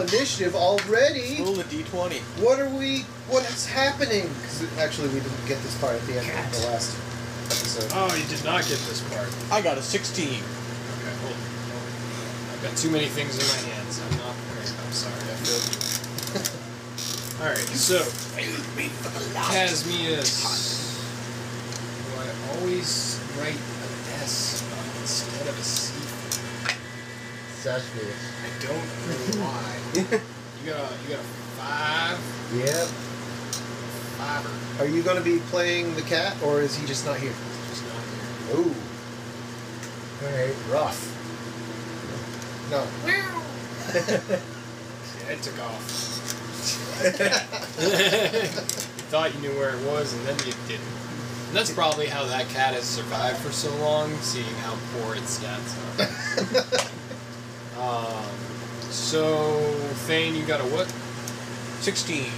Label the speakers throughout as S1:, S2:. S1: initiative already.
S2: Roll a d20.
S1: What are we? What is happening? 'Cause actually, we didn't get this part at the end of the last episode.
S3: Oh, you did not get this part.
S2: I got a
S3: Okay,
S2: 16.
S3: hold on. I've got too many things in my hands. I'm not. I'm sorry. I feel you. All right. So, Casmias. Do I always write a S instead of a C? I
S4: Sashmi.
S3: don't know why. you got a you got a five
S1: Yep.
S3: fiver.
S1: Are you going to be playing the cat, or is he just not here?
S3: Just not here.
S1: Ooh.
S4: Alright, rough.
S1: No.
S3: Yeah, it took off. you thought you knew where it was, and then you didn't. And that's probably how that cat has survived for so long, seeing how poor its stats are. um, so, Thane, you got a what?
S2: 16.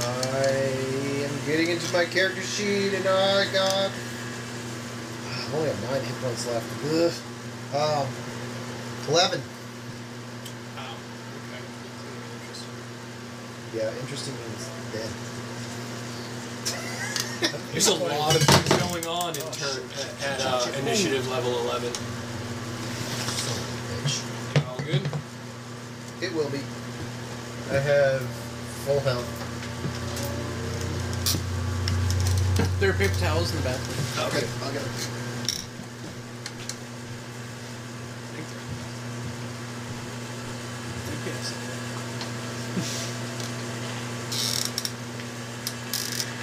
S1: I am getting into my character sheet, and I got. I only have nine hit points left. Ugh. Um, eleven.
S3: Wow. Okay.
S1: Yeah, interesting means dead.
S3: There's a lot of things going on in turn at uh, initiative level 11.
S1: Son of a bitch.
S3: All good?
S1: It will be.
S4: I have full health.
S2: There are paper towels in the bathroom.
S1: Okay, I'll get it.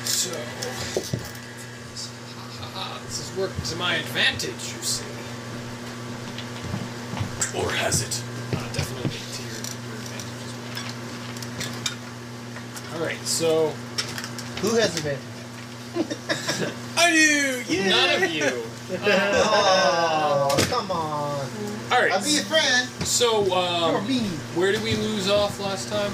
S3: So, ha, ha, ha, this has worked to my advantage, you see. Or has it? Uh, definitely to your, your advantage as well. Alright, so
S1: Who has advantage?
S2: I do!
S3: none of you. Uh,
S1: Oh, come on. I'll be your
S3: Alright,
S1: friend.
S3: so
S1: You're
S3: um,
S1: mean.
S3: where did we lose off last time?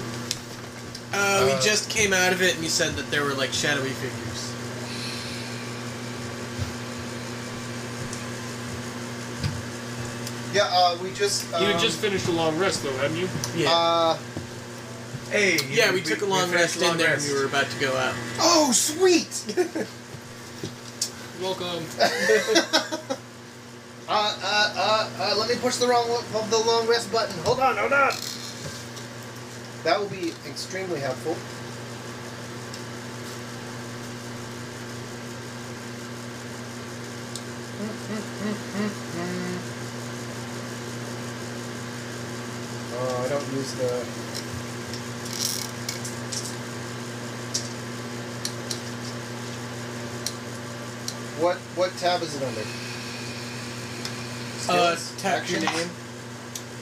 S2: Uh,
S4: Uh,
S2: we just came out of it and you said that there were like shadowy figures.
S1: Yeah, uh, we just. Um,
S3: you just finished a long rest, though, haven't you?
S2: Yeah.
S1: Uh,
S4: Hey.
S2: yeah, we, took a long rest in there and we were about to go out.
S1: oh, sweet! uh,
S3: Welcome.
S1: uh, uh, uh, let me push the wrong of the long rest button. Hold on, hold on. That will be extremely helpful. Oh, I don't use the. What what tab is it under?
S2: Uh,
S1: Skills?
S2: tap your
S1: Actions?
S2: name.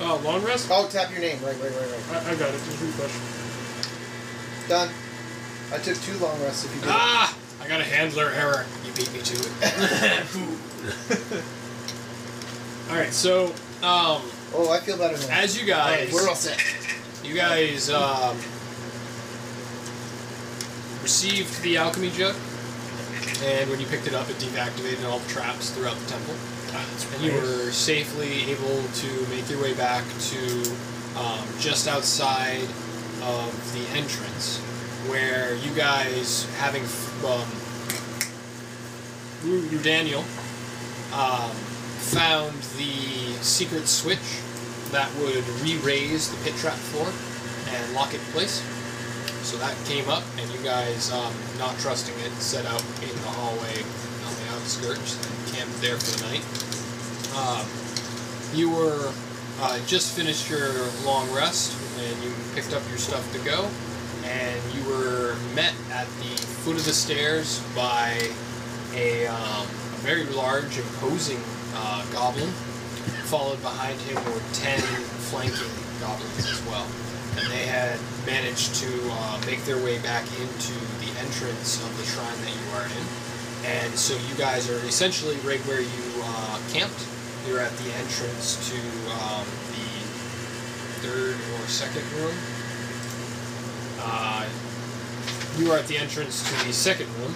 S3: Oh, long rest?
S1: Oh, tap your name. Right, right, right, right.
S3: I, I got it. Just refresh.
S1: Done. I took two long rests. If you did.
S3: Ah! I got a handler error. You beat me to it. Alright, so, um,
S1: Oh, I feel better now.
S3: as you
S1: All right,
S3: guys,
S1: we're all set.
S3: you guys, um, received the alchemy jug, and when you picked it up, it deactivated all the traps throughout the temple. And you were safely able to make your way back to um, just outside of the entrance, where you guys, having f- um, you, you Daniel, um, found the secret switch that would re-raise the pit trap floor and lock it in place. So that came up, and you guys, um, not trusting it, set out in the hallway on the outskirts and camped there for the night. Um, you were uh, just finished your long rest, and you picked up your stuff to go, and you were met at the foot of the stairs by a, um, a very large, imposing uh, goblin. Followed behind him were ten flanking goblins as well, and they had managed to uh, make their way back into the entrance of the shrine that you are in. And so you guys are essentially right where you uh, camped. You're at the entrance to um, the third or second room. Uh, you are at the entrance to the second room,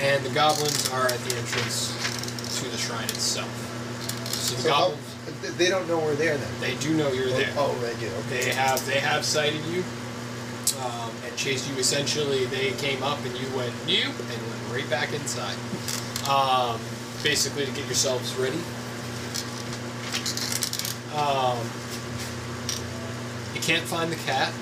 S3: and the goblins are at the entrance to the shrine itself. So the
S1: So how-
S3: goblins,
S1: th- they don't know we're there then.
S3: they do know you're there.
S1: Oh, they do. Okay.
S3: They have they have sighted you um, and chased you. Essentially, they came up and you went new and went right back inside. Um, basically, to get yourselves ready. Um, you can't find the cat.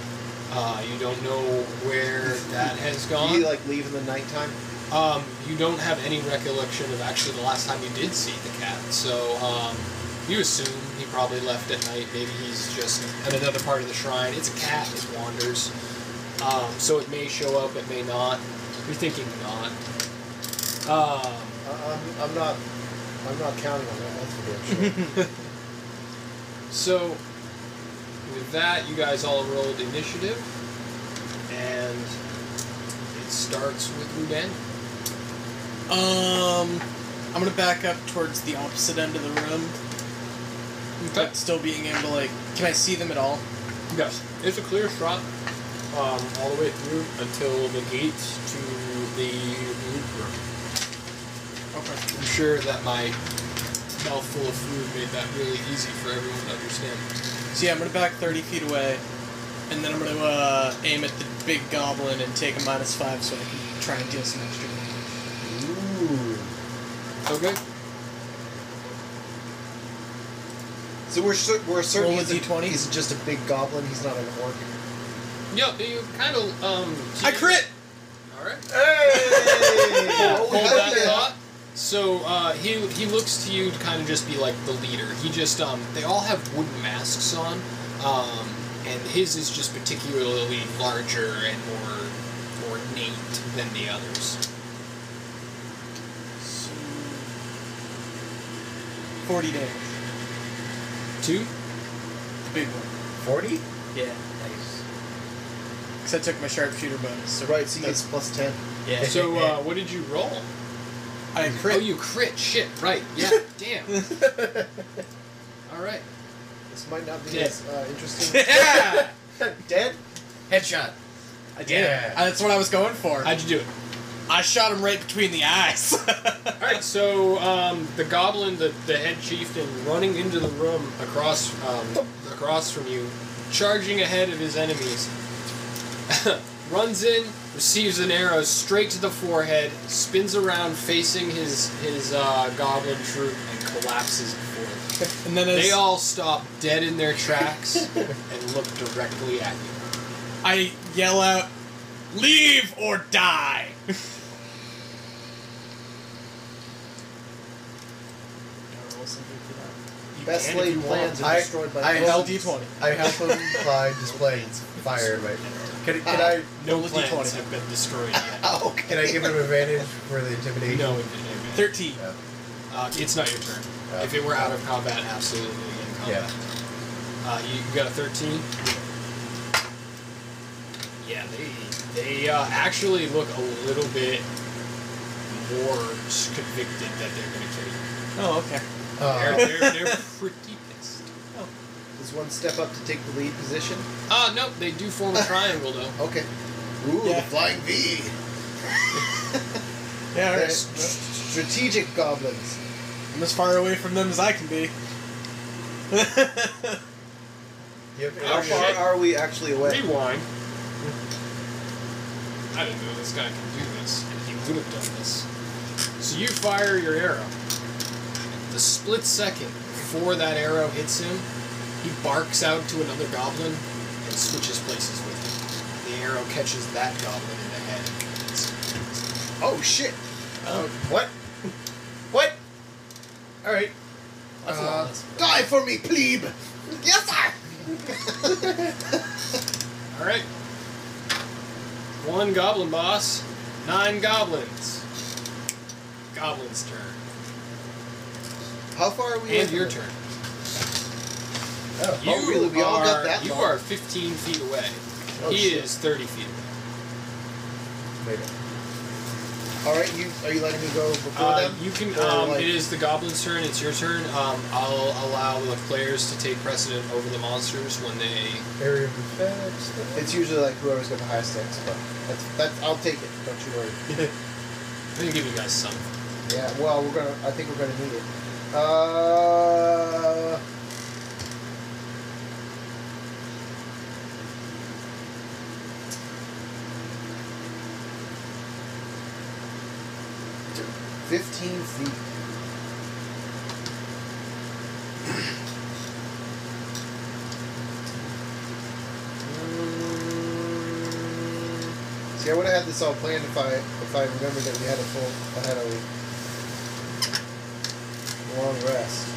S3: Uh, you don't know where that has gone.
S1: Do you like leave in the nighttime?
S3: Um, you don't have any recollection of actually the last time you did see the cat, so um, you assume he probably left at night. Maybe he's just at another part of the shrine. It's a cat, it wanders. Um, so it may show up, it may not. You're thinking not. Um,
S1: I, I'm, I'm not. I'm not counting on that. That's for damn sure.
S3: so, with that, you guys all rolled initiative, and it starts with Ruben.
S2: Um, I'm gonna back up towards the opposite end of the room, but still being able to like, can I see them at all?
S3: Yes, it's a clear shot um, all the way through until the gates to the loot room.
S2: Okay.
S3: I'm sure that my mouthful of food made that really easy for everyone to understand.
S2: So yeah, I'm gonna back 30 feet away, and then I'm gonna uh, aim at the big goblin and take a minus five so I can try and deal some extra.
S3: Mm-hmm.
S1: Ooh.
S3: Okay.
S1: So we're cer- we're certain
S2: Roll a
S1: he's, a-
S2: D20.
S1: he's just a big goblin. He's not an orc.
S3: Yeah, you kind of um.
S2: I crit. Oh,
S3: All right.
S1: Hey!
S3: Hold that thought. So uh, he he looks to you to kind of just be like the leader. He just um they all have wooden masks on, um, and his is just particularly larger and more ornate than the others.
S2: So, 40 damage.
S3: Two.
S2: The big one.
S4: Forty.
S2: Yeah.
S4: Nice.
S2: Because I took my sharpshooter bonus. So
S1: Right, so he
S2: that's-
S1: gets plus ten.
S4: Yeah.
S3: So uh, what did you roll?
S2: I
S3: Oh,
S2: crit.
S3: you crit. Shit. Right. Yeah. damn. All right.
S1: This might not be
S3: Dead.
S1: as uh, interesting.
S2: yeah.
S1: Dead?
S4: Headshot.
S2: I did.
S4: Yeah.
S2: Uh, That's what I was going for.
S3: How'd you do it?
S2: I shot him right between the eyes.
S3: All right, so um, the goblin, the, the head chieftain, running into the room across um, across from you, charging ahead of his enemies, runs in, receives an arrow straight to the forehead, spins around facing his his uh, goblin troop, and collapses before them.
S2: And then as
S3: They all stop dead in their tracks and look directly at you.
S2: I yell out, "Leave or die!"
S3: You
S1: Best
S3: can if
S1: laid
S3: you
S1: plans
S3: want.
S1: are
S4: I-
S1: destroyed by
S4: I
S1: the
S2: Roll
S4: help-
S2: d20.
S4: I help him by displaying fire. Right. Can, can I
S3: No
S2: Roll a d20.
S3: plans have been destroyed yet.
S1: Oh, okay.
S4: can I give him advantage for the intimidation?
S3: no, it didn't.
S2: Thirteen.
S4: Yeah.
S3: Uh, it's not your turn.
S4: Uh,
S3: if it were out of combat, absolutely in combat. Uh, you, you got a 13? Yeah, they, they uh, actually look a little bit more convicted that they're going to kill you.
S2: Oh, okay.
S4: Uh,
S3: They're, they're, they're pretty pissed.
S1: Is one step up to take the lead position?
S3: Uh, no, they do form a triangle, though.
S1: Okay. Ooh,
S2: Yeah.
S1: the flying V.
S2: Yeah, all
S1: They're
S2: right.
S1: s- strategic goblins.
S2: I'm as far away from them as I can be. Uh,
S4: do you have
S1: How
S3: Oh,
S4: any-
S1: far
S3: shit.
S1: are we actually away?
S3: Rewind. I didn't know this guy could do this, and he would have done this. So you fire your arrow. The split second before that arrow hits him, he barks out to another goblin and switches places with him. The arrow catches that goblin in the head.
S1: Oh shit!
S4: What? What? All right.
S2: That's a
S1: Uh,
S2: lot less.
S1: Die for me, plebe! Yes, sir!
S3: All right. One goblin boss, nine goblins. Goblin's turn.
S1: How far are we? away
S3: And
S1: from
S3: your
S1: them?
S3: turn.
S1: Oh,
S3: You
S1: oh, really? We
S3: are,
S1: all got that
S3: You
S1: far?
S3: are 15 feet away.
S1: Oh,
S3: he
S1: shit.
S3: is 30 feet away.
S4: Wait.
S1: All right, you are you letting me go before
S3: Uh,
S1: them?
S3: you can.
S1: Or,
S3: Um,
S1: like-
S3: it is the goblin's turn. It's your turn. Um, I'll allow the players to take precedent over the monsters when they.
S4: Area of effects.
S1: It's usually like whoever's got the highest stakes, but that's, that's I'll take it. Don't you worry.
S3: Let me give you guys some.
S1: Yeah. Well, we're gonna. I think we're gonna need it. Uh, Fifteen feet. See, I would have had this all planned if I if I remembered that we had a full I had a long rest.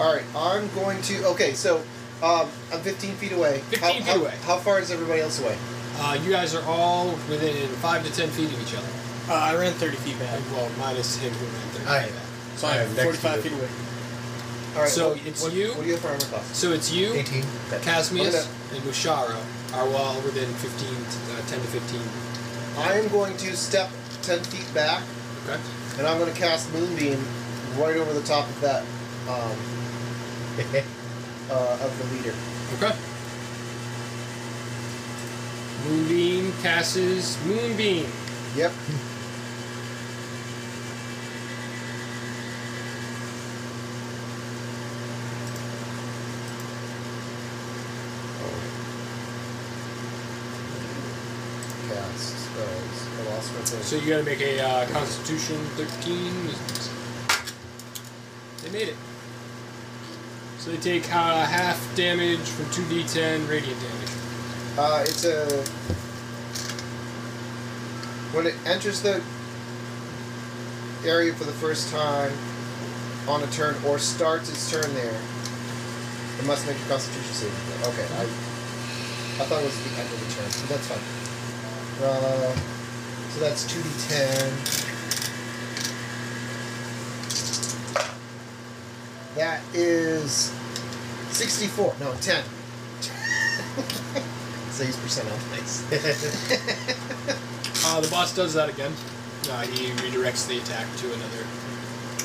S1: All right, I'm going to. Okay, so um, I'm 15 feet away.
S3: 15 feet
S1: how,
S3: away.
S1: How far is everybody else away?
S3: Uh, you guys are all within five to ten feet of each other.
S2: Uh, I ran 30 feet back,
S3: Well, minus him who ran thirty.
S4: I-
S3: feet back.
S2: so
S4: All
S2: I'm
S4: right, next to
S2: 45
S4: you.
S2: feet away.
S1: All right.
S3: So
S1: what,
S3: it's
S1: what,
S3: you?
S1: What do you have for armor class?
S3: So it's you,
S4: 18.
S1: Look
S3: Casmius,
S1: at
S3: and Musharo are all within fifteen, to, uh, ten to fifteen.
S1: I am going to step 10 feet back,
S3: Okay.
S1: and I'm going to cast Moonbeam right over the top of that um, uh, of the leader.
S3: Okay. Moonbeam passes. Moonbeam.
S1: Yep. Cast spells. I lost my thing.
S3: So you gotta make a uh, Constitution 13. They made it. So they take uh, half damage from 2d10 radiant damage.
S1: Uh, it's a. When it enters the area for the first time on a turn or starts its turn there, it must make a constitution saving throw. Okay, I, I thought it was the end of the turn, but that's fine. Uh, so that's 2d10. That is 64. No, 10. So he's percent off nice.
S3: Uh, the boss does that again. Uh, he redirects the attack to another.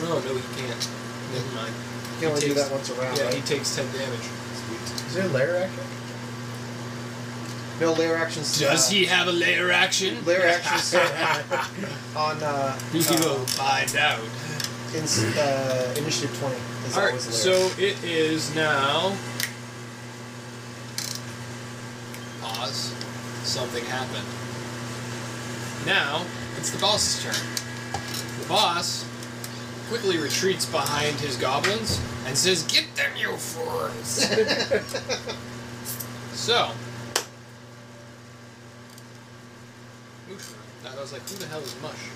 S3: Oh no, he can't. Never mind.
S1: Can only do
S3: takes-
S1: that once around,
S3: yeah,
S1: right?
S3: he takes 10 damage.
S4: Is there layer action?
S1: No layer actions.
S3: Does
S1: uh,
S3: he have a layer action?
S1: Layer actions on uh,
S3: We
S1: uh,
S3: will find out.
S1: in, uh, initiative twenty is
S3: Alright,
S1: always a
S3: so
S1: layer.
S3: it is now. Pause. Something happened. Now, it's the boss's turn. The boss quickly retreats behind his goblins and says, Get them, you fools! so. Mush. I was like, Who the hell is Mush?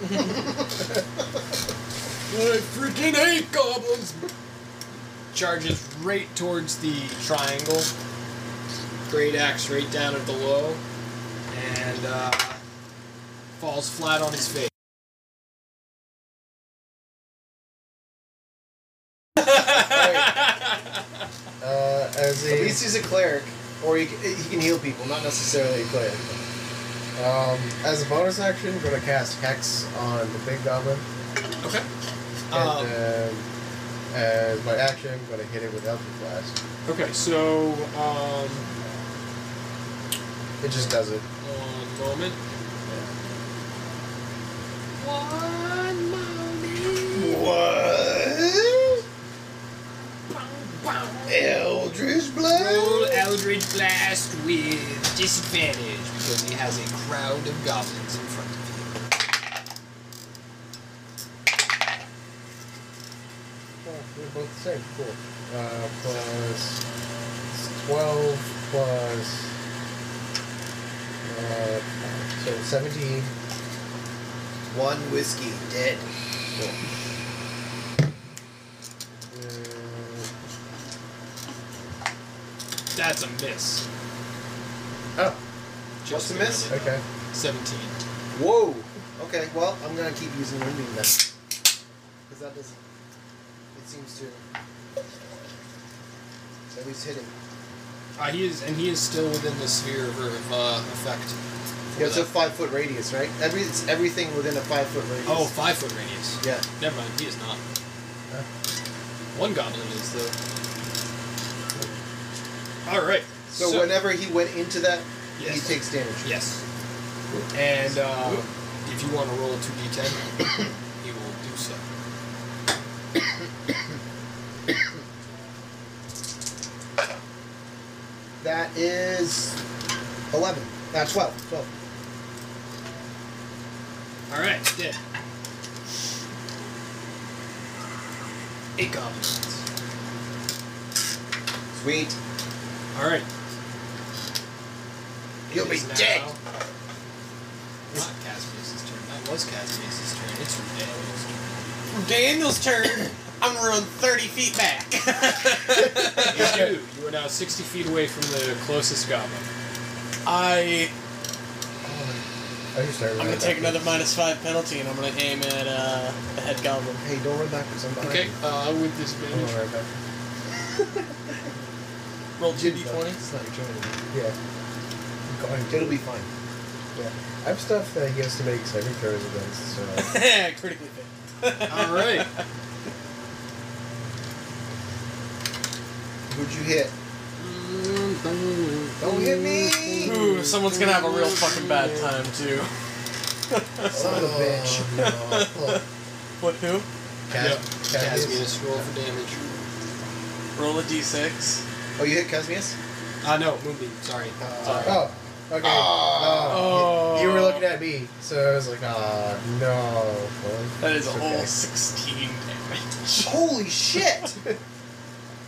S3: I freaking hate goblins! Charges right towards the triangle. Great axe right down at the low. And uh, falls flat on his face.
S4: Uh, as
S1: At
S4: a
S1: least he's a cleric, or he, c- he can heal people, not necessarily a cleric.
S4: um, as a bonus action, we're gonna cast hex on the big goblin,
S3: Okay.
S4: and
S3: Um,
S4: then as my action, I'm gonna hit it with Eldritch Blast.
S3: okay, so um,
S4: It just does it.
S3: one moment.
S1: What? Eldritch
S3: Roll Eldritch Blast with disadvantage because he has a crowd of goblins in front of him.
S4: Oh, they're both the same. Cool. Uh, plus twelve plus uh, so seventeen.
S1: One whiskey dead.
S4: Uh,
S3: That's a miss.
S4: oh,
S1: What's the miss?
S4: okay.
S3: 17.
S1: Whoa. Okay. Well, I'm gonna keep using moonbeam then, because that doesn't. It seems to. At least hit him.
S3: Uh, he is, and he is still within the sphere of uh, effect. Uh,
S1: Yeah, it's a five foot radius, right? Every it's everything within a five foot radius.
S3: Oh, five foot radius.
S1: yeah.
S3: Never mind, he is not.
S4: Huh?
S3: One goblin is though. All right.
S1: So,
S3: So-
S1: whenever he went into that, he
S3: Yes.
S1: takes damage.
S3: Yes. And uh, if you want to roll a 2d10, he will do so.
S1: That is 11. Uh, 12. 12.
S3: All right, dead. Eight goblins.
S1: Sweet.
S3: All right.
S1: You'll
S3: It
S1: be
S3: is now-
S1: dead.
S3: Not Caspius' turn. That was Caspius' turn. It's Daniel's turn.
S2: From Daniel's turn, I'm gonna run 30 feet back.
S3: You do. You are now 60 feet away from the closest goblin.
S2: I
S4: I just started
S2: I'm gonna take another minus five penalty, and I'm gonna aim at uh, the head goblin.
S1: Hey, don't run backwards. I'm behind
S3: Okay,
S1: you.
S3: uh, with
S1: Don't
S3: disadvantage.
S1: run right back.
S2: Roll two d20.
S1: It's not your turn anymore.
S4: Yeah. Going
S1: It'll be fine.
S4: Yeah. I have stuff that he has to make saving throws against, so.
S2: Critically failed.
S3: All right.
S1: Who'd you hit? Don't hit me!
S2: Ooh, someone's gonna have a real fucking bad time too.
S1: Son of a bitch.
S2: What? Who?
S3: Yep.
S4: Caspius.
S3: Caspius, roll for damage.
S2: Roll a d6.
S1: Oh, you hit Casmius?
S3: Uh, no, Moonbeam, sorry.
S1: Uh,
S3: sorry.
S4: Oh, okay.
S2: Oh.
S4: You were looking at me, so I was like, ah, no.
S2: That is a
S4: It's
S2: whole
S4: okay.
S2: 16 damage.
S1: Holy shit!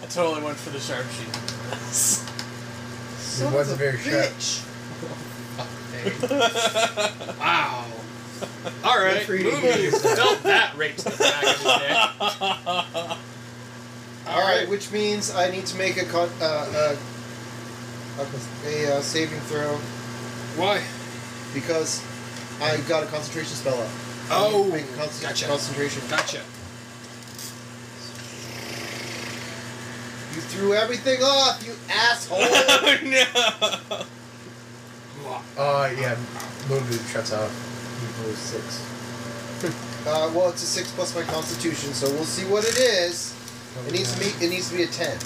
S2: I totally went for the sharpshooter.
S1: Son of
S4: wasn't
S1: a
S4: very sharp.
S1: bitch.
S3: Wow. All right,
S4: free to
S3: Moonbeam
S4: use
S3: dealt that right to the back of his neck.
S2: Oh,
S1: All right, which means I need to make a con- uh, uh, a, a uh, saving throw
S3: Why?
S1: because I got a concentration spell up. I need to
S3: Oh,
S1: make a con-
S3: gotcha.
S1: concentration.
S3: Gotcha.
S1: You threw everything off, you asshole!
S2: oh no!
S4: Uh, yeah, Moonbeam shuts off. He blows six.
S1: Uh, well, it's a six plus my Constitution, so we'll see what it is. It needs to be. It needs to be a ten.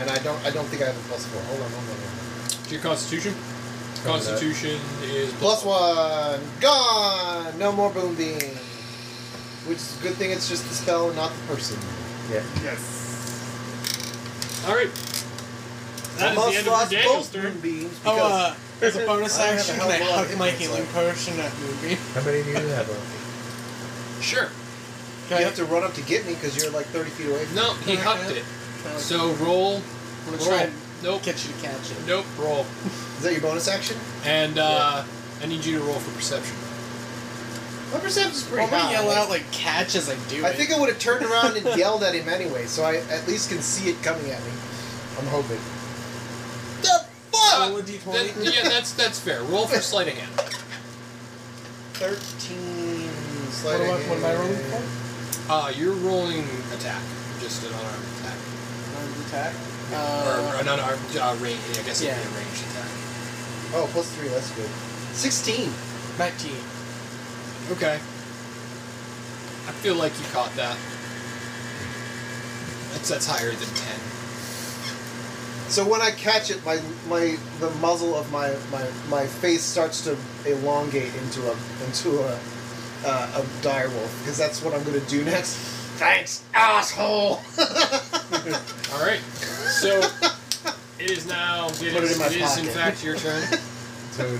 S1: And I don't. I don't think I have a plus four. Hold on. Hold on. Hold on.
S3: Your constitution?
S4: Probably not.
S3: Constitution is
S1: Plus one. Gone. No more boom beam. Which is a good thing. It's just the spell, and not the person.
S4: Yeah.
S3: All right. That is
S1: Almost
S3: the end of
S1: lost
S3: Daniel's
S1: both
S3: turn.
S1: boom beams
S2: Oh,
S1: because-
S2: uh, there's a bonus
S1: I have a
S2: action.
S1: hell of
S2: Can I
S1: a lot of
S2: hug my
S1: hit points
S2: healing potion at movie?
S4: How many do you have left?
S3: Sure.
S1: You have to run up to get me because you're like 30 feet away. from me.
S3: No, he
S2: Can I
S3: hucked
S2: have-
S3: it.
S2: Can I, like,
S3: So roll.
S2: I'm gonna
S3: roll.
S2: try and
S3: Nope.
S2: get you to catch it.
S3: Nope. Roll.
S1: Is that your bonus action?
S3: And uh, I need you to roll for perception.
S1: My perception's pretty
S2: I'm gonna
S1: high.
S2: yell out like catch as I do
S1: I
S2: it.
S1: think I would have turned around and yelled at him anyway, so I at least can see it coming at me. I'm hoping. The fuck!
S2: Roll a d20.
S3: That- yeah, that's that's fair. Roll for sleight of hand.
S1: 13.
S2: what,
S1: Slide
S2: am I, what am I
S1: again.
S2: rolling for?
S3: Uh, you're rolling attack, just an unarmed attack,
S2: Unarmed attack.
S3: or
S2: Uh,
S3: an unarmed uh, range. I guess it'd be
S2: yeah.
S3: a ranged attack.
S1: Oh, plus 3, that's good. 16.
S2: 19.
S3: Okay. I feel like you caught that. That's that's higher than ten.
S1: So when I catch it, my my the muzzle of my my, my face starts to elongate into a into a uh, a dire wolf because that's what I'm gonna do next. Thanks, asshole.
S3: All right. So it is now. It
S1: Put it
S3: is-
S1: in my
S3: it is in
S1: pocket.
S3: fact your turn.
S4: So,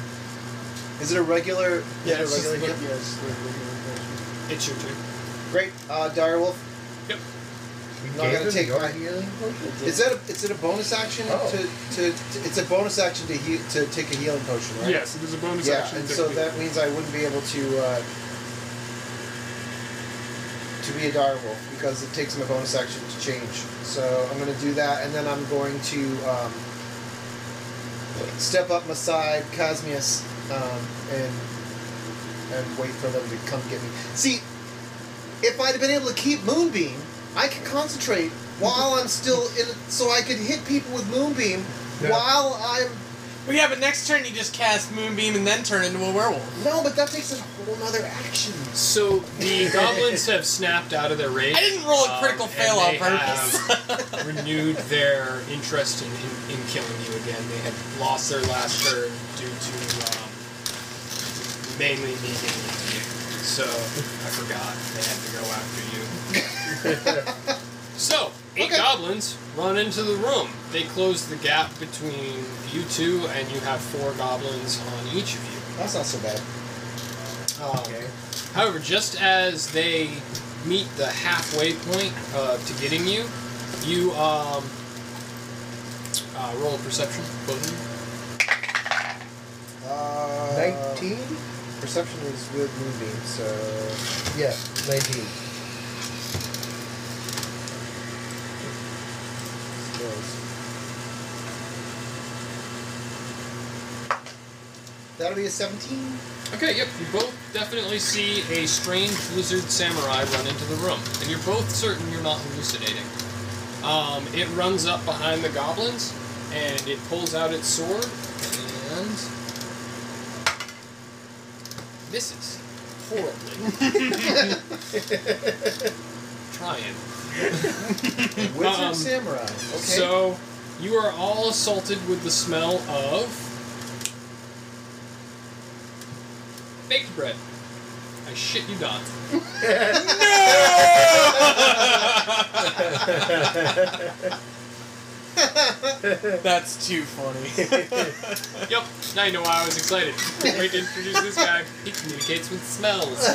S1: is it a regular?
S2: Yeah,
S1: is
S2: it's
S1: it a
S2: just,
S1: regular.
S2: like- yeah, it's just like regular.
S3: It's your turn.
S1: Great, uh, dire wolf.
S3: Yep.
S4: we
S1: Not
S4: gave
S1: gonna
S4: him
S1: take
S4: your
S1: my-
S4: healing potion?
S1: Is that a, is it a bonus action
S4: Oh.
S1: to, to, to it's a bonus action to heal to take a healing potion, right?
S5: Yes, it is a bonus
S1: Yeah,
S5: action.
S1: and so that means I wouldn't be able to uh, to be a dire wolf because it takes my bonus action to change. So I'm going to do that, and then I'm going to um, step up beside Cosmius um, and and wait for them to come get me. See, if I'd have been able to keep Moonbeam, I could concentrate while I'm still in, so I could hit people with Moonbeam
S4: Yeah.
S1: while I'm
S2: Well, yeah, but next turn you just cast Moonbeam and then turn into a werewolf.
S1: No, but that takes a whole nother action.
S3: So the goblins have snapped out of their range.
S2: I didn't roll a
S3: um,
S2: critical
S3: and
S2: fail on
S3: they
S2: purpose.
S3: have renewed their interest in, in, in killing you again. They had lost their last turn due to um, mainly me getting into you. So I forgot they had to go after you. So, eight
S1: Okay.
S3: goblins run into the room. They close the gap between you two, and you have four goblins on each of you.
S1: That's not so bad.
S3: Um, However, just as they meet the halfway point uh, to getting you, you um, uh, roll a perception, both of you.
S1: Uh,
S4: 19?
S1: Perception is with moving, so.
S4: Yeah, 19.
S1: That'll be a 17.
S3: Okay, yep, you both definitely see a strange lizard samurai run into the room, and you're both certain you're not hallucinating. Um, it runs up behind the goblins, and it pulls out its sword, and misses horribly. Trying.
S1: Wizard
S3: Um,
S1: Samurai. Okay.
S3: So, you are all assaulted with the smell of baked bread. I shit you not.
S2: That's too funny.
S3: Yep, now you know why I was excited. Wait to introduce this guy. He communicates with smells.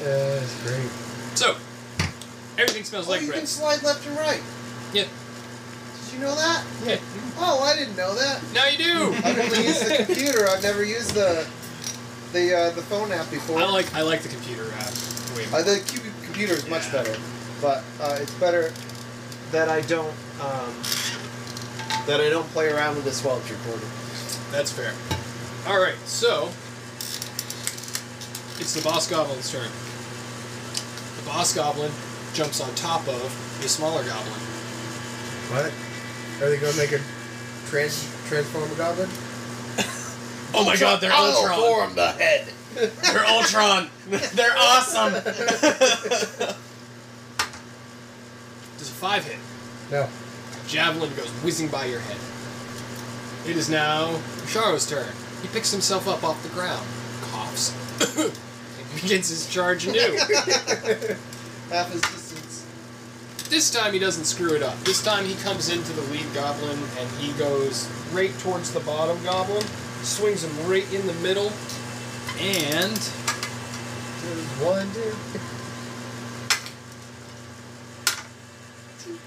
S4: Uh, that's great.
S3: So, everything smells
S1: oh,
S3: like
S1: you
S3: bread.
S1: can slide left and right.
S3: Yeah.
S1: Did you know that?
S3: Yeah.
S1: Oh, I didn't know that.
S3: Now you do.
S1: I've never used the computer. I've never used the the uh, the phone app before.
S3: I like I like the computer app. Way
S1: Uh,
S3: more.
S1: the cu- computer is much
S3: Yeah.
S1: better, but uh, it's better that I don't um, that I don't play around with this while it's recorded.
S3: That's fair. All right, so it's the boss goblin's turn. The boss goblin jumps on top of the smaller goblin.
S4: What? Are they gonna make a trans transformer goblin?
S2: oh my god, they're Ultron.
S1: him the head.
S2: They're Ultron. They're awesome.
S3: Does a five hit?
S4: No.
S3: Javelin goes whizzing by your head. It is now Sharo's turn. He picks himself up off the ground, coughs, and begins his charge anew.
S1: Half his distance.
S3: This time he doesn't screw it up. This time he comes into the lead goblin and he goes right towards the bottom goblin, swings him right in the middle, and
S4: There's one, dude.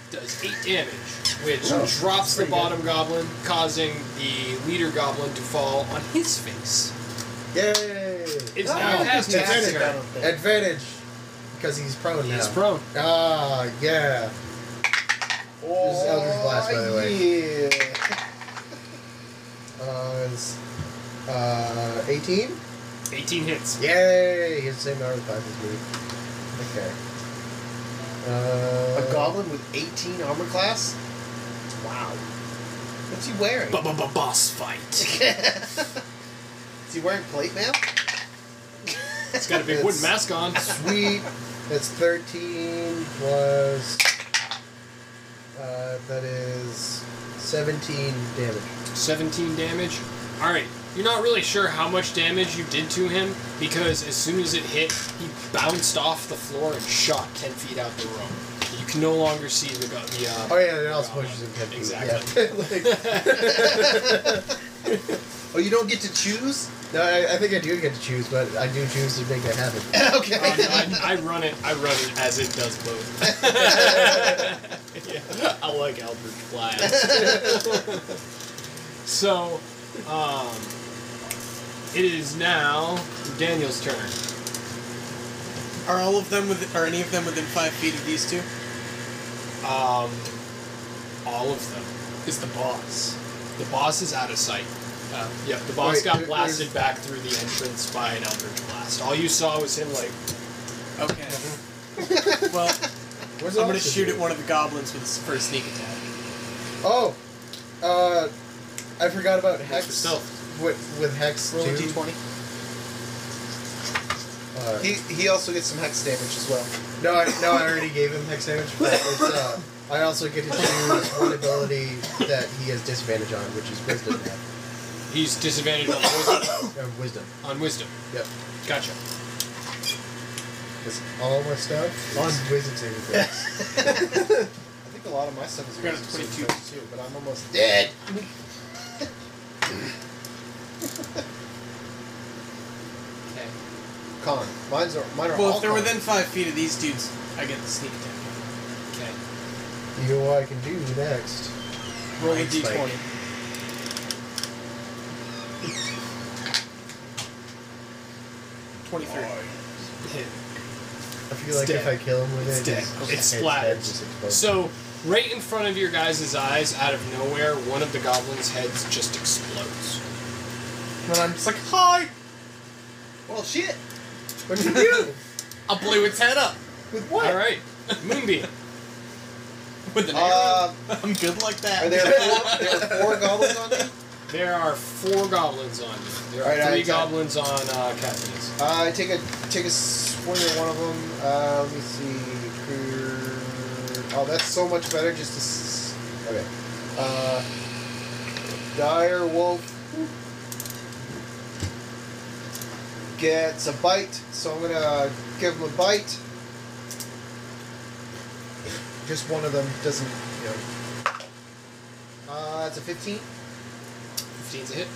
S3: does eight damage, which
S4: Oh,
S3: drops the
S4: pretty good.
S3: bottom goblin, causing the leader goblin to fall on his face.
S4: Yay!
S3: It's
S1: Oh,
S3: now
S1: I
S3: has
S1: just
S3: next
S1: added that
S3: turn.
S1: on there.
S4: Advantage! Because he's prone now.
S3: He's prone.
S4: Ah, yeah. is Eldritch Blast, by the
S1: way.
S4: Uh, it's, uh, 18?
S3: 18 hits.
S4: Yay! He has the same armor class as me. Okay. Uh,
S1: A goblin with 18 armor class? Wow. What's he wearing?
S3: Boss fight.
S1: is he wearing plate mail?
S3: It's got a big wooden
S4: It's-
S3: mask on.
S4: Uh, Sweet. That's 13 plus. Uh, that is 17 damage.
S3: 17 damage. Alright, you're not really sure how much damage you did to him because as soon as it hit, he bounced off the floor and shot 10 feet out the room. You can no longer see the. gu- the uh,
S4: Oh, yeah, it also pushes him 10 feet.
S3: Exactly.
S4: Yeah. Like-
S1: Oh, you don't get to choose?
S4: no, I, I think I do get to choose, but I do choose to make that happen.
S2: Uh,
S1: okay.
S3: Oh, no, I, I run it. I run it as it does both. yeah, I like Albert Flash. so, um, it is now Daniel's turn.
S2: Are all of them with? Are any of them within five feet of these two?
S3: Um, all of them. It's the boss. The boss is out of sight. Um, yep, the boss
S4: Wait,
S3: got
S4: there-
S3: blasted back through the entrance by an eldritch blast. All you saw was him like
S1: Mm-hmm.
S2: Okay. well,
S4: Where's
S2: I'm gonna
S4: Oxygen?
S2: shoot at one of the goblins with his first sneak attack.
S1: Oh, uh, I forgot about
S3: Roll for
S1: hex.
S3: stealth.
S1: With, with hex
S2: Roll a
S1: too.
S2: d20.
S4: Uh,
S1: He, he also gets some hex damage as well. No, I, no, I already gave him hex damage. But it's, uh, I also get to choose one ability that he has disadvantage on, which is wisdom. now.
S3: He's disadvantaged on wisdom.
S1: Uh, wisdom.
S3: on wisdom.
S1: Yep.
S3: Gotcha.
S4: is all my stuff on wisdom saving throws.
S1: I think a lot of my stuff is
S2: I got a 22.
S1: too, but I'm almost dead.
S3: Okay.
S1: Con. Mine's are mine are
S2: Well,
S1: all
S2: if they're
S1: con.
S2: within five feet of these dudes, I get the sneak attack.
S3: Okay.
S4: you know what I can do next?
S2: Roll a
S1: Right,
S2: d20.
S1: Spike.
S2: Twenty-three.
S4: Oh,
S3: Hit.
S4: I feel
S3: It's
S4: like
S3: dead.
S4: if I kill him with
S2: It's
S4: it,
S2: dead.
S4: it's-
S2: It's
S4: it's dead,
S3: splattered.
S4: just explodes.
S3: So, right in front of your guys' eyes, out of nowhere, one of the goblins' heads just explodes.
S2: And then I'm just like, hi.
S1: Well, shit. What did you do?
S2: I blew its head up
S1: With what?
S3: All right, Moonbeam.
S2: with an
S1: Uh,
S2: arrow. I'm good like that.
S1: are there four, there are four goblins on me?
S3: There are four goblins on you. There are
S1: Alright, I
S3: three
S1: attack.
S3: goblins on uh, Cassidy's.
S1: Uh, I take a take a swing at one of them. Uh, let me see. Clear- Oh, that's so much better. Just to s- okay. Uh, dire wolf gets a bite, so I'm gonna give him a bite. Just one of them doesn't. You know. Uh, it's a fifteen.
S3: 15's a hit.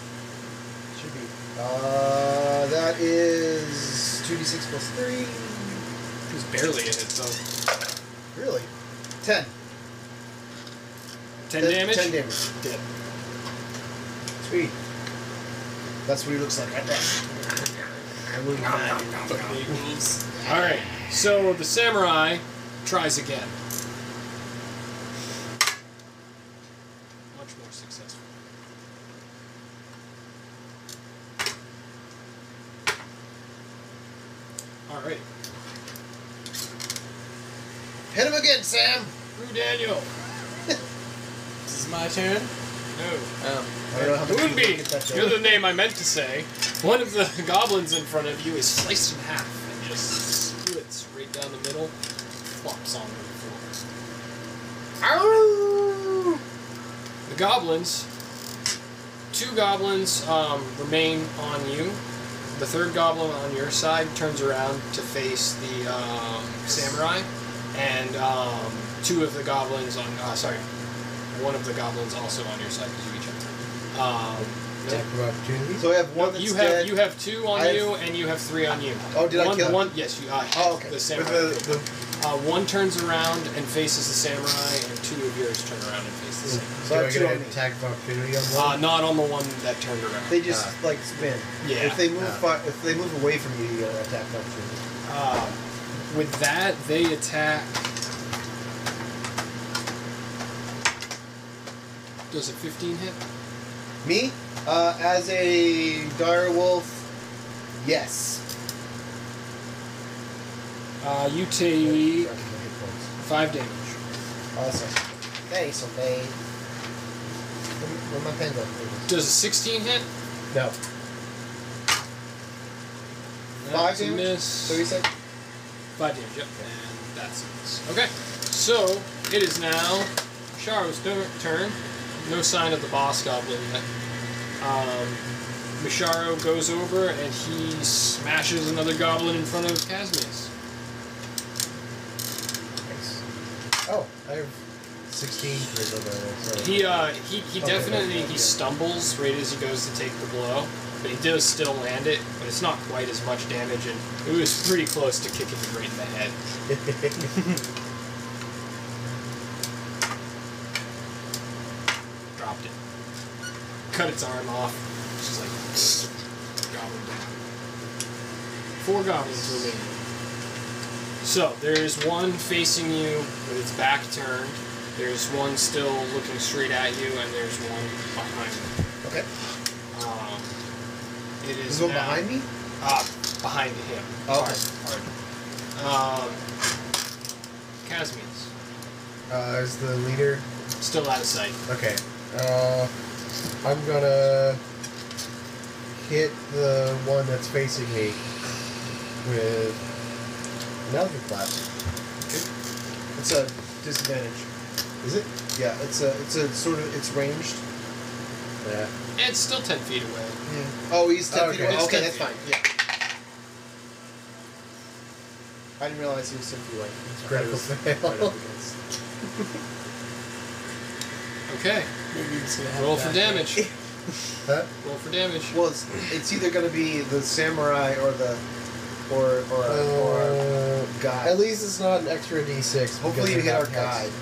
S1: Should be. Uh, that is 2d6 plus 3.
S3: It was barely a hit, though.
S1: Really? 10.
S3: 10
S1: That-
S3: damage?
S1: 10 damage.
S3: Dead.
S1: Sweet. That's what he looks like. I bet. I wouldn't mind.
S2: Fucking wolves.
S3: Alright, so the samurai tries again. Much more successful. Alright,
S1: Hit him again, Sam!
S3: Rue Daniel.
S2: This is my turn.
S3: No.
S2: Oh.
S1: I don't know how much you
S3: Moonbeam,
S1: get that
S3: you're
S1: damage.
S3: the name I meant to say. One of the goblins in front of you is sliced in half and just splits right down the middle, flops on the floor. Ow! The goblins, two goblins um, remain on you. The third goblin on your side turns around to face the um, samurai, and um, two of the goblins on, uh, sorry, one of the goblins also on your side because you each have. Um,
S4: Attack of opportunity.
S1: So I have one that's
S3: you have
S1: dead.
S3: you have two on
S1: I have-
S3: you and you have three on you.
S1: Oh, did I
S3: one,
S1: kill him?
S3: One, yes, you. Uh,
S1: Oh, okay.
S3: The
S1: With
S3: samurai.
S1: the-
S3: uh, one turns around and faces the samurai, and two of yours turn around and face the samurai.
S1: So
S4: do I
S1: that's
S4: get
S1: on
S4: an
S1: me.
S4: attack of opportunity on
S3: Uh,
S4: one?
S3: not on the one that turned around.
S1: They just like spin.
S3: Uh, Yeah.
S1: If they move
S4: Ah.
S1: fi- if they move away from you, you get an attack of opportunity.
S3: Uh, with that, they attack. Does a 15 hit?
S1: Me, uh, as a dire wolf, yes.
S3: Uh, you take
S1: Back to my hit points.
S3: five damage.
S1: Awesome. Thanks, okay. Where where my pen go? Please?
S3: Does a 16 hit?
S1: No. Five
S3: That's a
S1: damage?
S3: miss.
S1: So you said?
S3: Five damage, yep. And that's it. Okay, so it is now Sharo's tur- turn. No sign of the boss goblin yet. Um, Misharo goes over and he smashes another goblin in front of Casmius.
S4: Nice. Oh, I have 16 charisma by the way, so.
S3: He uh, he, he
S4: Okay,
S3: definitely
S4: yeah,
S3: he
S4: yeah.
S3: stumbles right as he goes to take the blow, but he does still land it. But it's not quite as much damage, and it was pretty close to kicking him right in the head. dropped it. Cut its arm off. She's like, goblin down. Four goblins remaining. So, there is one facing you with its back turned. There's one still looking straight at you, and there's one behind you.
S1: Okay.
S3: Um, it is
S1: Is one
S3: now-
S1: behind me?
S3: Ah, behind him.
S1: Oh, okay.
S3: Hard, hard. Um, Casmius.
S4: Uh, is the leader?
S3: Still out of sight.
S4: Okay. Uh, I'm gonna hit the one that's facing me with an Eldritch Blast.
S1: It's a disadvantage.
S4: Is it?
S1: Yeah, it's a it's a sort of it's ranged.
S4: Yeah.
S3: And it's still 10 feet away.
S1: Yeah. Oh, he's ten feet
S4: Okay.
S1: away.
S3: It's
S1: Okay,
S3: 10
S1: that's
S3: feet.
S1: fine. Yeah. I didn't realize he was ten feet away. It's
S4: critical fail.
S3: Okay.
S2: Maybe it's gonna have
S3: Roll
S2: that.
S3: for damage.
S4: Huh?
S3: Roll for damage.
S1: Well, it's, it's either gonna be the samurai or the or or or
S4: Uh,
S1: guy.
S4: at least it's not an extra d6.
S1: Hopefully,
S4: because
S1: you
S4: I
S1: hit our
S4: have
S1: guy.
S4: hex.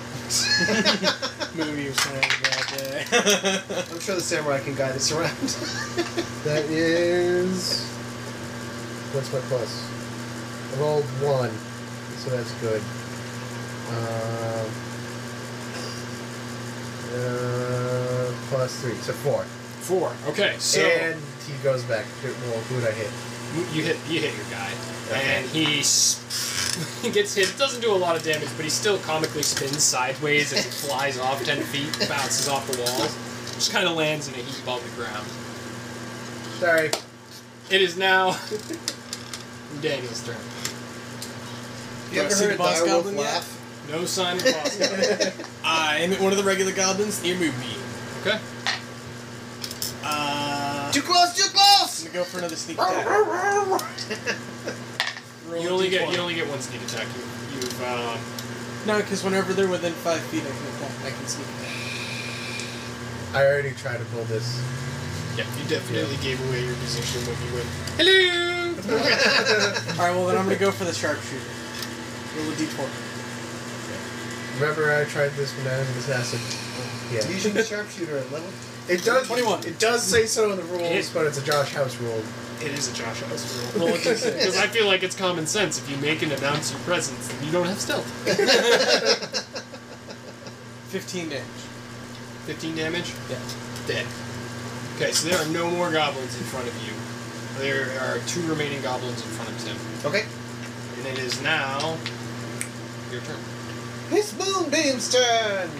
S2: Movie or something like that. yeah.
S1: I'm sure the samurai can guide us around.
S4: That is. What's my plus? I rolled one, so that's good. Um, uh, plus three, so four.
S3: Four. Okay, so
S4: and he goes back. to- Well, who'd I hit?
S3: you hit you hit your guy,
S4: Okay.
S3: and he s- he gets hit. Doesn't do a lot of damage, but he still comically spins sideways as it flies off ten feet, bounces off the walls, just kind of lands in a heap on the ground.
S4: Sorry.
S3: It is now Daniel's turn.
S1: you ever
S2: see
S1: heard
S2: the
S1: a
S2: boss
S1: direwolf
S2: goblin yet?
S1: laugh?
S3: No sign of loss.
S2: I am one of the regular goblins. Near movie.
S3: Okay.
S2: Uh,
S1: Too close! Too
S2: I'm
S1: close!
S2: gonna go for another sneak attack. Roll
S3: You only get
S2: D20.
S3: you only get one sneak attack. You, you've uh,
S2: No, because whenever they're within five feet, I can attack. I can sneak attack.
S4: I already tried to pull this.
S3: yeah, you definitely gave away your position when you went. Hello.
S2: All right, well then I'm gonna go for the sharpshooter. Roll a d4.
S4: Remember, I tried this when I was an assassin. Yeah.
S1: Using the sharpshooter at level.
S4: It does.
S2: 21.
S4: It does say so in the rules,
S3: It-
S4: but it's a Josh House rule.
S3: It is a Josh House rule. Because I feel like it's common sense. If you make and announce your presence, then you don't have stealth.
S2: 15 damage.
S3: 15 damage,
S2: Yeah.
S3: dead. Okay, so there are no more goblins in front of you. There are two remaining goblins in front of Tim.
S1: Okay.
S3: And it is now your turn.
S1: It's Moonbeam's turn.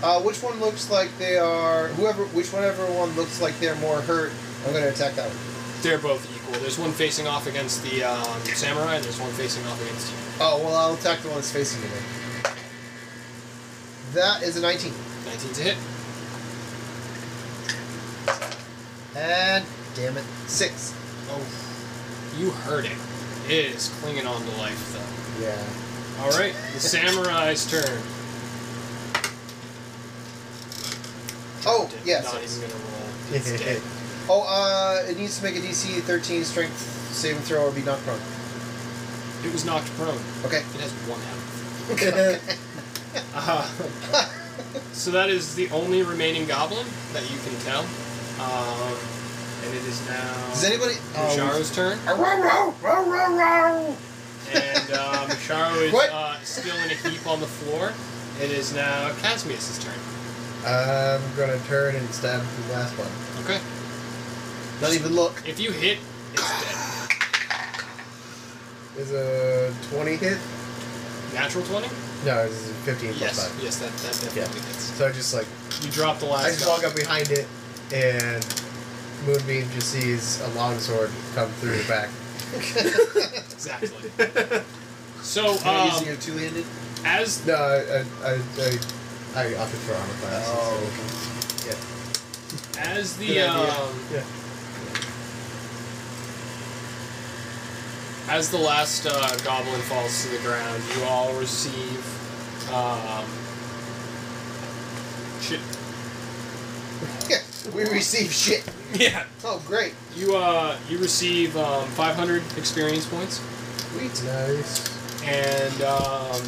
S1: Uh, which one looks like they are? Whoever, which whatever one looks like they're more hurt, I'm gonna attack that one.
S3: They're both equal. There's one facing off against the um, samurai, and there's one facing off against you.
S1: Oh well, I'll attack the one that's facing me. Then. That is a 19
S3: 19 to hit.
S1: and damn it, six.
S3: Oh, you heard it. It is clinging on to life, though.
S1: Yeah.
S3: All right, the samurai's turn.
S1: Oh yeah.
S3: Not
S1: six.
S3: even gonna roll. It's dead.
S1: Oh, uh, it needs to make a DC 13 strength saving throw or be knocked prone.
S3: It was knocked prone.
S1: Okay.
S3: It has one health.
S1: okay.
S3: Uh, so that is the only remaining goblin that you can tell. Um, and it is now
S1: Does anybody? Oh,
S3: Misharo's turn.
S1: Row, row, row, row, row.
S3: And uh, Misharo is
S1: What?
S3: uh, still in a heap on the floor. It is now Casmius' turn.
S4: I'm gonna turn and stab the last one.
S3: Okay.
S1: Not even look.
S3: If you hit, it's
S4: Is a 20 hit?
S3: dead. Natural 20?
S4: No, it's a 15 plus
S3: Yes.
S4: 5.
S3: Yes, that, that definitely
S4: Yeah.
S3: hits.
S4: So I just like,
S3: You drop the
S4: I
S3: last
S4: just
S3: goblin.
S4: walk up behind it, and Moonbeam just sees a longsword come through the back.
S3: Exactly. so,
S1: You're not using
S3: um,
S1: your two-handed.
S3: as
S4: No, I, I, I, I, I opted for armor class.
S1: Oh,
S3: as the
S1: Good idea.
S3: um,
S4: Yeah.
S3: As the last uh, goblin falls to the ground, you all receive. Um, shit.
S1: we receive shit.
S2: Yeah.
S1: Oh, great.
S3: You uh, you receive um, 500 experience points,
S1: Sweet.
S4: Nice.
S3: and um,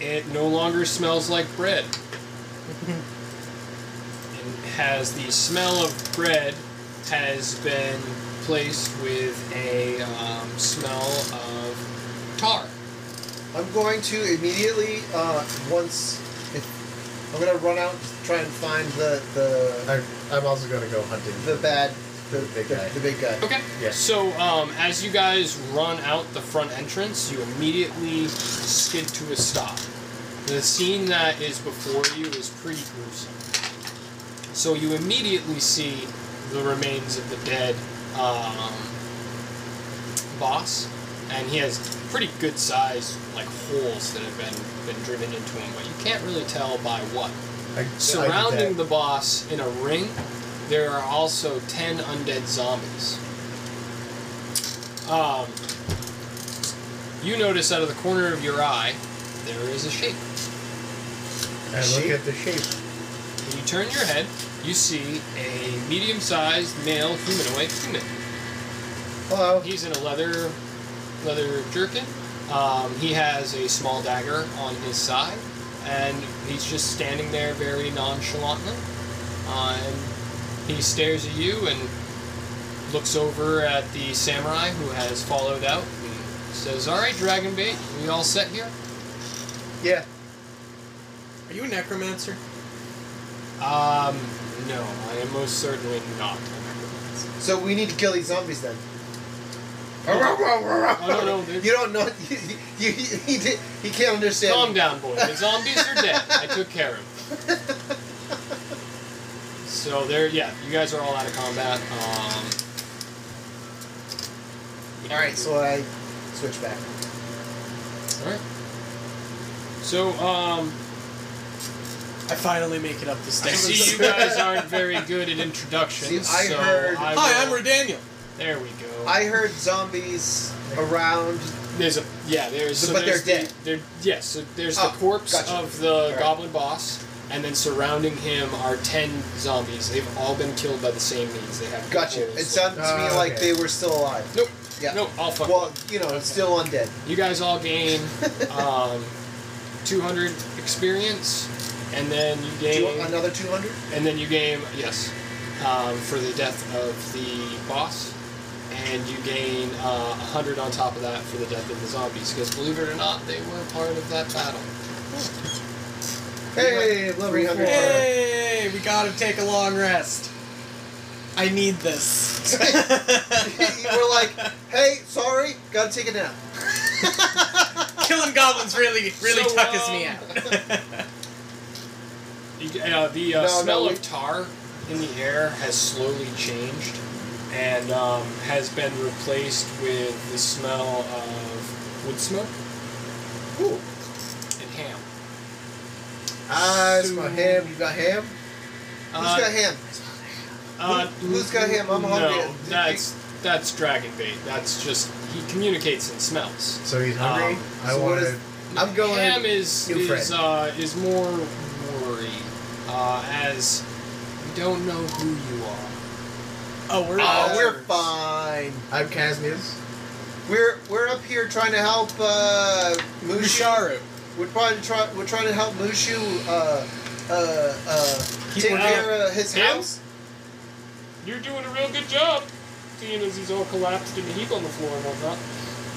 S3: it no longer smells like bread. it has the smell of bread has been placed with a um, smell of tar.
S1: I'm going to immediately, uh, once it, I'm gonna run out, try and find the the
S4: I, I'm also gonna go hunting.
S1: the bad The
S5: Big
S1: the,
S5: guy.
S1: the big guy.
S3: Okay.
S5: Yeah.
S3: So um, as you guys run out the front entrance, you immediately skid to a stop. The scene that is before you is pretty gruesome. So you immediately see the remains of the dead um, boss, and he has pretty good size like holes that have been been driven into him, but you can't really tell by what.
S4: I,
S3: Surrounding
S4: I
S3: the boss in a ring, there are also 10 undead zombies. Um, you notice out of the corner of your eye, there is a shape.
S4: I look at the shape.
S3: When you turn your head, you see a medium sized male humanoid human.
S1: Hello.
S3: He's in a leather leather jerkin. Um, he has a small dagger on his side, and he's just standing there very nonchalantly. Uh, and he stares at you and looks over at the samurai who has followed out and says, "All right, Dragon Bait, we all set here."
S1: Yeah.
S2: Are you a necromancer?
S3: Um, no, I am most certainly not. a necromancer."
S1: So we need to kill these zombies then.
S3: Oh no, no, they're-
S1: You don't know. You, you, you- he, did, he can't understand.
S3: Calm down, boy. The zombies are dead. I took care of them. So there, yeah, you guys are all out of combat. Um,
S1: All right, so I switch back.
S3: all right. So um,
S2: I finally make it up the
S3: I
S2: stairs.
S3: see you guys aren't very good at introductions.
S1: See, I
S3: so
S1: heard-
S3: I
S2: Hi, I'm
S3: will-
S2: Ray Daniel.
S3: There we go.
S1: I heard zombies around.
S3: There's a yeah. There's so
S1: But
S3: there's
S1: they're
S3: the-
S1: dead.
S3: There, yes. So there's
S1: Oh,
S3: the corpse
S1: gotcha.
S3: of the
S1: right.
S3: goblin boss, and then surrounding him are ten zombies. They've all been killed by the same means. They have
S1: Gotcha.
S3: holes.
S1: It sounded to me
S4: Ah,
S1: like
S4: okay.
S1: they were still alive.
S3: nope.
S1: Yeah.
S3: Nope. All fucked
S1: Well,
S3: up.
S1: you know,
S3: Okay.
S1: still undead.
S3: You guys all gain um, 200 experience, and then you
S1: Do you
S3: gain
S1: want another 200?
S3: and then you gain yes um, for the death of the boss, and you gain uh, 100 on top of that for the death of the zombies. Because believe it or not, they were part of that battle.
S1: Hey, level 300.
S2: Hey, we gotta take a long rest. I need this.
S1: we're like, hey, sorry, gotta take a nap.
S2: Killing goblins really, really
S3: So,
S2: tucks
S3: um,
S2: me out.
S3: You- uh, the uh,
S1: No, no,
S3: smell
S1: we-
S3: of tar in the air has slowly changed and um, has been replaced with the smell of wood smoke
S1: Ooh.
S3: and ham.
S1: Ah, it's my ham. You got ham? Who's
S3: Uh,
S1: got ham?
S3: Uh,
S1: Who- who's got him? I'm
S3: no,
S1: hungry.
S3: that's that's dragon bait. That's just he communicates and smells.
S4: So he's hungry.
S3: Um,
S4: I
S1: so what
S4: want
S1: is-
S4: to.
S1: I'm going.
S3: Ham is
S1: new
S3: is, uh, is more worried uh, as we don't know who you are.
S2: oh, we're.
S1: Oh,
S2: uh,
S1: we're fine.
S4: I'm Casmius.
S1: We're we're up here trying to help uh, Mushu.
S2: Musharu.
S1: We're trying to try. We're trying to help Mushu. Uh, uh, uh,
S2: He
S1: take
S2: went
S1: care of his
S3: Him?
S1: house.
S3: You're doing a real good job, seeing as he's all collapsed in a heap on the floor and whatnot.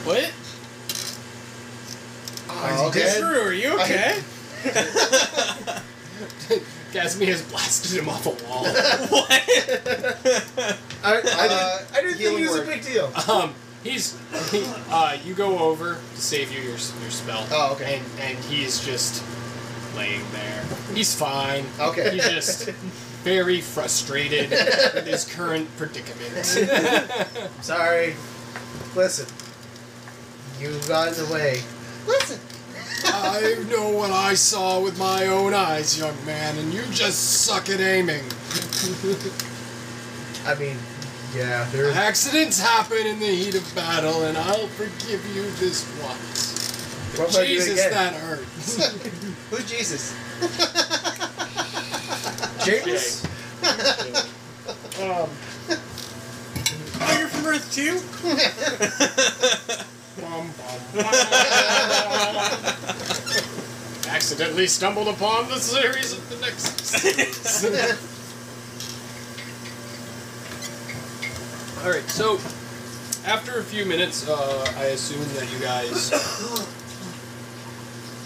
S2: What?
S4: is
S1: Oh,
S4: he
S1: okay.
S4: dead?
S2: Drew, are you
S1: I-
S2: okay?
S3: Gasmi has blasted him off a wall.
S2: what?
S4: I,
S1: Uh, healing word.
S4: deal.
S3: um, he's he, uh, you go over to save you your your spell.
S1: Oh, okay.
S3: And and he's just laying there. He's fine.
S1: Okay.
S3: He's just very frustrated with his current predicament.
S4: Sorry. Listen. You got in the way.
S1: Listen.
S3: I know what I saw with my own eyes, young man, and you just suck at aiming.
S4: I mean, yeah, there's.
S3: Accidents happen in the heat of battle, and I'll forgive you this once.
S4: What am I doing again?
S3: hurts.
S1: Who's Jesus?
S4: James?
S3: um,
S2: oh, you're from Earth too?
S3: bum, bum. Accidentally stumbled upon the series of the next series. All right, so after a few minutes, uh, I assume that you guys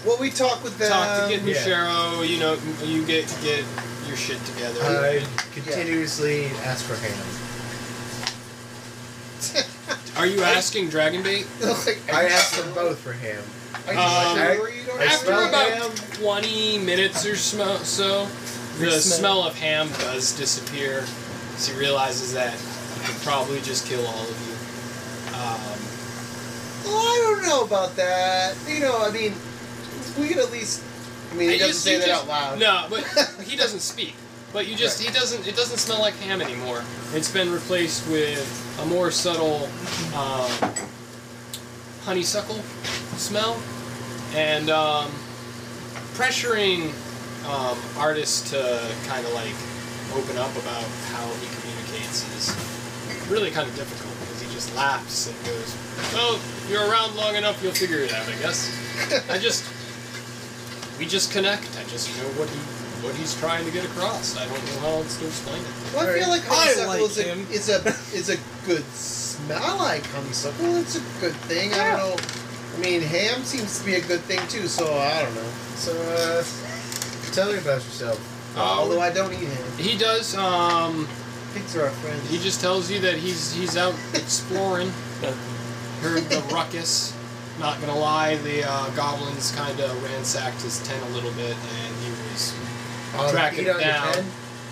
S1: Well, we talk with them.
S3: talk to get
S4: yeah.
S3: Mushero. You know,
S4: uh,
S3: you get get your shit together.
S4: I continuously ask for ham.
S3: Are you asking Dragonbait?
S1: like,
S4: I asked them both for ham.
S1: I
S3: Um,
S1: just like, you don't
S4: I
S3: After
S4: smell
S3: about
S1: ham.
S3: 20 minutes or smo- so, the
S2: Smell.
S3: smell of ham does disappear as he realizes that he could probably just kill all of you. Um,
S1: Oh, I don't know about that. You know, I mean, we could at least. I mean, he
S3: you
S1: doesn't
S3: just-
S1: say
S3: you
S1: that
S3: just-
S1: out loud.
S3: No, but he doesn't speak. But you just, he doesn't, it doesn't smell like ham anymore. It's been replaced with a more subtle um, honeysuckle smell. And um, pressuring um, artists to kind of like open up about how he communicates is really kind of difficult because he just laughs and goes, "Well, you're around long enough, you'll figure it out, I guess." I just we just connect. I just know what he what he's trying to get across. I don't know how else to explain it.
S1: Well, I feel like
S2: I
S1: honeysuckle
S2: like
S1: is,
S2: him.
S1: a, is a is a good smell. I like honeysuckle. It's a good thing. I don't know. I mean, ham seems to be a good thing too. So I don't know.
S4: So, uh, tell me about yourself.
S3: Uh,
S1: Although I don't eat ham,
S3: He does. Um,
S1: pigs are our friends.
S3: he just tells you that he's he's out exploring. Heard the ruckus. Not gonna lie, the uh, goblins kind of ransacked his tent a little bit, and he was
S2: Uh,
S4: On
S3: Track
S4: feet
S3: it
S4: on
S3: down.
S4: Your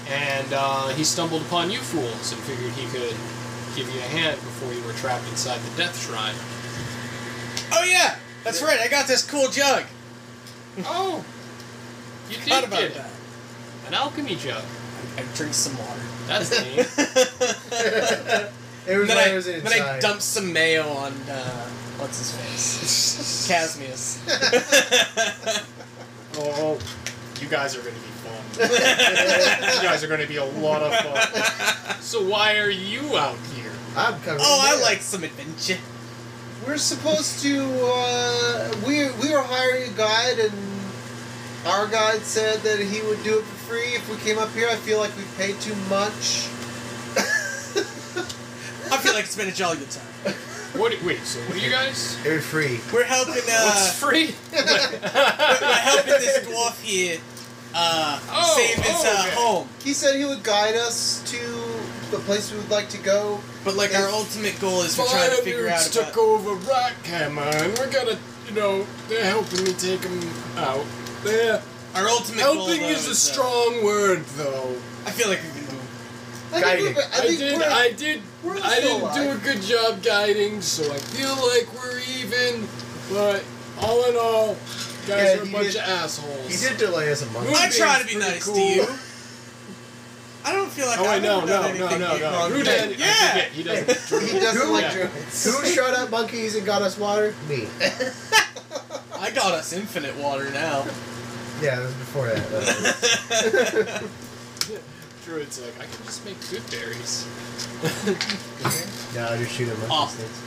S4: pen?
S3: and uh, he stumbled upon you fools and figured he could give you a hand before you were trapped inside the death shrine.
S2: Oh yeah, that's right. I got this cool jug.
S3: Oh, you did
S2: Forgot about
S3: get
S2: that.
S3: an alchemy jug.
S2: I, I drink some water.
S3: That's neat.
S2: then
S4: It was when
S2: I,
S4: I, was
S2: then
S4: inside.
S2: I dumped some mayo on uh, what's his face, Casmius.
S3: oh, you guys are gonna be fun. you guys are gonna be a lot of fun. So why are you out here?
S4: I'm covered.
S2: Oh,
S4: in
S2: I
S4: mayo.
S2: like some adventure.
S1: We're supposed to. Uh, we we were hiring a guide, and our guide said that he would do it for free if we came up here. I feel like we paid too much.
S2: I feel like it's been a jolly good time.
S3: What? Wait. So what are you guys?
S4: It was free.
S2: We're helping. Uh,
S3: What's free?
S2: we're helping this dwarf here uh,
S3: Oh,
S2: save his
S3: oh,
S2: uh,
S3: okay.
S2: home.
S1: He said he would guide us to the place we would like to go.
S2: But like our ultimate goal is we're trying to figure out
S3: took
S2: about.
S3: over Rockhammer, and we gotta, you know, they're helping me take him out. They're
S2: Our ultimate goal
S3: helping
S2: though,
S3: is a
S2: uh,
S3: strong word, though.
S2: I feel like we've been doing.
S1: I
S4: Guiding.
S1: think, we're, I
S3: I
S1: think
S3: did.
S1: we're,
S3: I did.
S1: we're
S3: I
S1: still
S3: didn't do a
S1: alive.
S3: good job guiding, so I feel like we're even. But all in all, you guys
S4: Yeah,
S3: are a
S4: he
S3: bunch
S4: did-
S3: of assholes.
S4: He did delay us a month.
S3: Who
S2: I
S3: is
S2: try to be
S3: pretty
S2: nice
S3: cool?
S2: to you. I don't feel like
S3: Oh
S2: I've
S3: wait, no,
S2: ever
S3: Oh, no,
S2: done
S3: no, no,
S2: anything
S3: no,
S2: wrong.
S3: Who
S2: today.
S3: did? I
S2: Yeah.
S3: forget, He doesn't.
S1: he doesn't like
S3: Yeah.
S1: druids.
S4: Who shot up monkeys and got us water? Me.
S2: I got us infinite water now.
S4: Yeah, that was before that. That was-
S3: Druid's like, I can just make good berries.
S4: no, I just shoot at monkeys.
S2: Off.
S4: thanks.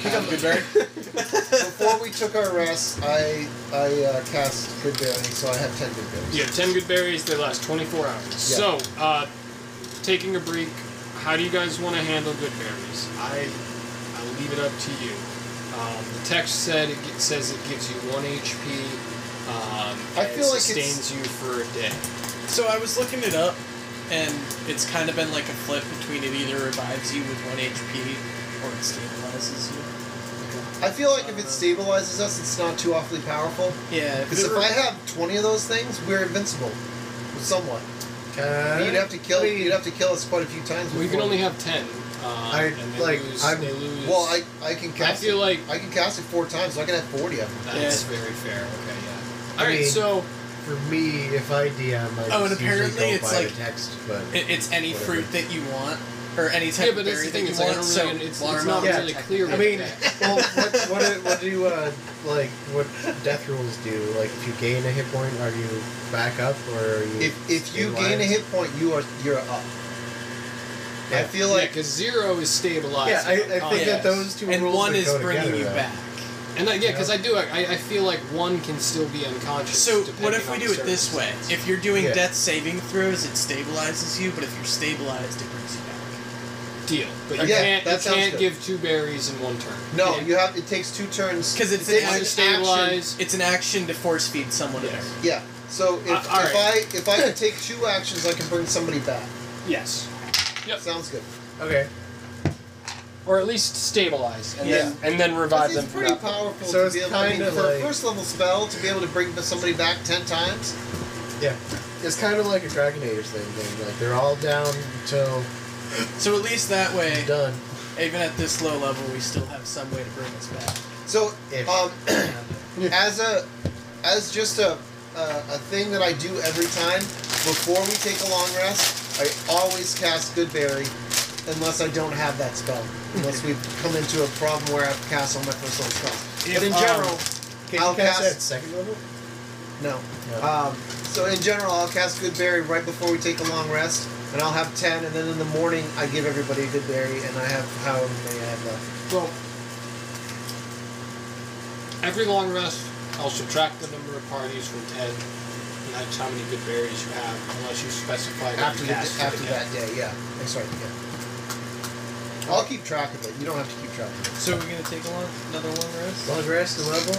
S2: Pick up a good berry.
S1: Before we took our rest, I I uh, cast good berry, so I have ten good berries.
S3: You have ten good berries. They last twenty-four hours. So,
S1: Yeah.
S3: uh, taking a break. How do you guys want to handle good berries? I, I leave it up to you. Um, the text said it get, says it gives you one HP. Um,
S1: I
S3: and
S1: feel like it's-
S3: sustains you for a day.
S2: So I was looking it up, and it's kind of been like a flip between it either revives you with one HP or it stabilizes you.
S1: I feel like if it stabilizes us, it's not too awfully powerful.
S2: Yeah.
S1: Because if I have twenty of those things, we're invincible, somewhat.
S4: Uh,
S1: You'd have to kill.
S4: I mean,
S1: You'd have to kill us quite a few times.
S3: Well, you can
S1: before-
S3: only have ten. Uh,
S4: I-
S3: and they
S4: like,
S3: lose,
S4: I'm-
S3: they lose.
S1: Well, I I can
S3: I
S1: cast.
S3: feel like
S1: it. I can cast it four times, so I can have forty of them.
S3: that's very fair. Okay, yeah.
S4: I
S3: All right,
S4: mean-
S3: so
S4: for me, if I DM, I
S2: Oh, and
S4: just usually
S2: apparently
S4: go
S2: it's
S4: by the
S2: like-
S4: text, but
S2: It, it's any
S4: Whatever.
S2: fruit that you want, or any type
S3: yeah, but
S2: of
S3: that's
S2: berry
S3: the thing.
S2: that you
S3: It's like I
S2: want.
S3: don't
S2: so
S3: really. It's, it's not
S2: watermelon
S4: Yeah.
S3: really clear.
S4: I
S3: with
S4: mean,
S3: that.
S4: well, what what do- what do uh, like what death rules do? Like, if you gain a hit point, are you back up or are you?
S1: If if you
S4: in
S1: gain a
S4: line?
S1: hit point, you are you're up. I
S4: Yeah.
S1: feel
S3: Yeah,
S1: like.
S3: 'cause zero is stabilized.
S4: Yeah, I, I think
S3: Oh,
S2: yes.
S4: that those two
S2: and
S4: rules
S2: one
S4: would
S2: is
S4: go
S2: bringing
S4: together,
S2: you
S4: though.
S2: back.
S3: And I, yeah, because I do. I, I feel like one can still be unconscious.
S2: So
S3: depending
S2: what if we
S3: on
S2: do
S3: the
S2: it this way?
S3: circumstance.
S2: If you're doing
S4: Yeah.
S2: death saving throws, it stabilizes you, but if you're stabilized, it brings you back.
S3: deal, but you
S1: Yeah,
S3: can't.
S1: that
S3: you
S1: sounds
S3: can't
S1: good.
S3: give two berries in one turn.
S1: No,
S2: Yeah.
S1: you have. It takes two turns.
S2: 'Cause it's
S1: it takes
S2: an
S1: an action.
S3: stabilized.
S2: It's an action to force feed someone
S3: Yes.
S2: else.
S1: Yeah. So if,
S3: Uh, all
S1: if
S3: right.
S1: I if I can take two actions, I can bring somebody back.
S3: Yes. Yep.
S1: Sounds good.
S4: Okay.
S3: or at least stabilize, and
S1: Yeah.
S3: then and then revive
S1: Because
S3: them.
S1: It's
S3: from
S1: pretty
S3: that.
S1: powerful
S4: So
S1: to
S4: it's
S1: be able. I mean,
S4: kinda
S1: for a
S4: like-
S1: first level spell to be able to bring somebody back ten times.
S4: Yeah. It's kind of like a Dragon Age thing, thing. Like, they're all down until
S2: So at least that way,
S4: done.
S2: even at this low level, we still have some way to bring us back.
S1: So,
S4: If-
S1: um,
S4: Yeah.
S1: as a, as just a, uh, a thing that I do every time before we take a long rest, I always cast Goodberry, unless I don't have that spell, unless we've come into a problem where I've cast all my first level spells.
S2: If,
S1: but in
S2: um,
S1: general,
S4: Can
S1: I'll
S4: you cast, that
S1: cast-
S4: at second level?
S1: no.
S4: No.
S1: Um, so in general, I'll cast Good Berry right before we take a long rest, and I'll have ten, and then in the morning I give everybody a Good Berry, and I have however many I have left.
S3: Well, every long rest, I'll subtract the number of parties from ten, and that's how many good berries you have, unless you specify that
S1: After
S3: you
S1: the,
S3: cast it
S1: after
S3: again.
S1: that day, yeah. I'm sorry, yeah. I'll keep track of it. You don't have to keep track of
S2: So we're gonna take a long, another long rest.
S4: Long rest and level?
S1: it.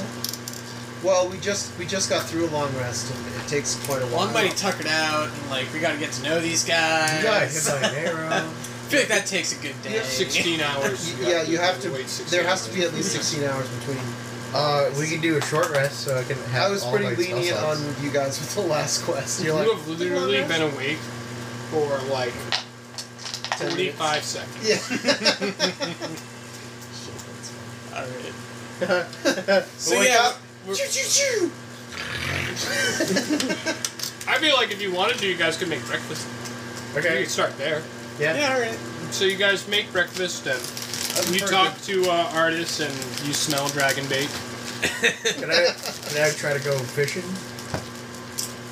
S1: Well, we just we just got through a long rest, and it takes quite a
S2: Well,
S1: while.
S2: I'm mighty tuckered out, and like we gotta get to know these guys.
S4: Guys, it's like arrow.
S2: I feel like that takes a good day.
S3: Sixteen hours.
S1: Y- yeah, you have to.
S3: wait 16
S1: There has to be at
S3: hours.
S1: least sixteen hours between.
S4: Uh, we can do a short rest so I can have
S1: I was
S4: all
S1: pretty
S4: my spell
S1: lenient on
S4: slots.
S1: you guys with the last quest. You're
S3: you
S1: like
S3: have literally
S1: "Long
S3: been
S1: rest?"
S3: awake for like
S1: 10 minutes.
S3: forty-five seconds.
S1: Yeah.
S2: All right.
S1: So
S2: So
S1: wake
S2: yeah,
S1: up.
S2: we're-
S1: choo
S3: I feel like if you wanted to, you guys could make breakfast. You
S4: okay.
S3: could start there.
S4: Yeah.
S2: yeah, all right.
S3: So you guys make breakfast and you talk to uh, artists and you smell dragon bait.
S4: Can I, can I try to go fishing?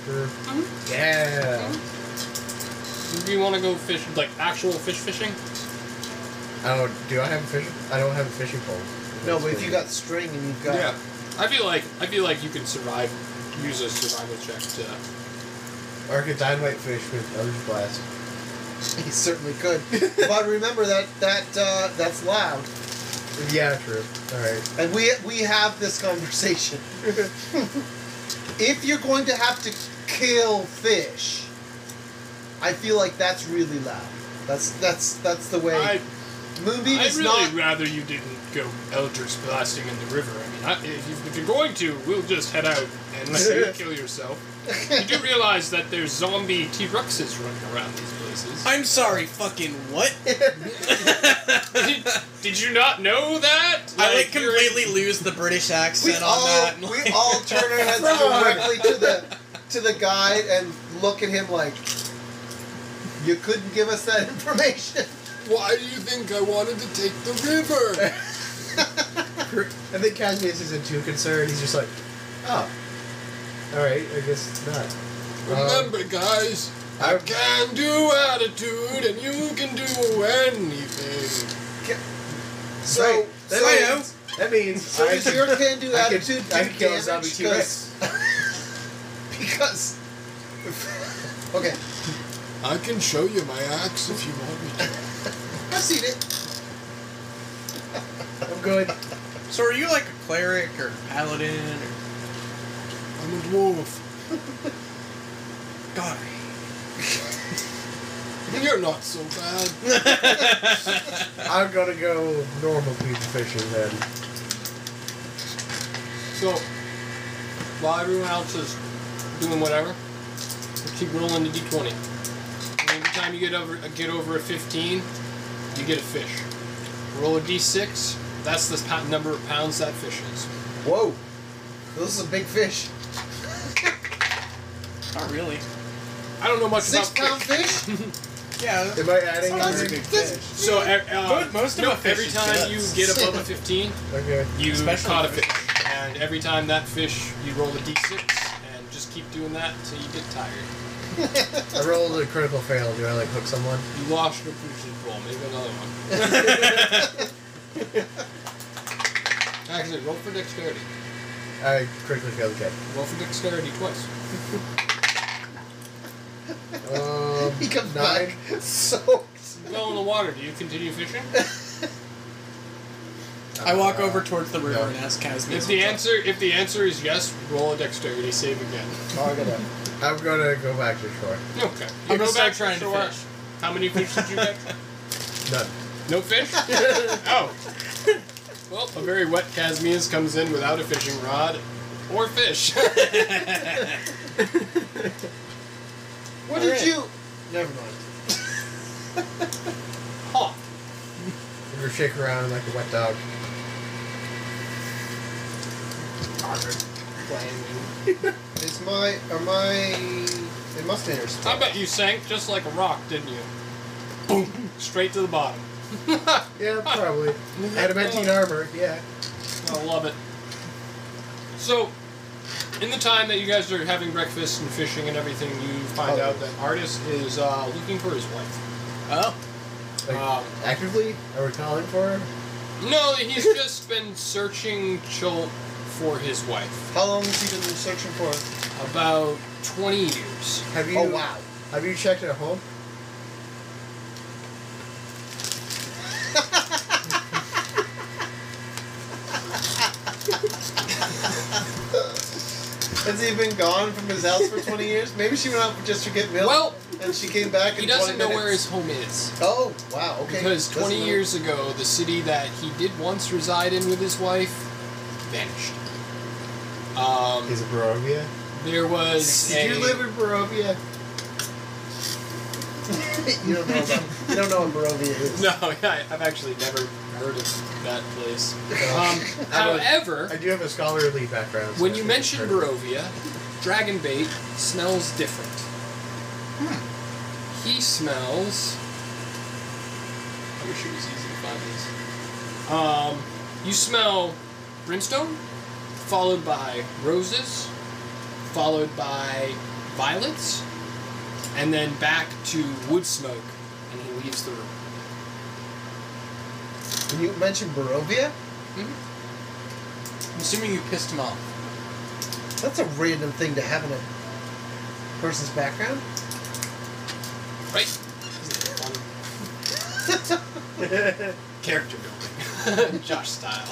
S4: For,
S1: Mm-hmm.
S4: Yeah.
S3: Do you want to go fish like actual fish fishing?
S4: Oh, do I have a fishing? I don't have a fishing pole.
S1: No, but if you got string and you've got
S3: I feel like I feel like you can survive. Use a survival check to.
S4: Or I could dynamite fish with Eldritch Blast.
S1: he certainly could. but remember that that uh, that's loud,
S4: Yeah, true. All right.
S1: and we we have this conversation. if you're going to have to kill fish, I feel like that's really loud. That's that's that's the way.
S3: I
S1: Moonbeam
S3: I'd
S1: is
S3: really
S1: not.
S3: rather you didn't go eldritch blasting in the river. I mean, I, if, you- if you're going to, we'll just head out and let you kill yourself. You do realize that there's zombie T Rexes running around these places.
S2: I'm sorry. Fucking what?
S3: did, did you not know that?
S2: I like
S3: you're-
S2: completely lose the British
S1: we
S2: accent on
S1: all
S2: that. and,
S1: we
S2: like-
S1: all turn our heads
S4: Frog.
S1: directly to the to the guide and look at him like you couldn't give us that information.
S5: Why do you think I wanted to take the river?
S4: I think Casmius isn't too concerned. He's just like, oh, all right. I guess not.
S2: Uh,
S4: Um,
S5: Remember, guys,
S4: I-
S5: I can do attitude, and you can do anything.
S1: So
S4: Right.
S1: so,
S4: That means- That means
S1: so
S4: I
S1: does your can do
S4: I could-
S1: attitude
S4: I
S1: do
S4: could kill a
S1: damage?
S4: zombie
S1: 'Cause-
S4: T-Rex.
S1: because okay,
S5: I can show you my axe if you want me to.
S1: I've seen it.
S4: I'm good.
S2: so are you like a cleric or paladin or
S5: I'm a dwarf.
S2: god?
S5: You're not so bad.
S4: I'm gonna go normal people fishing then.
S3: So, while everyone else is doing whatever, keep rolling the d20. And every time you get over get over a 15, you get a fish. Roll a d6. That's the pa- number of pounds that fish is.
S1: Whoa, this is a big fish.
S2: Not really.
S3: I don't know much
S1: Six
S3: about
S1: pound
S3: fish.
S1: fish.
S2: Yeah.
S4: Am I adding?
S1: That's-
S4: anything?
S1: that's-
S3: So e- uh,
S2: Mo- most of
S3: no,
S2: a fish
S3: every
S2: is
S3: time
S2: guts.
S3: you get above a 15,
S4: Okay.
S3: you
S2: Especially
S3: caught a
S2: fish.
S3: fish. And every time that fish, you roll a d6 and just keep doing that until you get tired.
S4: I rolled a critical fail. Do I like hook someone?
S3: You lost your appreciative roll. Maybe another one. Actually, roll for dexterity.
S4: I critically failed again.
S3: Roll for dexterity twice.
S4: Um,
S1: He comes
S4: nine.
S1: back soaked.
S3: Well, in the water, do you continue fishing?
S2: I walk
S4: Uh,
S2: over towards the river
S4: no.
S2: and ask
S3: If
S2: Casmius.
S3: the answer, if the answer is yes, roll a dexterity save again.
S1: Oh, I gotta.
S4: I'm gonna go back to shore.
S3: Okay. You
S2: I'm
S3: go
S2: gonna
S3: back
S2: start trying to
S3: shore.
S2: fish.
S3: How many fish did you catch?
S4: None.
S3: No fish? oh. Well, a very wet Casmias comes in without a fishing rod or fish.
S1: What did
S2: Alright.
S1: you? Never mind.
S6: Huh.
S4: You ever shake around like a wet dog?
S1: Is my are my it must be interesting.
S3: I bet you sank just like a rock, didn't you? Boom! Straight to the bottom.
S4: Yeah, probably. Adamantine armor, yeah.
S3: I love it. So, in the time that you guys are having breakfast and fishing and everything, you find
S1: Oh.
S3: out that Artis is uh, looking for his wife.
S2: Oh,
S4: Like,
S3: Um,
S4: actively? Are we calling for him?
S3: no, he's just been searching Chult for his wife.
S1: How long has he been searching for? it?
S3: About 20 years.
S4: Have you
S1: Oh wow.
S4: have you checked at home?
S1: Has he been gone from his house for 20 years? Maybe she went out just to get milk
S3: Well,
S1: and she came back in
S3: he doesn't
S1: 20
S3: know
S1: minutes.
S3: where his home is.
S1: Oh, wow, okay.
S3: Because 20
S1: Doesn't know.
S3: years ago, the city that he did once reside in with his wife vanished. Um,
S4: Is it Barovia?
S3: there was
S1: Did
S3: a-
S1: you live in Barovia? you don't know about you don't know what Barovia is.
S3: No, I, I've actually never heard of that place. Um,
S4: I don't-
S3: however,
S4: I do have a scholarly background. so
S3: when
S4: I
S3: you
S4: think
S3: mention
S4: it's perfect.
S3: Barovia, Dragonbait smells different. He smells. I wish it was easy to find these. Um, you smell brimstone, followed by roses, followed by violets, and then back to wood smoke, and he leaves the room.
S1: When you mentioned Barovia,
S2: I'm assuming you pissed him off.
S1: that's a random thing to have in a person's background.
S3: Right? Character building. Josh style.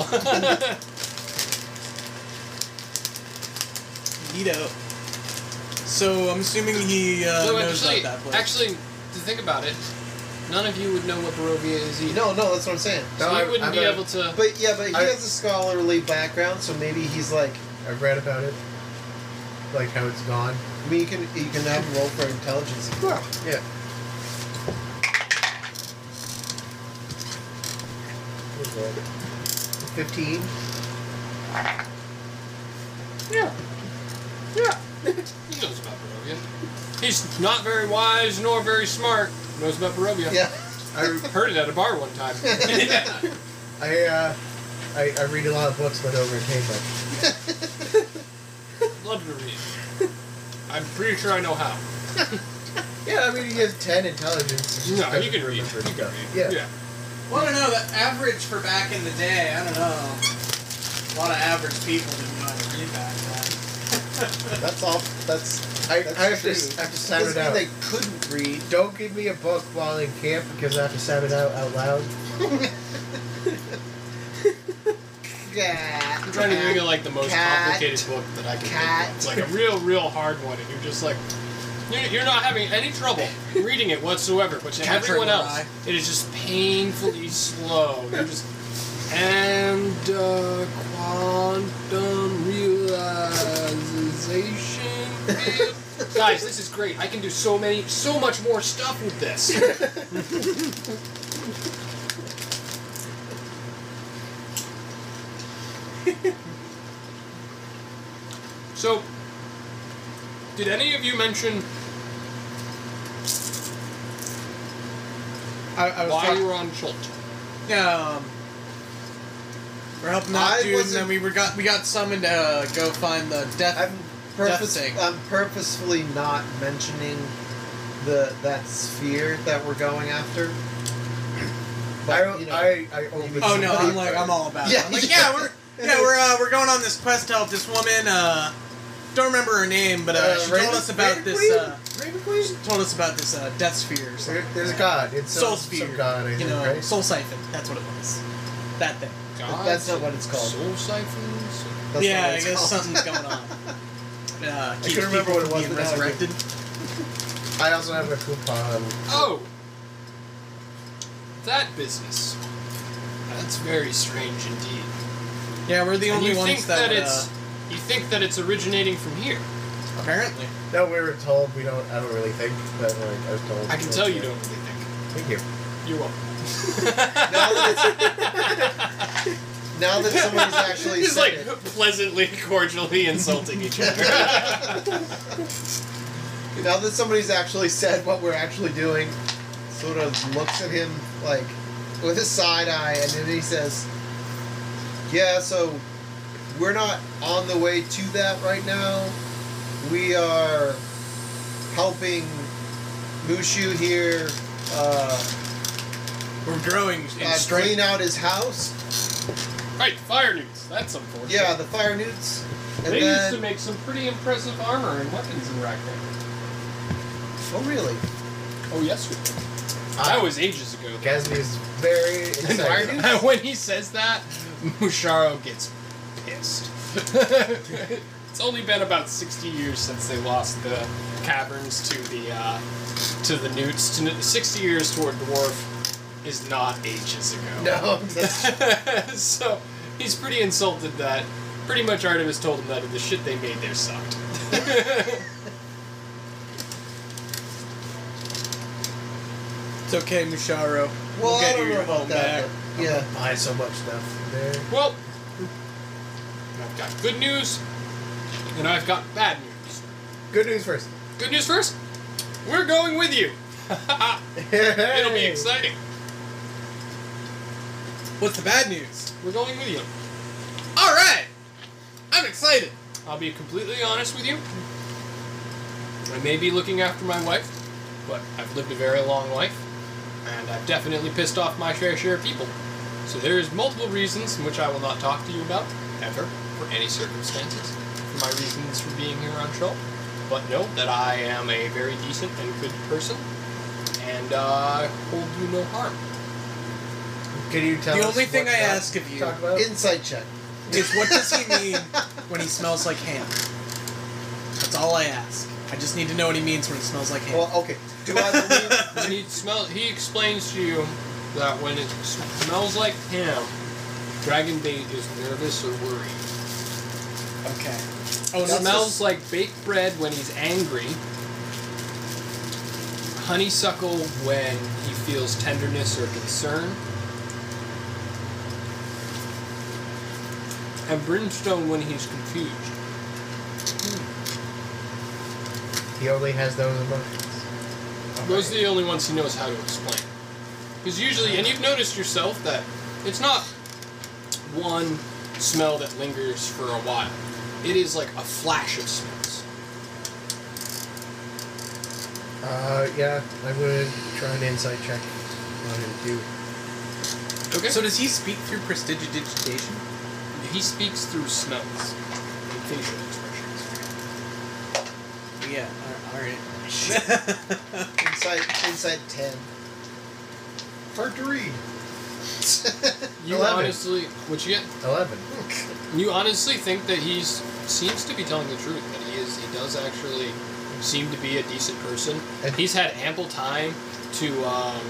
S2: Neato. So I'm assuming he uh,
S3: so
S2: knows
S3: actually,
S2: about that place.
S3: actually, to think about it, none of you would know what Barovia is either.
S1: No, no, that's what I'm saying.
S3: So
S4: No,
S3: you
S4: I-
S3: wouldn't
S4: I'm
S3: be
S4: a-
S3: able to.
S1: But yeah, but he
S4: I-
S1: has a scholarly background, so maybe he's like,
S4: I've read about it. Like how it's gone.
S1: I mean, you can you can have him roll for intelligence.
S4: Yeah. What was that? Fifteen.
S3: yeah. Yeah. he knows about Barovia. He's not very wise nor very smart. Knows about Barovia.
S1: Yeah.
S4: I
S3: I heard it at a bar one time.
S4: I uh, I, I read a lot of books, but don't retain much.
S3: Love to read. I'm pretty sure I know how.
S4: Yeah, I mean you have ten intelligence. you just
S3: No, you
S4: don't
S3: can read. You
S4: remember
S3: can
S4: stuff.
S3: read.
S4: Yeah.
S3: yeah.
S2: Well, I don't know. The average for back in the day, I don't know. A lot of average people didn't know how to read back then.
S1: That's off. That's
S4: I,
S1: That's
S4: I have
S1: true.
S4: to s- I have to sound
S1: doesn't
S4: it
S1: mean
S4: out.
S1: they couldn't read.
S4: Don't give me a book while in camp because I have to sound it out out loud.
S1: Yeah.
S3: I'm trying to think of like the most
S1: Cat.
S3: complicated book that I can think
S1: Cat.
S3: of. It's like a real, real hard one, and you're just like, you're, you're not having any trouble reading it whatsoever. But to
S2: Cat
S3: everyone
S2: Turtle
S3: else,
S2: Eye.
S3: it is just painfully slow. You're just and uh, quantum realization. field." Guys, this is great. I can do so many, so much more stuff with this. So, did any of you mention
S4: I, I was
S3: why
S4: talking.
S3: you were on Schult?
S2: Um, we're helping out
S1: I
S2: dude, and
S1: wasn't-
S2: then we were got we got summoned to uh, go find the death.
S1: I'm purpose.
S2: Nothing.
S1: I'm purposefully not mentioning the that sphere that we're going after.
S4: I,
S1: But, you know,
S4: I, I only
S2: oh no! I'm
S1: Somebody-
S2: like I'm all about it.
S1: Yeah,
S2: I'm like
S1: yeah.
S2: yeah, we're yeah we're uh, we're going on this quest to help this woman. Uh, don't remember her name, but uh,
S4: Uh,
S2: she
S4: Raven-
S2: told us about
S4: Raven
S2: this.
S4: Queen?
S2: Uh,
S4: Raven Queen?
S2: told us about this uh, death sphere. Or something.
S4: There, there's a god. It's
S1: uh,
S2: soul
S4: some,
S2: sphere.
S4: some god, I
S2: you
S4: think,
S2: know,
S4: right?
S2: soul siphon. That's what it was. That thing.
S1: But that's not what it's called.
S3: Soul siphons.
S1: that's
S2: yeah,
S1: not what
S2: I
S1: it's
S2: guess
S1: called.
S2: something's going on. Uh, keeps
S1: couldn't remember
S2: people
S1: what it was,
S2: from being
S1: but now I do.
S2: resurrected.
S4: I also have a coupon.
S3: Oh, that business.
S7: It's very strange indeed.
S2: Yeah, we're the
S7: and
S2: only
S7: you
S2: ones
S7: think that,
S2: that,
S1: uh,
S7: it's you think that it's originating from here.
S2: uh, apparently.
S4: No, we were told we don't. I don't really think that. Like I was told.
S7: I can
S4: that-
S7: tell you don't really think.
S4: Thank you.
S7: You're welcome.
S1: Now that, it's, now that someone's actually
S7: He's
S1: said
S7: like
S1: it,
S7: pleasantly, cordially insulting each other.
S1: now that somebody's actually said what we're actually doing, sort of looks at him like with a side eye, and then he says, "Yeah, so we're not on the way to that right now. We are helping Mushu here uh,
S2: We're growing in
S1: uh,
S2: strength.
S1: clean out his house.
S3: Right, fire news. That's unfortunate.
S1: Yeah, the fire newts, and
S3: they
S1: then
S3: used to make some pretty impressive armor and weapons in Ragnarok.
S1: oh really?
S3: Oh yes, we did.
S4: Ah.
S3: That was ages ago.
S4: Gasby is very
S1: Fire
S4: excited.
S1: newts?
S3: when he says that, Musharo gets pissed. it's only been about 60 years since they lost the caverns to the uh, to the newts. To, 60 years to a dwarf is not ages ago.
S1: No, that's
S3: so he's pretty insulted that pretty much Artemis told him that the shit they made there sucked.
S2: It's okay, Musharo.
S1: Well,
S2: we'll get
S1: I don't
S2: you
S1: know
S2: your
S1: about
S2: home
S1: that.
S2: back.
S1: but yeah.
S4: Buy so much stuff there.
S3: well, I've got good news, and I've got bad news.
S4: Good news first.
S3: Good news first, we're going with you. It'll be
S4: Hey.
S3: exciting.
S2: What's the bad news?
S3: We're going with you.
S2: All right, I'm excited.
S3: I'll be completely honest with you. I may be looking after my wife, but I've lived a very long life, and I've definitely pissed off my fair share of people. So there's multiple reasons in which I will not talk to you about, ever, for any circumstances, for my reasons for being here on show. But know that I am a very decent and good person, and I hold you no harm.
S4: Can you tell
S2: the
S4: us
S2: only
S4: what
S2: thing I
S4: to
S2: ask of you
S4: Talk about.
S1: Insight check.
S2: is what does he mean when he smells like ham? That's all I ask. I just need to know what he means when he smells like ham.
S1: Well, okay. Do I believe?
S3: And he smell. He explains to you that when it smells like ham, dragon bait is nervous or worried.
S2: okay. Oh,
S3: It
S2: no,
S3: smells like baked bread when he's angry. Honeysuckle when he feels tenderness or concern. And brimstone when he's confused.
S4: He only has those emotions.
S3: Those are the only ones he knows how to explain. Because usually, and you've noticed yourself that it's not one smell that lingers for a while, it is like a flash of smells.
S4: Uh, yeah, I would try an insight check on him too.
S3: Okay?
S2: So does he speak through prestidigitation?
S3: He speaks through smells and facial expressions.
S2: Yeah. All right.
S1: Insight. Insight ten.
S4: Hard to read.
S3: You
S4: Eleven.
S3: honestly, what you get?
S4: Eleven.
S3: You honestly think that he's seems to be telling the truth. That he is. He does actually seem to be a decent person.
S4: And-
S3: He's had ample time to um,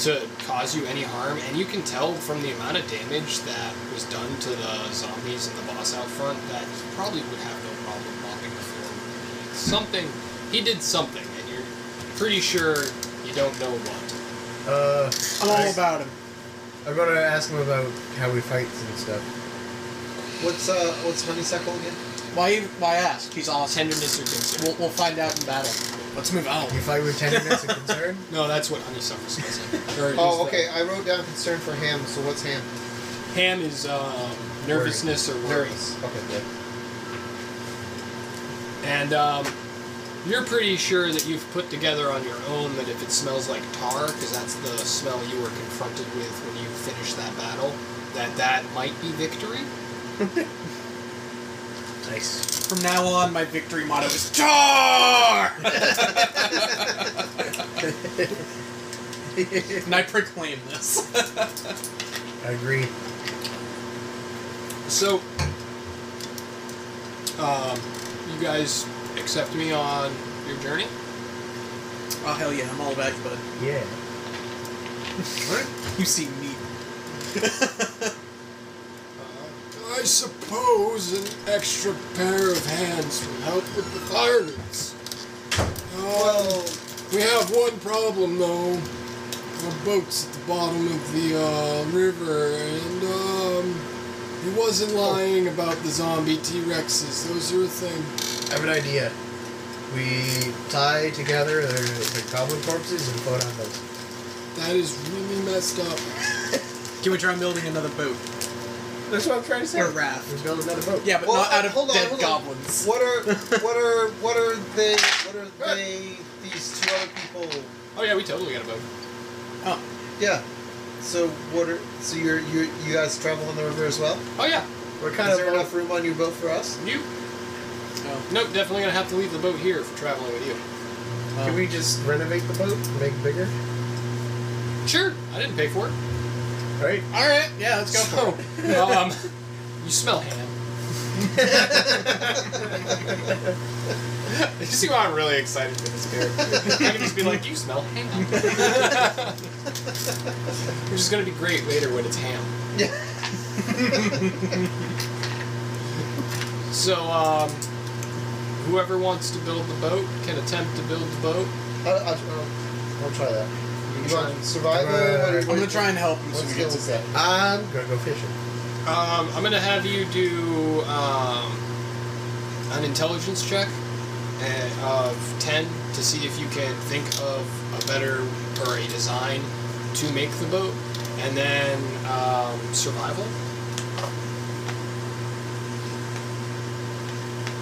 S3: to cause you any harm, and you can tell from the amount of damage that was done to the zombies and the boss out front that he probably would have no problem mopping the floor. Something he did something, and you're pretty sure you don't know what.
S4: Uh,
S2: I'm all about him.
S4: I'm gonna ask him about how he fights and stuff.
S1: What's uh? What's honeysuckle again?
S2: Why? even- Why ask? He's awesome.
S3: Tenderness or concern.
S2: We'll, we'll find out in battle. Let's move on.
S4: You fight with tenderness and concern.
S3: No, that's what honeysuckle smells like. Or is the-
S1: Oh, okay. I wrote down concern for ham. So what's ham?
S3: Ham is um, nervousness or worry.
S1: Nervous. Okay. Yeah.
S3: And um, you're pretty sure that you've put together on your own that if it smells like tar, because that's the smell you were confronted with when you finished that battle, that that might be victory.
S4: Nice.
S2: From now on, my victory motto is TAR! and I proclaim this. Oh,
S4: I agree.
S3: So, um, you guys accept me on your journey?
S2: Oh, hell yeah, I'm all about you, bud.
S4: Yeah.
S2: You see me.
S5: I suppose an extra pair of hands will help with the fireworks.
S1: Well,
S5: We have one problem though. The boat's at the bottom of the uh, river, and um, he wasn't
S3: Oh.
S5: lying about the zombie T Rexes. Those are a thing.
S4: I have an idea. We tie together the, the goblin corpses and float on those.
S5: That is really messed up.
S2: Can we try building another boat
S4: That's what I'm trying to say.
S2: or raft?
S4: Let's build another boat.
S2: Yeah, but
S1: well,
S2: not out of
S1: hold on,
S2: dead
S1: hold on.
S2: goblins.
S1: What are what are what are they? What are they? These two other people.
S3: Oh yeah, we totally got a boat.
S1: Yeah. So what are so you're you you guys travel on the river as well?
S3: Oh yeah.
S4: We're kind
S1: Is
S4: of
S1: there enough room on your boat for us?
S3: You?
S2: Oh,
S3: Nope. Definitely gonna have to leave the boat here for traveling with you.
S2: Um,
S4: Can we just renovate the boat, make it bigger?
S3: Sure. I didn't pay for it.
S4: Right?
S2: All right. Yeah, let's go.
S3: So,
S1: Oh.
S3: um, you smell ham. you see why I'm really excited for this character. I can just be like, you smell ham. Which is going to be great later when it's ham.
S1: Yeah.
S3: So, um, whoever wants to build the boat can attempt to build the boat.
S1: I, I, I'll, I'll try that. You
S3: try.
S1: want survival? What
S4: I'm
S1: are-
S2: I'm gonna try and help him
S1: What
S2: so he
S1: skill
S2: gets
S1: is
S2: his
S1: that?
S4: I'm gonna go fishing.
S3: Um, I'm going to have you do um, an intelligence check and- of 10 to see if you can think of a better or a design to make the boat. And then um, survival.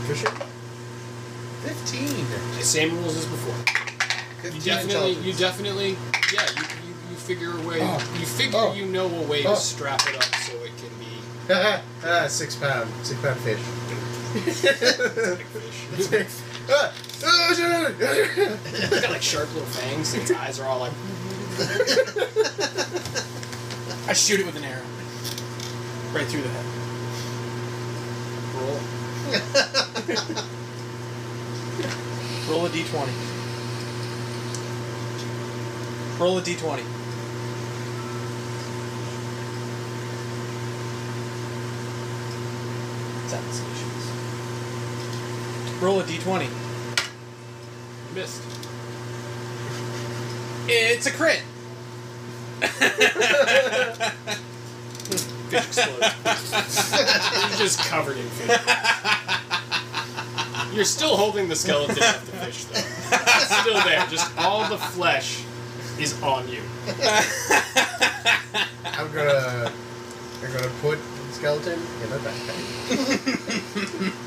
S4: Fishing?
S1: Fifteen.
S3: Same rules as before.
S1: Fifteen
S3: You definitely, you
S1: intelligence.
S3: definitely, yeah. You, you, you figure a way.
S4: Oh.
S3: You figure
S1: Oh.
S3: you know a way
S1: Oh.
S3: to strap it up so it can be
S4: ah, six pound, six pound fish.
S3: like fish.
S4: Ah, oh,
S3: It's got like sharp little fangs. And its eyes are all like.
S2: I shoot it with an arrow. Right through the head.
S3: Roll.
S2: Roll a d20. Roll a d20. Sound solutions. Roll a d20.
S3: Missed.
S2: It's a crit.
S3: Fish explodes. You're just covered in fish. You're still holding the skeleton of the fish, though. It's still there. Just all the flesh is on you.
S4: I'm gonna, I'm gonna put the skeleton in my backpack.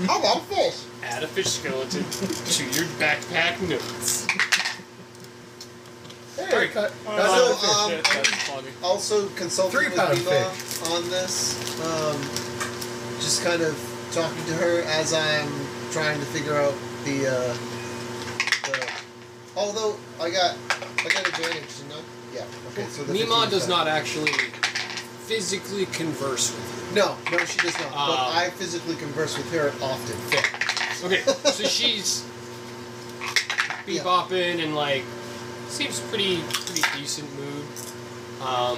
S1: I got a fish.
S3: Add a fish skeleton to your backpack notes.
S4: Hey,
S3: Great.
S4: cut.
S1: Uh,
S4: another
S1: so,
S4: fish.
S1: um,
S2: Shit,
S1: I'm-
S2: that's foggy.
S1: also consulting
S4: Three
S1: with
S4: pound
S1: Eva on this. Um, just kind of talking to her as I'm trying to figure out the. Uh, the although I got I got advantage, didn't I? Yeah. Okay. So the
S3: Mima
S1: 15
S3: does
S1: pound.
S3: not actually physically converse with you.
S1: No, no, she does not.
S3: Ah.
S1: but I physically converse with her often.
S3: Okay, so she's
S1: Yeah.
S3: bebopping and like seems pretty pretty decent mood. Um,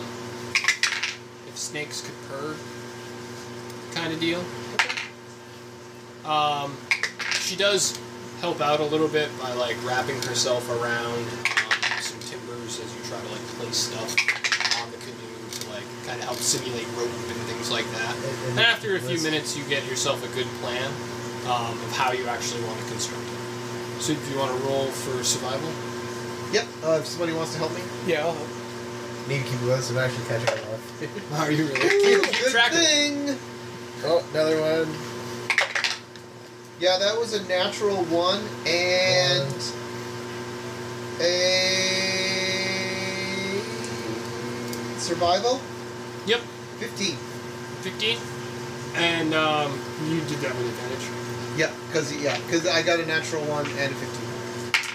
S3: if snakes could purr, kind of deal. Um, she does help out a little bit by like wrapping herself around um, some timbers as you try to like place stuff on the canoe to like kind of help simulate rope and things like that.
S4: And- and
S3: And after a few
S4: let's-
S3: minutes, you get yourself a good plan um, of how you actually want to construct it. So, do you want to roll for survival?
S1: Yep. Uh, if somebody wants to help me.
S2: Yeah, I'll help.
S4: Need to keep it so I'm actually catching it off.
S3: Are you really?
S1: Ooh,
S3: Keep, keep
S1: good
S3: track of it.
S1: thing.
S4: Oh, another one.
S1: Yeah, that was a natural one and a survival
S3: Yep,
S1: fifteen.
S3: 15. And um, you did that with advantage.
S1: Yeah, cause yeah, 'cause I got a natural one and a fifteen.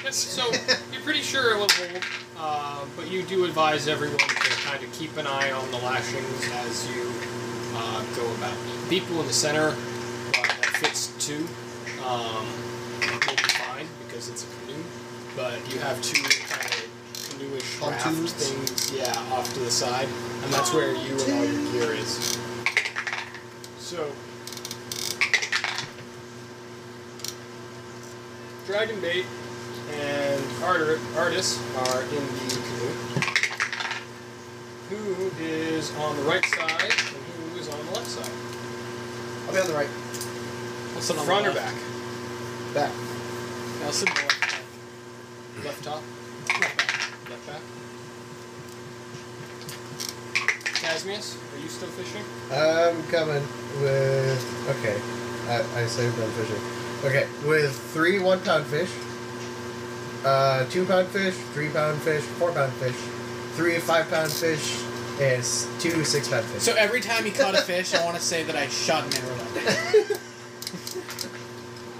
S3: Yes, so, you're pretty sure it will hold, uh, but you do advise everyone to kind of keep an eye on the lashings as you uh, go about it. People in the center uh, that fits two um, will be fine because it's a canoe, but you have two kind of newish raft
S1: Pontoons?
S3: things, yeah, off to the side, and that's where you and all your gear is. So, Dragon Bait and Arter- Artis are in the canoe. Who is on the right side and who is on the left side?
S1: I'll be on the right.
S2: What's on the
S3: Front or
S2: left?
S3: back?
S1: Back.
S2: Yeah, what's on the left back?
S3: Left top?
S2: Left back.
S3: Left back. Casmius, are you still fishing?
S4: I'm coming with. Okay. I, I saved on fishing. Okay. With three one pound fish, uh, two pound fish, three pound fish, four pound fish, three five pound fish, and s- two six pound fish.
S2: So every time he caught a fish, I want to say that I shot him in real life.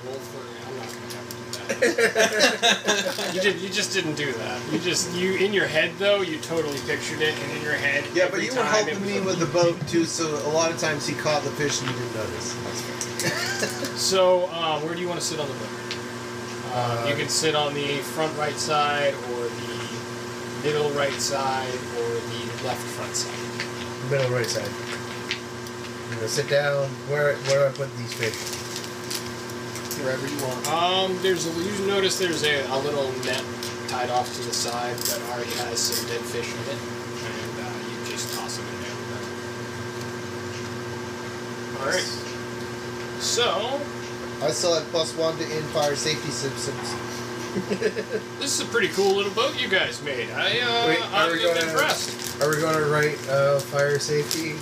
S3: Roll for I'm not gonna have to do that. you did you just didn't do that. You just you in your head though, you totally pictured it and in your head.
S1: Yeah, but
S3: every
S1: you were
S3: time it
S1: helping
S3: was
S1: me
S3: a-
S1: with the boat too, so a lot of times he caught the fish and you didn't notice.
S3: So uh, where do you want to sit on the boat? Uh, you can sit on the front right side or the middle right side or the left front side.
S4: Middle right side. I'm gonna sit down. Where where do I put these fish?
S2: Wherever you want.
S3: Um, there's a, you notice there's a, a little net tied off to the side that already has some dead fish in it, and uh, you just toss them in there. All right. So
S1: I still have plus one to end fire safety systems.
S3: this is a pretty cool little boat you guys made. I uh,
S4: Wait, are
S3: I'm
S4: we gonna-
S3: impressed.
S4: Are we gonna write uh, fire safety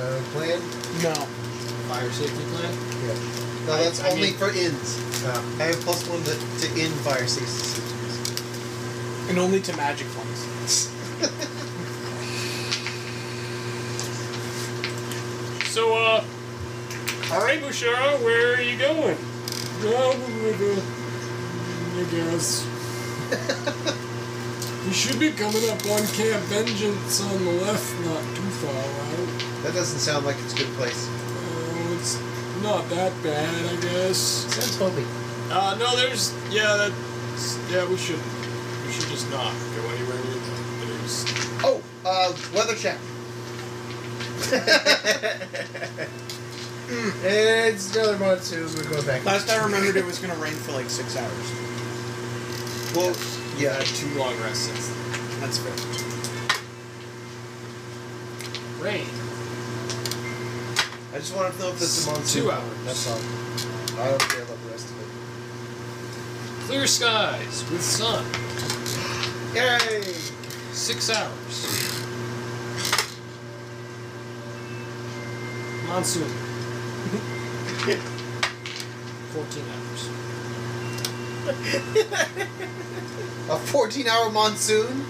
S4: uh, plan?
S2: No.
S3: Fire safety plan.
S4: Yeah.
S1: No,
S3: I-
S1: that's
S3: I
S1: only
S3: mean-
S1: for ends. I have plus one to, to end fire safety systems.
S2: And only to magic ones.
S3: So, uh, all right, Bouchara, where are you going? Well, I guess. you should be coming up on Camp Vengeance on the left, not too far out.
S1: That doesn't sound like it's a good place.
S3: Oh, it's not that bad, I guess.
S4: Sounds homey.
S3: Uh, no, there's, yeah, that's, yeah, we should, we should just not go anywhere near them. There's,
S1: Oh, uh, weather check.
S4: It's another monsoon. We go back.
S2: Last I remembered, it was going to rain for like six hours.
S1: Well,
S3: I
S1: yeah.
S3: had two long rests since then.
S2: That's fair.
S3: Rain.
S1: I just wanted to know if this is a monsoon.
S3: Two hours.
S1: That's all. I don't care about the rest of it.
S3: Clear skies with sun.
S1: Yay!
S3: Six hours. Monsoon. 14 hours.
S1: A 14 hour monsoon?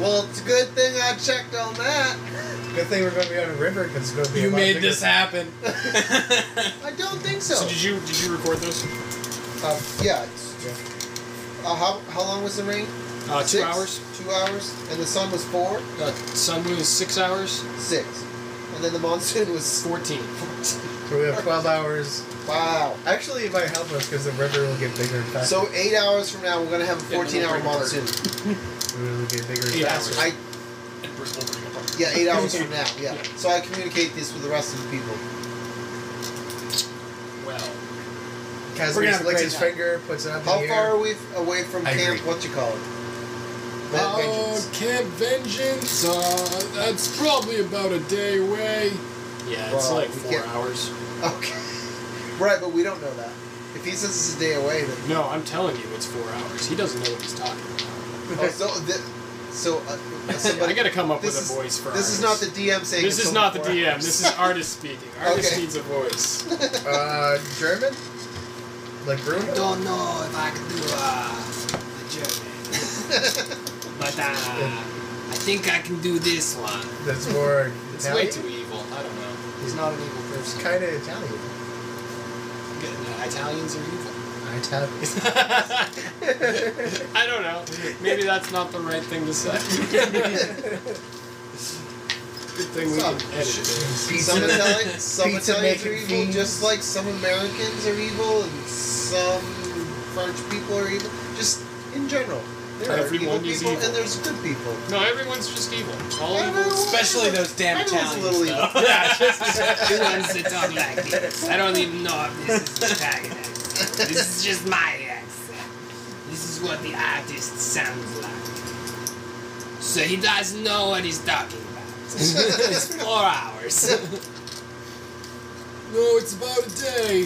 S1: well, it's a good thing I checked on that.
S4: Good thing we're gonna be on a river because it's gonna be. a
S2: You
S4: lot
S2: made
S4: bigger.
S2: this happen.
S1: I don't think so.
S3: So, did you did you record those?
S1: Uh, yeah. it's- Uh, how, how long was the rain?
S3: Uh, two
S1: Six?
S3: hours.
S1: Two hours. And the sun was four?
S3: Uh, sun was six hours.
S1: Six. And then the monsoon was.
S3: Fourteen.
S4: So we have 12 hours.
S1: Wow.
S4: Actually, it might help us because the river will get bigger and faster.
S1: So eight hours from now, we're gonna have a
S2: Yeah,
S1: 14 hour
S2: we'll break
S1: monsoon.
S4: it will get bigger and
S3: Eight
S4: faster.
S3: hours.
S1: I
S2: And Bruce will bring it up.
S1: yeah, eight hours from now. Yeah. So I communicate this with the rest of the people.
S3: Well,
S4: Casimir
S2: We're gonna have
S4: licks
S2: a
S4: his
S2: great
S4: finger, puts it up
S1: How
S4: in the
S1: far
S4: air.
S1: are we f- away from
S4: I
S1: camp?
S4: agree.
S1: What you call it? That
S8: Uh,
S1: vengeance.
S8: Camp Vengeance, uh, that's probably about a day away.
S3: yeah, it's
S1: Well,
S3: like
S1: we
S3: four
S1: can't-
S3: hours.
S1: Okay. right, but we don't know that. If he says it's a day away, then
S3: No, I'm telling you, it's four hours. He doesn't know what he's talking
S1: oh, so th- so uh,
S3: about. I
S1: somebody.
S3: gotta come up with
S1: this
S3: a
S1: is,
S3: voice for
S1: This is not
S3: ours.
S1: the DM saying.
S3: This
S1: it's
S3: is
S1: only
S3: not the
S1: four
S3: DM.
S1: hours.
S3: This is artist speaking. Artist
S1: Okay.
S3: needs a voice.
S4: Uh, German? Like Bruno?
S5: Don't know if I can do uh, a German, but uh, I think I can do this one.
S4: That's more
S3: It's way
S4: Italian.
S3: too evil. I don't know. He's not an evil person.
S4: kind of Italian.
S3: uh, Italians are evil.
S4: Italian.
S3: I don't know. Maybe that's not the right thing to say. Good thing we can edit it.
S1: Some Italian, some
S4: pizza
S1: Italians are
S4: making
S1: evil,
S4: fiends.
S1: just like some Americans are evil, and some French people are evil. Just in general, There
S3: Everyone
S1: are evil
S3: is
S1: people,
S3: evil.
S1: and there's good people.
S3: No, everyone's just evil. All
S1: Everyone-
S3: evil.
S2: Especially those damn
S1: everyone's a
S2: Italians.
S1: little
S2: though.
S1: evil.
S3: Yeah, just the ones that talk like this. I don't even know if this is Italian accent. This is just my accent. This is what the artist sounds like. So he doesn't know what he's talking about. it's four hours.
S9: No, it's about a day.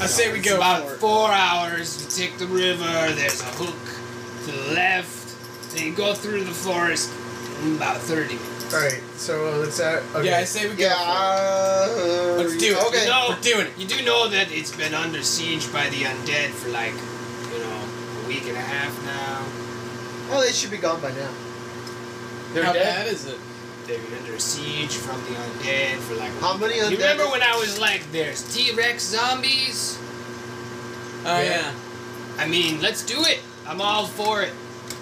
S2: I say we
S3: It's
S2: go
S3: about
S2: for it.
S3: four hours. You take the river. There's a hook to the left. Then you go through the forest in about thirty minutes.
S4: Alright, so let's uh okay.
S2: Yeah, I say we go
S1: Yeah. Uh,
S2: for it. Let's do it.
S1: Okay.
S3: No.
S2: We're doing it.
S3: You do know that it's been under siege by the undead for like, you know, a week and a half now.
S1: Well, they should be gone by now.
S3: They're
S2: How
S3: dead.
S2: bad is it?
S3: They've been under siege from the undead for like. a
S1: How
S3: week.
S1: many
S3: You
S1: undead-
S3: remember when I was like, "There's T-Rex zombies."
S2: Oh,
S3: Yeah.
S2: yeah.
S3: I mean, let's do it. I'm all for it.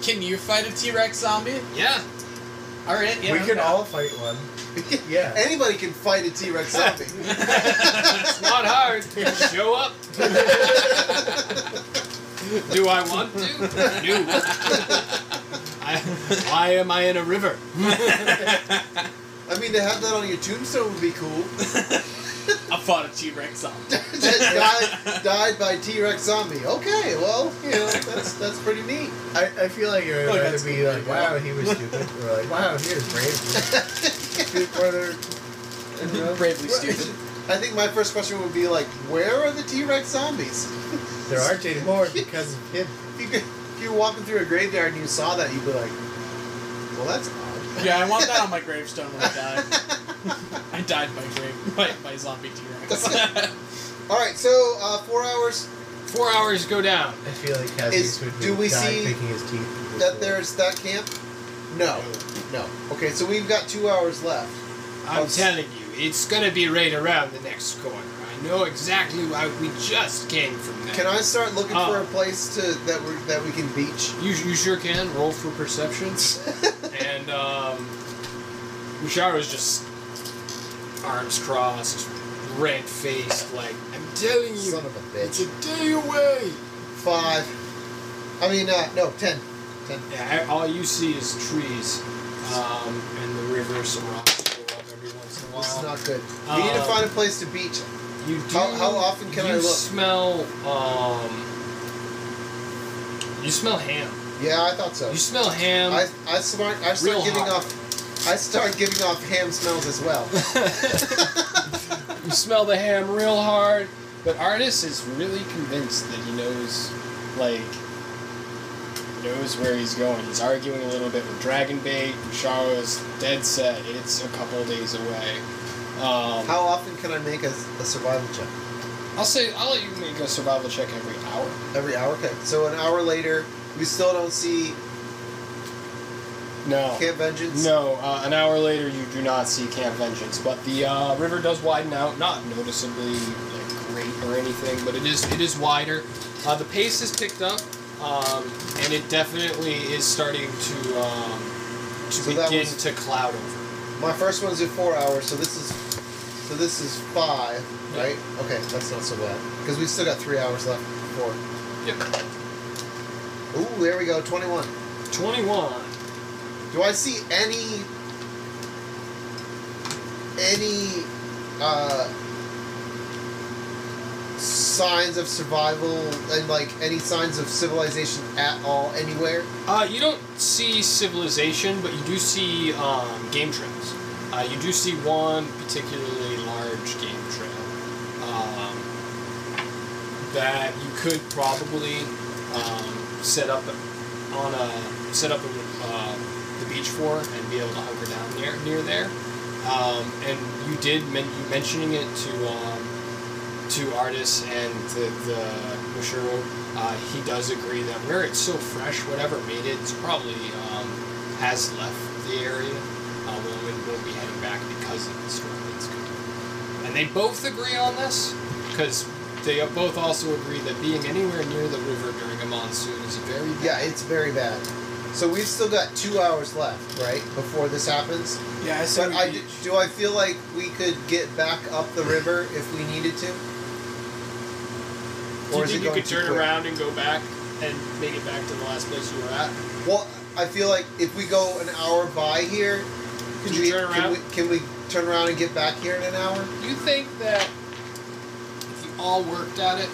S2: Can you fight a T Rex zombie?
S3: Yeah.
S2: All right, yeah.
S4: we
S2: I'm
S4: can
S2: down.
S4: all fight one. Yeah.
S1: Anybody can fight a T Rex zombie.
S3: It's not hard. Show up. Do I want to? No. I, why am I in a river?
S1: I mean, to have that on your tombstone would be cool.
S2: I fought a T Rex zombie.
S1: Just died, died by T Rex zombie. Okay, well, you know, that's that's pretty neat.
S4: I, I feel like it would
S2: Look,
S4: rather
S2: Oh, that's
S4: be
S2: good.
S4: like, wow, he was stupid, or like, wow, he was brave. Shoot further, you know,
S2: Bravely stupid.
S1: I think my first question would be like, where are the T Rex zombies?
S4: There aren't any more because of him.
S1: If you, could, if you were walking through a graveyard and you saw that, you'd be like, well, that's odd.
S2: Yeah, I want that on my gravestone when I die. I died by grave by, by zombie T Rex.
S1: All right, so uh, four hours.
S3: Four hours go down.
S4: I feel like Cassius
S1: Is-
S4: would
S1: do we
S4: die
S1: see
S4: picking his teeth.
S1: That there's that camp. No, no. Okay, so we've got two hours left.
S3: I'm
S1: Of-
S3: telling you, it's gonna be right around the next corner. I know exactly why we just came from there.
S1: Can I start looking
S3: Oh.
S1: for a place to that we that we can beach?
S3: You, you sure can. Roll for perceptions. and um, Bouchard was just arms crossed, red faced, like
S9: I'm telling you,
S1: Son of a
S9: it's
S1: bitch.
S9: a day away.
S1: Five. I mean, uh, no, ten. Ten.
S3: Yeah, I- all you see is trees um, and the river surrounds you up every once in a
S1: This
S3: while.
S1: is not good. we need to
S3: Um,
S1: find a place to beach.
S3: you do,
S1: how- how often can
S3: you
S1: I look?
S3: smell um, you smell ham.
S1: Yeah, I thought so.
S3: You smell ham.
S1: Oh. I I start
S3: Um,
S1: I
S3: Real
S1: start giving
S3: hot.
S1: off I start giving off ham smells as well.
S3: you smell the ham real hard. But Artis is really convinced that he knows, like, knows where he's going. He's arguing a little bit with Dragonbait. Bouchard is dead set. It's a couple days away. Um,
S1: How often can I make a, a survival check?
S3: I'll say I'll let you make a survival check every hour.
S1: Every hour. Okay. So an hour later, we still don't see
S3: No.
S1: Camp Vengeance.
S3: Oh. No, uh, an hour later you do not see Camp Vengeance, but the uh, river does widen out, not noticeably like, great or anything, but it is it is wider. Uh, the pace has picked up, um, and it definitely is starting to um, to
S1: So that
S3: begin
S1: was-
S3: to cloud over.
S1: My first one's at four hours, so this is so this is five, right? Okay, that's not so bad because we still got three hours left before. Ooh, there we go. Twenty-one.
S3: Twenty-one.
S1: Do I see any any uh, signs of survival and like any signs of civilization at all anywhere?
S3: Uh, you don't see civilization, but you do see um, game trails. Uh, you do see one particularly large game trail um, that you could probably um, set up on a set up a, uh, the beach for and be able to hunker down near near there. Um, and you did men- you mentioning it to um, to artists and to the Mushiro, uh, he does agree that where it's so fresh, whatever made it, it's probably um, has left the area. Uh, we'll, we'll be heading back because of the storm that's coming. And they both agree on this because they both also agree that being anywhere near the river during a monsoon is very bad.
S1: Yeah, it's very bad. So we've still got two hours left, right, before this happens.
S2: yeah, I
S1: But
S2: said
S1: I
S2: we
S1: d-
S2: beach.
S1: do I feel like we could get back up the river if we needed to?
S3: Do
S1: Or
S3: you
S1: is
S3: think you
S1: it going
S3: could
S1: too
S3: turn
S1: quick?
S3: around and go back and make it back to the last place you were at?
S1: Well, I feel like if we go an hour by here, can
S3: Just
S1: we,
S3: turn
S1: can
S3: around?
S1: we can we turn around and get back here in an hour?
S3: You think that if you all worked at it,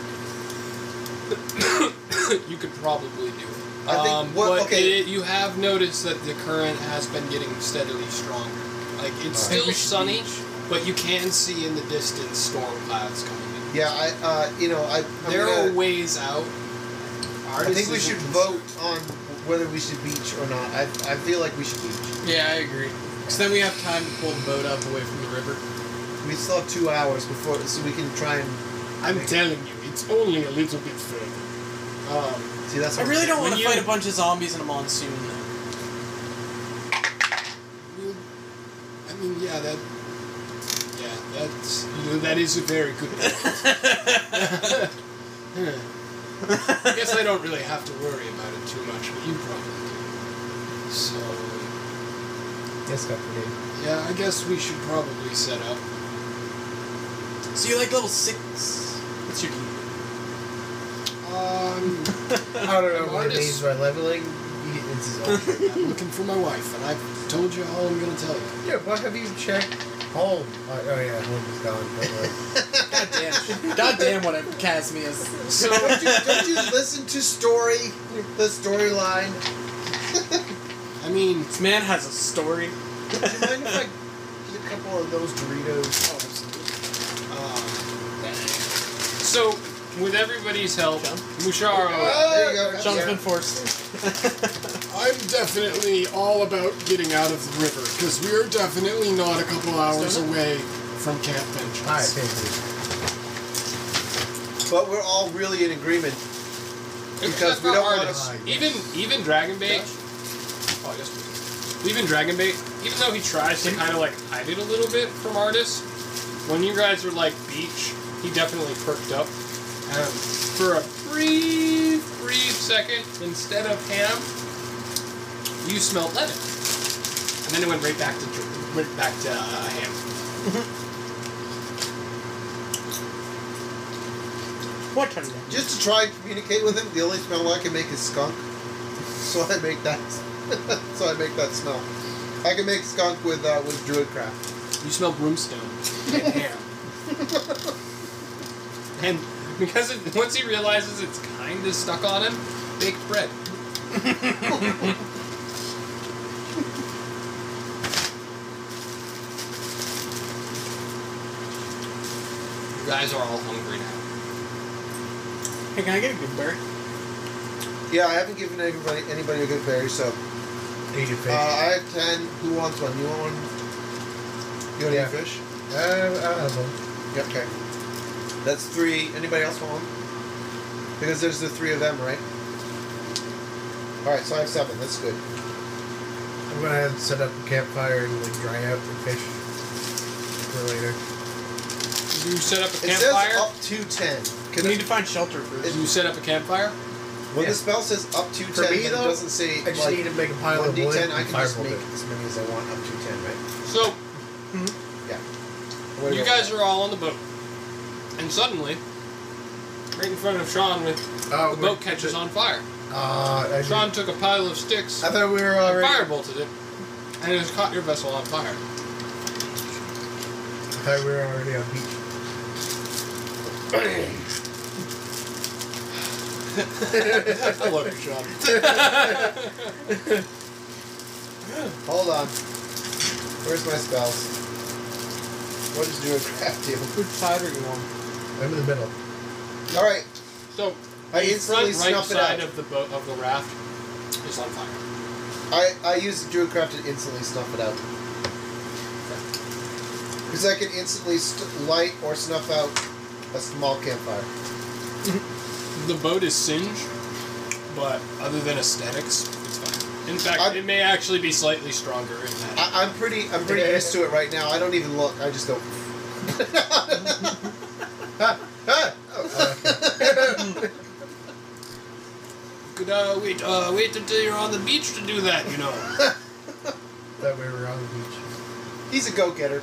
S3: you could probably do it.
S1: I think-
S3: Um,
S1: what-
S3: but
S1: okay.
S3: it- you have noticed that the current has been getting steadily stronger. Like it's still
S1: Alright.
S3: sunny, but you can see in the distance storm clouds coming in.
S1: Yeah, I uh, you know I I'm
S3: They're
S1: gonna-
S3: a ways out. Our
S1: I think we
S3: decision
S1: should
S3: can-
S1: vote on whether we should beach or not. I, I feel like we should beach.
S2: Yeah, I agree. Because then we have time to pull the boat up away from the river.
S1: We still have two hours before, so we can try and
S5: I'm telling you, it's only a little bit further.
S3: Um,
S1: see. That's
S2: I
S1: what
S2: really
S1: I'm
S2: don't
S1: saying.
S2: want to
S5: you-
S2: fight a bunch of zombies in a monsoon. Though.
S5: Well, I mean, yeah, that. Yeah, that's you know, that is a very good.
S3: I guess I don't really have to worry about it too much, but you probably do. So.
S4: Yes, Captain.
S3: Yeah, I guess we should probably set up.
S2: so you like level six? What's your D?
S3: Um,
S4: I don't know
S3: I'm
S4: what it
S3: artist.
S4: means by leveling. y- It's his own.
S3: I'm looking for my wife, and I've told you all I'm gonna tell you.
S4: yeah, why have you checked home? Uh, oh yeah, home is gone. But like,
S2: God damn. God damn whatever Casmius.
S3: So,
S1: Don't you, don't you listen to story, the storyline?
S3: I mean,
S2: This man has a story.
S1: Do you mind if I get a couple of those Doritos?
S2: Oh,
S3: uh, so with everybody's help, Musharo,
S1: there you go.
S2: Sean's
S1: Yeah.
S2: been forced.
S8: I'm definitely all about getting out of the river because we are definitely not a couple hours
S2: Stone
S8: away from Camp Vengeance.
S4: hi, thank
S1: But we're all really in agreement. Because we
S3: not
S1: don't
S3: hard.
S1: wanna-
S3: It's- even even Dragonbait. Oh yes. please. Even Dragonbait, even though he tries to kind of like hide it a little bit from artists, when you guys were like beach, he definitely perked up. Um, for a brief, brief second, instead of ham, you smelled lemon, and then it went right back to dr- went back to uh, ham.
S2: What kind
S1: Just to try and communicate with him, the only smell I can make is skunk. So I make that. so I make that smell. I can make skunk with uh, with druidcraft.
S3: You smell broomstone and ham. and because it, once he realizes it's kind of stuck on him, baked bread. you guys are all hungry now.
S2: Hey, can I get a good berry?
S1: Yeah, I haven't given anybody anybody a good berry, so
S4: you. Eat your
S1: uh,
S4: fish.
S1: I have ten. Who wants one? You want one? You want
S4: Yeah.
S1: any fish?
S4: Uh, I'll have one.
S1: Yeah, okay. That's three. Anybody else want one? Because there's the three of them, right? All right, so I have seven. That's good.
S4: I'm gonna have to set up a campfire and like dry out the fish for later.
S3: You set up a
S1: It says
S3: campfire.
S1: up to ten.
S2: We need to find shelter first.
S3: you set up a campfire.
S1: When
S4: Yeah.
S1: the spell says up to
S4: For
S1: ten,
S4: me,
S1: then
S4: though,
S1: it doesn't say
S4: I just
S1: like
S4: need to make a pile
S1: one
S4: of wood.
S1: d10. I
S4: and
S1: can just
S4: firebolt
S1: make
S4: it.
S1: as many as I want up to ten, right?
S3: So
S1: What do
S3: you guys are all on the boat, and suddenly, right in front of Sean, with
S4: Oh,
S3: the boat catches on fire.
S4: Uh, I,
S3: Sean took a pile of sticks,
S4: I thought we were already.
S3: firebolted it, and it has caught your vessel on fire.
S4: I thought we were already on beach.
S3: I love you, Sean.
S1: Hold on. Where's my spells? What does druidcraft do?
S2: Which side are you on?
S4: I'm in the middle.
S1: All right,
S3: So,
S1: I
S3: the front
S1: instantly
S3: right
S1: snuff it
S3: side
S1: out.
S3: of the boat of the raft is on fire.
S1: I I use druidcraft to instantly snuff it out. Because I can instantly st- light or snuff out a small campfire.
S3: The boat is singed, but other than aesthetics, it's fine. In fact,
S1: I-
S3: it may actually be slightly stronger in that.
S1: I, I'm pretty I'm pretty
S4: Yeah.
S1: used to it right now. I don't even look. I just go. Ah, ah.
S3: could uh, wait, uh, wait until you're on the beach to do that, you know.
S4: Thought we were on the beach.
S1: He's a go-getter.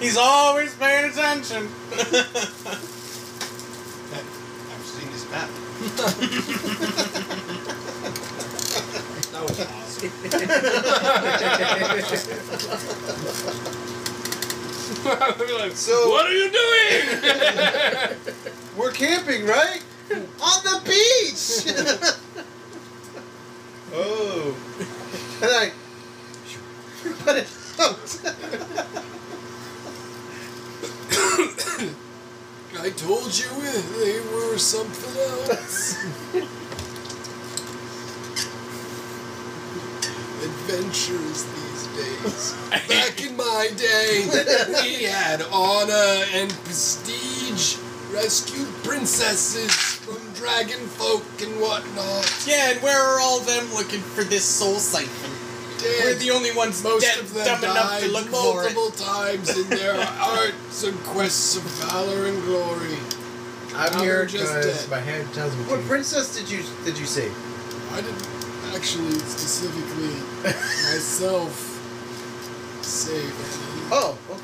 S2: He's always paying attention.
S3: I've seen his
S10: like that. that was awesome.
S3: like,
S1: So-
S3: what are you doing?
S1: We're camping, right? On the beach. oh. And I put it out.
S11: I told you they were something else. Adventures these days. Back in my day, we had honor and prestige, rescued princesses from dragon folk and whatnot.
S2: Yeah, and where are all them looking for this soul siphon?
S11: Dead.
S2: We're the only ones
S11: Most
S2: dead,
S11: of them
S2: dumb enough
S11: died
S2: to look for it.
S11: multiple times in their arts and quests of valor and glory.
S4: I'm
S11: Now
S4: here
S11: they're just
S4: because
S11: dead.
S4: my head tells me
S1: What
S4: to.
S1: princess did you did you see?
S11: I didn't actually specifically myself save any.
S1: Oh, okay.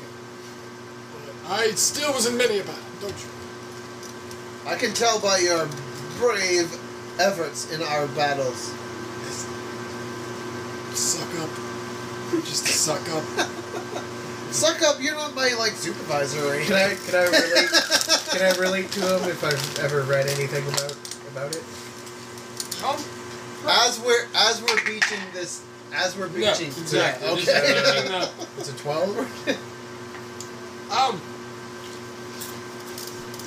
S11: I still was in many a battle, don't you?
S1: I can tell by your brave efforts in our battles.
S11: Suck up. Just to suck up.
S1: Suck up, you're not my like supervisor or
S4: Can
S1: anything.
S4: I can I relate? can I relate to him if I've ever read anything about about it?
S1: As we're as we're beaching this as we're
S3: No,
S1: beaching.
S3: exactly.
S1: Yeah,
S3: Just
S1: okay.
S3: everything up.
S4: It's a twelve.
S3: Um,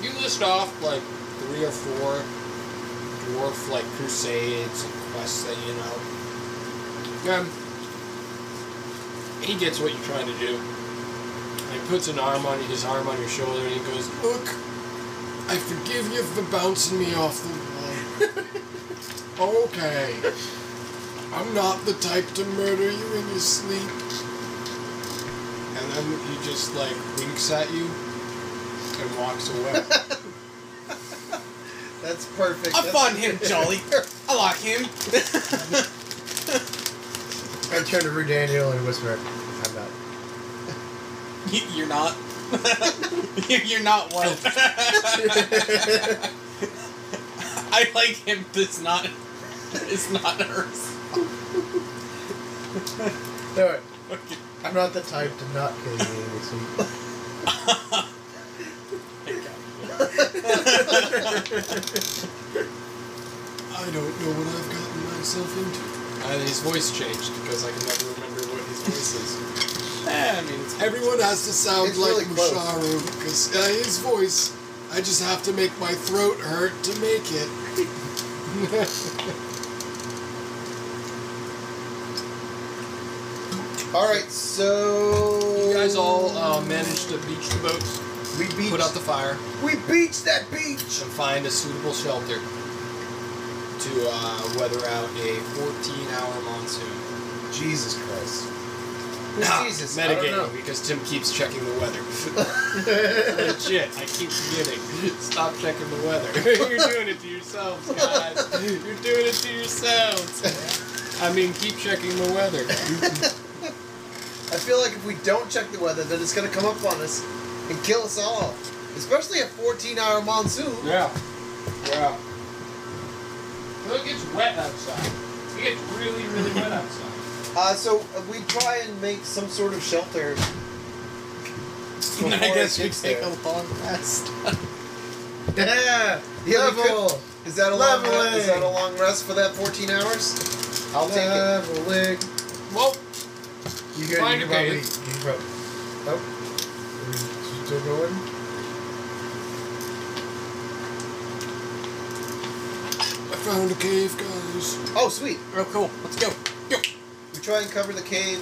S3: you list off like three or four dwarf like crusades and quests that you know. Um, he gets what you're trying to do. And he puts an arm on his arm on your shoulder and he goes,
S11: Look, I forgive you for bouncing me off the wall. okay. I'm not the type to murder you in your sleep.
S3: and then he just like winks at you and walks away.
S1: That's perfect.
S2: I
S1: That's-
S2: fun him, Jolly. I like him.
S4: I turn to Rue Daniel and whisper, "I'm not."
S2: You- You're not. You- You're not one. I like him. That's not. It's not hers.
S4: No,
S2: Okay.
S4: I'm not the type to not kill you. in your sleep.
S11: I don't know what I've gotten myself into.
S3: and his voice changed because I can never remember what his voice is.
S2: Eh, I mean, it's
S11: Everyone has to sound
S1: It's
S11: like
S1: really close.
S11: Musharu because uh, his voice. I just have to make my throat hurt to make it.
S1: Alright, so
S3: You guys all uh, managed to beach the boats,
S1: we beach
S3: put out the fire.
S1: We beached that beach!
S3: and find a suitable shelter to uh, weather out a 14-hour monsoon.
S1: Jesus Christ. Who's
S3: Nah,
S1: Jesus? I don't know.
S3: Metagaming, because Tim keeps checking the weather. Legit, I keep forgetting. Stop checking the weather. You're doing it to yourselves, guys. You're doing it to yourselves. I mean, keep checking the weather.
S1: I feel like if we don't check the weather, then it's gonna come up on us and kill us all. Especially a 14 hour monsoon.
S3: Yeah. Yeah. So it gets wet outside. It gets really, really wet outside.
S1: Uh, so uh, we try and make some sort of shelter.
S2: And I
S1: before
S2: guess
S1: it
S2: we
S1: gets
S2: take
S1: there.
S2: a long rest.
S4: Yeah,
S1: Yeah, we
S4: level,
S1: Is that a long rest? Is that a
S4: Leveling.
S1: long rest for that 14 hours? I'll take
S4: Uh,
S1: it.
S4: leveling.
S3: Well,
S4: You guys,
S3: Find a
S4: you can probably,
S3: cave.
S4: you can probably. Oh, still going.
S11: I found a cave, guys.
S1: Oh, sweet.
S2: Oh, cool. Let's go. Go.
S1: We try and cover the cave.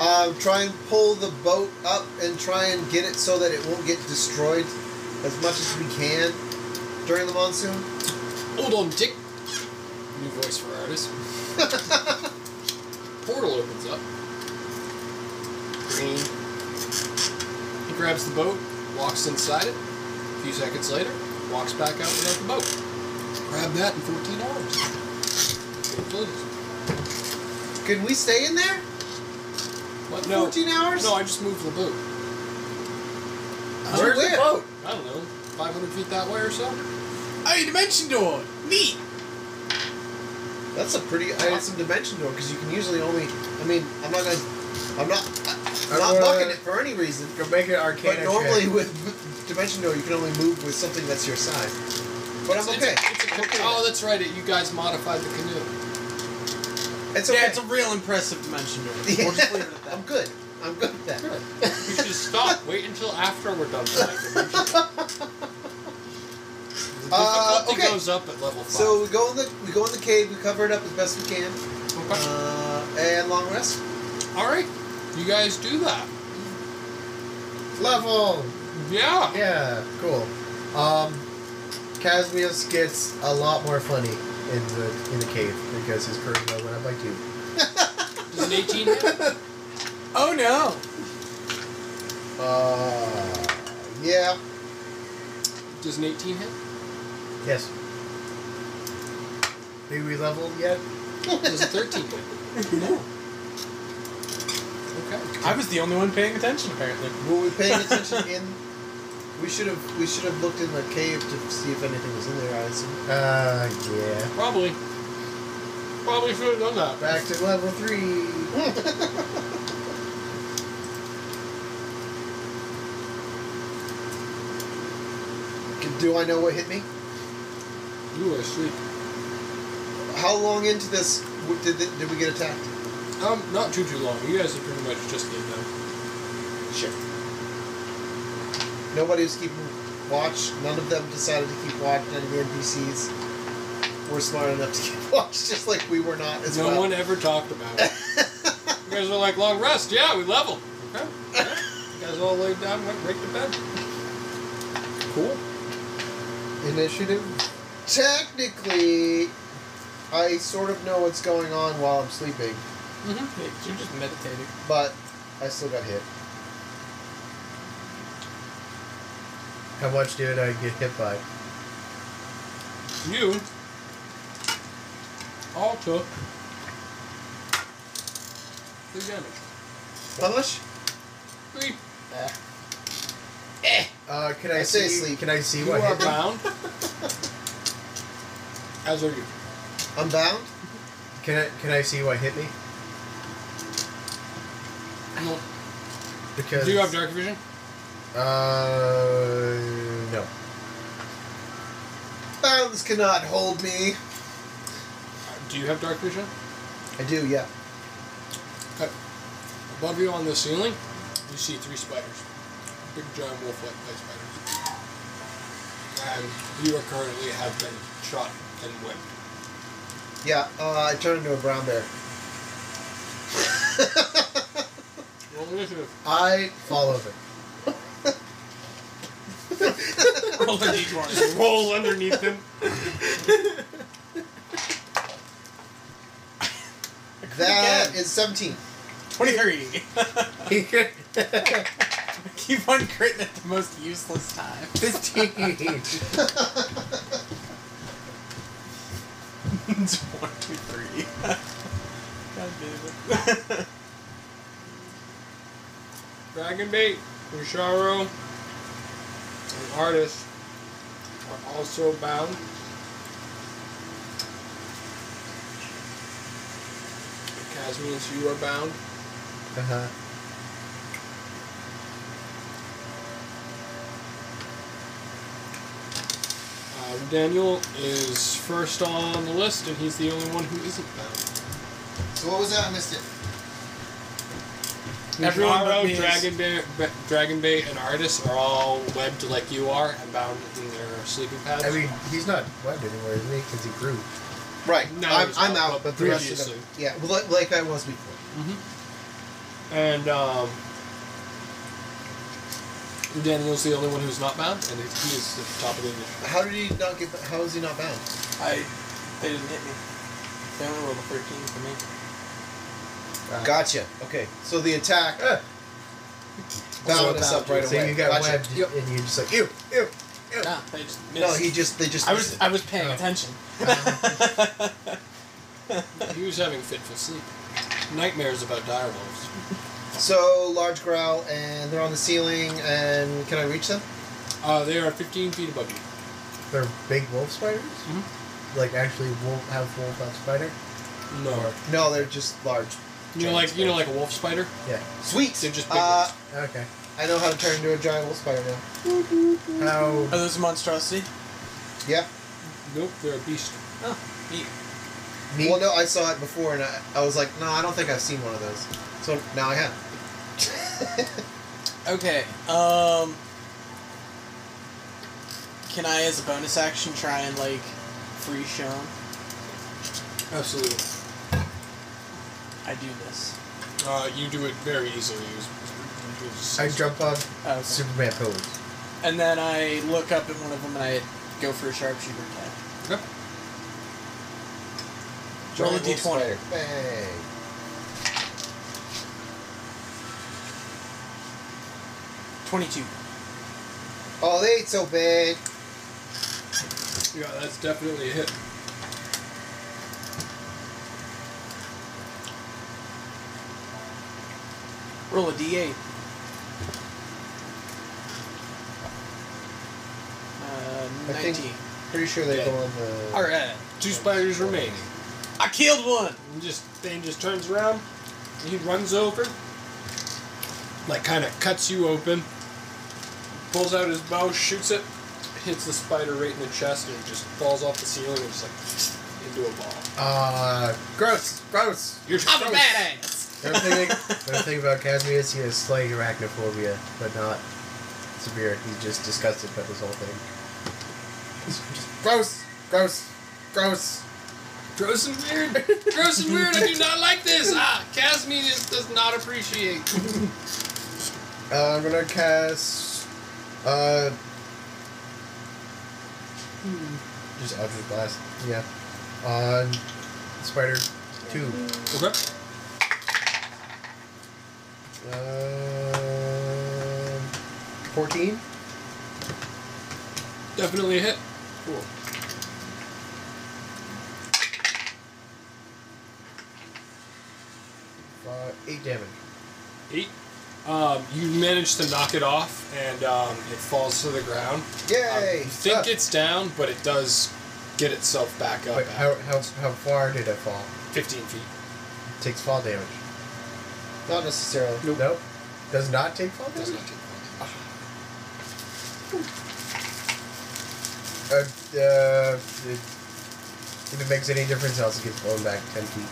S1: Uh, try and pull the boat up and try and get it so that it won't get destroyed as much as we can during the monsoon.
S3: Hold on, Dick. New voice for artist. Portal opens up. Green. He grabs the boat, walks inside it. A few seconds later, walks back out without the boat.
S11: Grab that in 14 hours.
S3: Please.
S1: Can we stay in there?
S3: What? No.
S1: 14 hours?
S3: No, I just moved the boat.
S1: Where's the boat?
S3: I don't know, 500 feet that way or so.
S2: Hey, Oh, dimension door. Neat.
S1: That's a pretty awesome dimension door because you can usually only. I mean, I'm not gonna. I'm not. I'm not
S4: Uh,
S1: bucking it for any reason.
S4: Go make an arcana
S1: But normally
S4: check.
S1: with dimension door, you can only move with something that's your size. But
S3: It's
S1: I'm
S3: a-
S1: okay.
S3: it's a canoe. Oh, that's right. It, you guys modified the canoe.
S1: It's okay.
S2: Yeah, it's a real impressive dimension door. We'll just leave it at
S1: I'm
S2: that.
S1: good. I'm good with that.
S3: We should stop. Wait until after we're done playing. The
S1: Uh,
S3: difficulty
S1: okay.
S3: goes up at level five.
S1: So we go in the we go in the cave. We cover it up as best we can.
S3: Okay.
S1: Uh, and long rest. uh,
S3: all right, you guys do that.
S4: level.
S3: Yeah.
S4: Yeah, cool. Um, Casmius gets a lot more funny in the in the cave because his charisma went up by two.
S3: Does an eighteen hit?
S2: Oh no.
S1: Uh, yeah.
S3: Does an eighteen hit?
S4: Yes. Do we level yet?
S3: Does a thirteen hit?
S2: No.
S3: Okay.
S2: I was the only one paying attention apparently.
S1: Were we paying attention in? We should have we should have looked in the cave to see if anything was in there. I assume.
S4: Uh, yeah.
S3: Probably. Probably should have done that.
S4: Back to level three.
S1: Do I know what hit me?
S3: You were asleep.
S1: How long into this w- did th- did we get attacked?
S3: Um, not too too long. You guys are pretty much just in them.
S1: Sure. Nobody was keeping watch. None of them decided to keep watch. None of the NPCs were smart enough to keep watch, just like we were not as
S3: No
S1: well.
S3: one ever talked about it. you guys were like long rest. Yeah, we leveled. Okay. okay. You guys all laid down, went right to bed. Cool.
S4: Initiative.
S1: Technically, I sort of know what's going on while I'm sleeping,
S2: Yeah, 'cause you're just meditating.
S1: but I still got hit.
S4: How much did I get hit by?
S3: You all took three damage.
S1: How much?
S3: Three.
S4: Uh, can I,
S1: I
S4: see?
S1: say sleep.
S4: Can I see
S3: You
S4: what
S3: are
S4: hit? me?
S3: bound. As are you.
S1: I'm bound.
S4: Can I can I see what hit me? Because
S3: Do you have dark vision?
S4: Uh, no.
S1: Bounds cannot hold me.
S3: Do you have dark vision?
S1: I do, yeah.
S3: Above you on the ceiling, you see three spiders. Big giant wolf like play spiders. And you are currently have been shot and whipped.
S1: Yeah, uh, I turned into a brown bear.
S3: Roll initiative.
S4: I follow it.
S2: Roll a d20.
S3: Roll underneath him.
S1: That
S2: Again.
S1: is 17.
S2: 23. Keep on critting at the most useless time.
S4: Fifteen.
S2: 23. God damn it.
S3: Dragon Bait, Usharo, and Artist are also bound. Casmians, you are bound.
S4: Uh-huh.
S3: Uh, Daniel is first on the list, and he's the only one who isn't bound.
S1: So what was that? I missed it.
S2: Everyone but me
S3: Usharo,
S2: is-
S3: Dragon Bait, Dragon Bait, and Artist are all webbed like you are and bound in their sleeping pads.
S4: I mean, he's not webbed anymore, is he? Because he grew.
S1: Right.
S3: No,
S1: I'm,
S3: it's
S1: I'm
S3: not,
S1: out,
S3: but
S1: but the rest of
S3: previously.
S1: them. Yeah, well, like, like I was before.
S3: And um, Daniel's the only one who's not bound, and he is at the top of the initiative.
S1: How did he not get? How is he not bound?
S2: I. They didn't hit me. They only rolled a 13 for me.
S1: Gotcha. Okay. So the attack
S4: Ah.
S1: bound us up right
S4: so
S1: away.
S4: you got
S1: Gotcha.
S4: webbed, and you're just like, ew, ew, ew.
S2: Nah, they just missed.
S1: No, he just they just.
S2: I
S1: missed
S2: was
S1: it.
S2: I was paying
S4: Oh.
S2: attention.
S3: He was having fitful sleep. Nightmares about direwolves.
S1: so large growl, and they're on the ceiling, and can I reach them?
S3: Uh, they are 15 feet above you.
S4: They're big wolf spiders?
S3: Mhm.
S1: Mm-hmm.
S4: Like actually wolf have wolf on spider?
S3: No.
S1: No, they're just large.
S3: You know, like you know, like a wolf spider.
S4: Yeah.
S1: Sweet.
S3: They're just big
S1: Uh,
S4: Okay.
S1: I know how to turn into a giant wolf spider now.
S4: How
S2: Are those a monstrosity?
S1: Yeah.
S3: ones. Nope, they're a beast.
S2: Neat.
S4: me
S1: Well, no, I saw it before, and I, I was like, no, I don't think I've seen one of those. So now I have.
S2: Okay. Um. Can I, as a bonus action, try and like free Sean?
S3: Absolutely.
S2: I do this.
S3: Uh, you do it very easily. You just- you just-
S4: I jump on
S2: Oh, okay.
S4: Superman pose.
S2: And then I look up at one of them and I go for a sharpshooter attack.
S3: Yep.
S2: Roll a
S1: Giant wolf
S2: d20.
S1: spider. Bang.
S2: Twenty-two.
S1: Oh, they ain't so bad.
S3: Yeah, that's definitely a hit.
S2: Roll a d8. Uh,
S1: I think-
S2: 19.
S1: Pretty sure they
S3: Yeah.
S1: go in the.
S2: Alright.
S3: Two spiders remain.
S2: I killed one!
S3: And just then just turns around. He runs over, like kind of cuts you open. Pulls out his bow, shoots it, hits the spider right in the chest, and it just falls off the ceiling and just like into a ball.
S4: Uh gross, gross.
S3: You're just
S2: I'm a badass!
S4: Don't think, don't think about Casmius, he has slight arachnophobia, but not severe. He's just disgusted by this whole thing. It's just gross, gross, gross.
S3: gross and weird. Gross and weird. I do not like this. Ah, Casmi just does not appreciate.
S4: Uh, I'm gonna cast. Uh. Just Eldritch Blast. Yeah. On Spider 2.
S3: Okay.
S4: Um 14?
S3: Definitely a hit. Cool.
S4: Uh, 8 damage.
S3: Eight. Um, you manage to knock it off, and um, it falls to the ground. Um,
S1: Yay!
S3: you think
S1: Fuck.
S3: it's down, but it does get itself back up
S4: Wait,
S3: at
S4: how, how, how far did it fall?
S3: 15 feet.
S4: takes fall damage.
S1: Not necessarily.
S4: Nope. Does not take fall
S3: Does
S4: damage?
S3: not take
S4: Uh, uh, it, if it makes any difference, it also gets blown back 10 feet.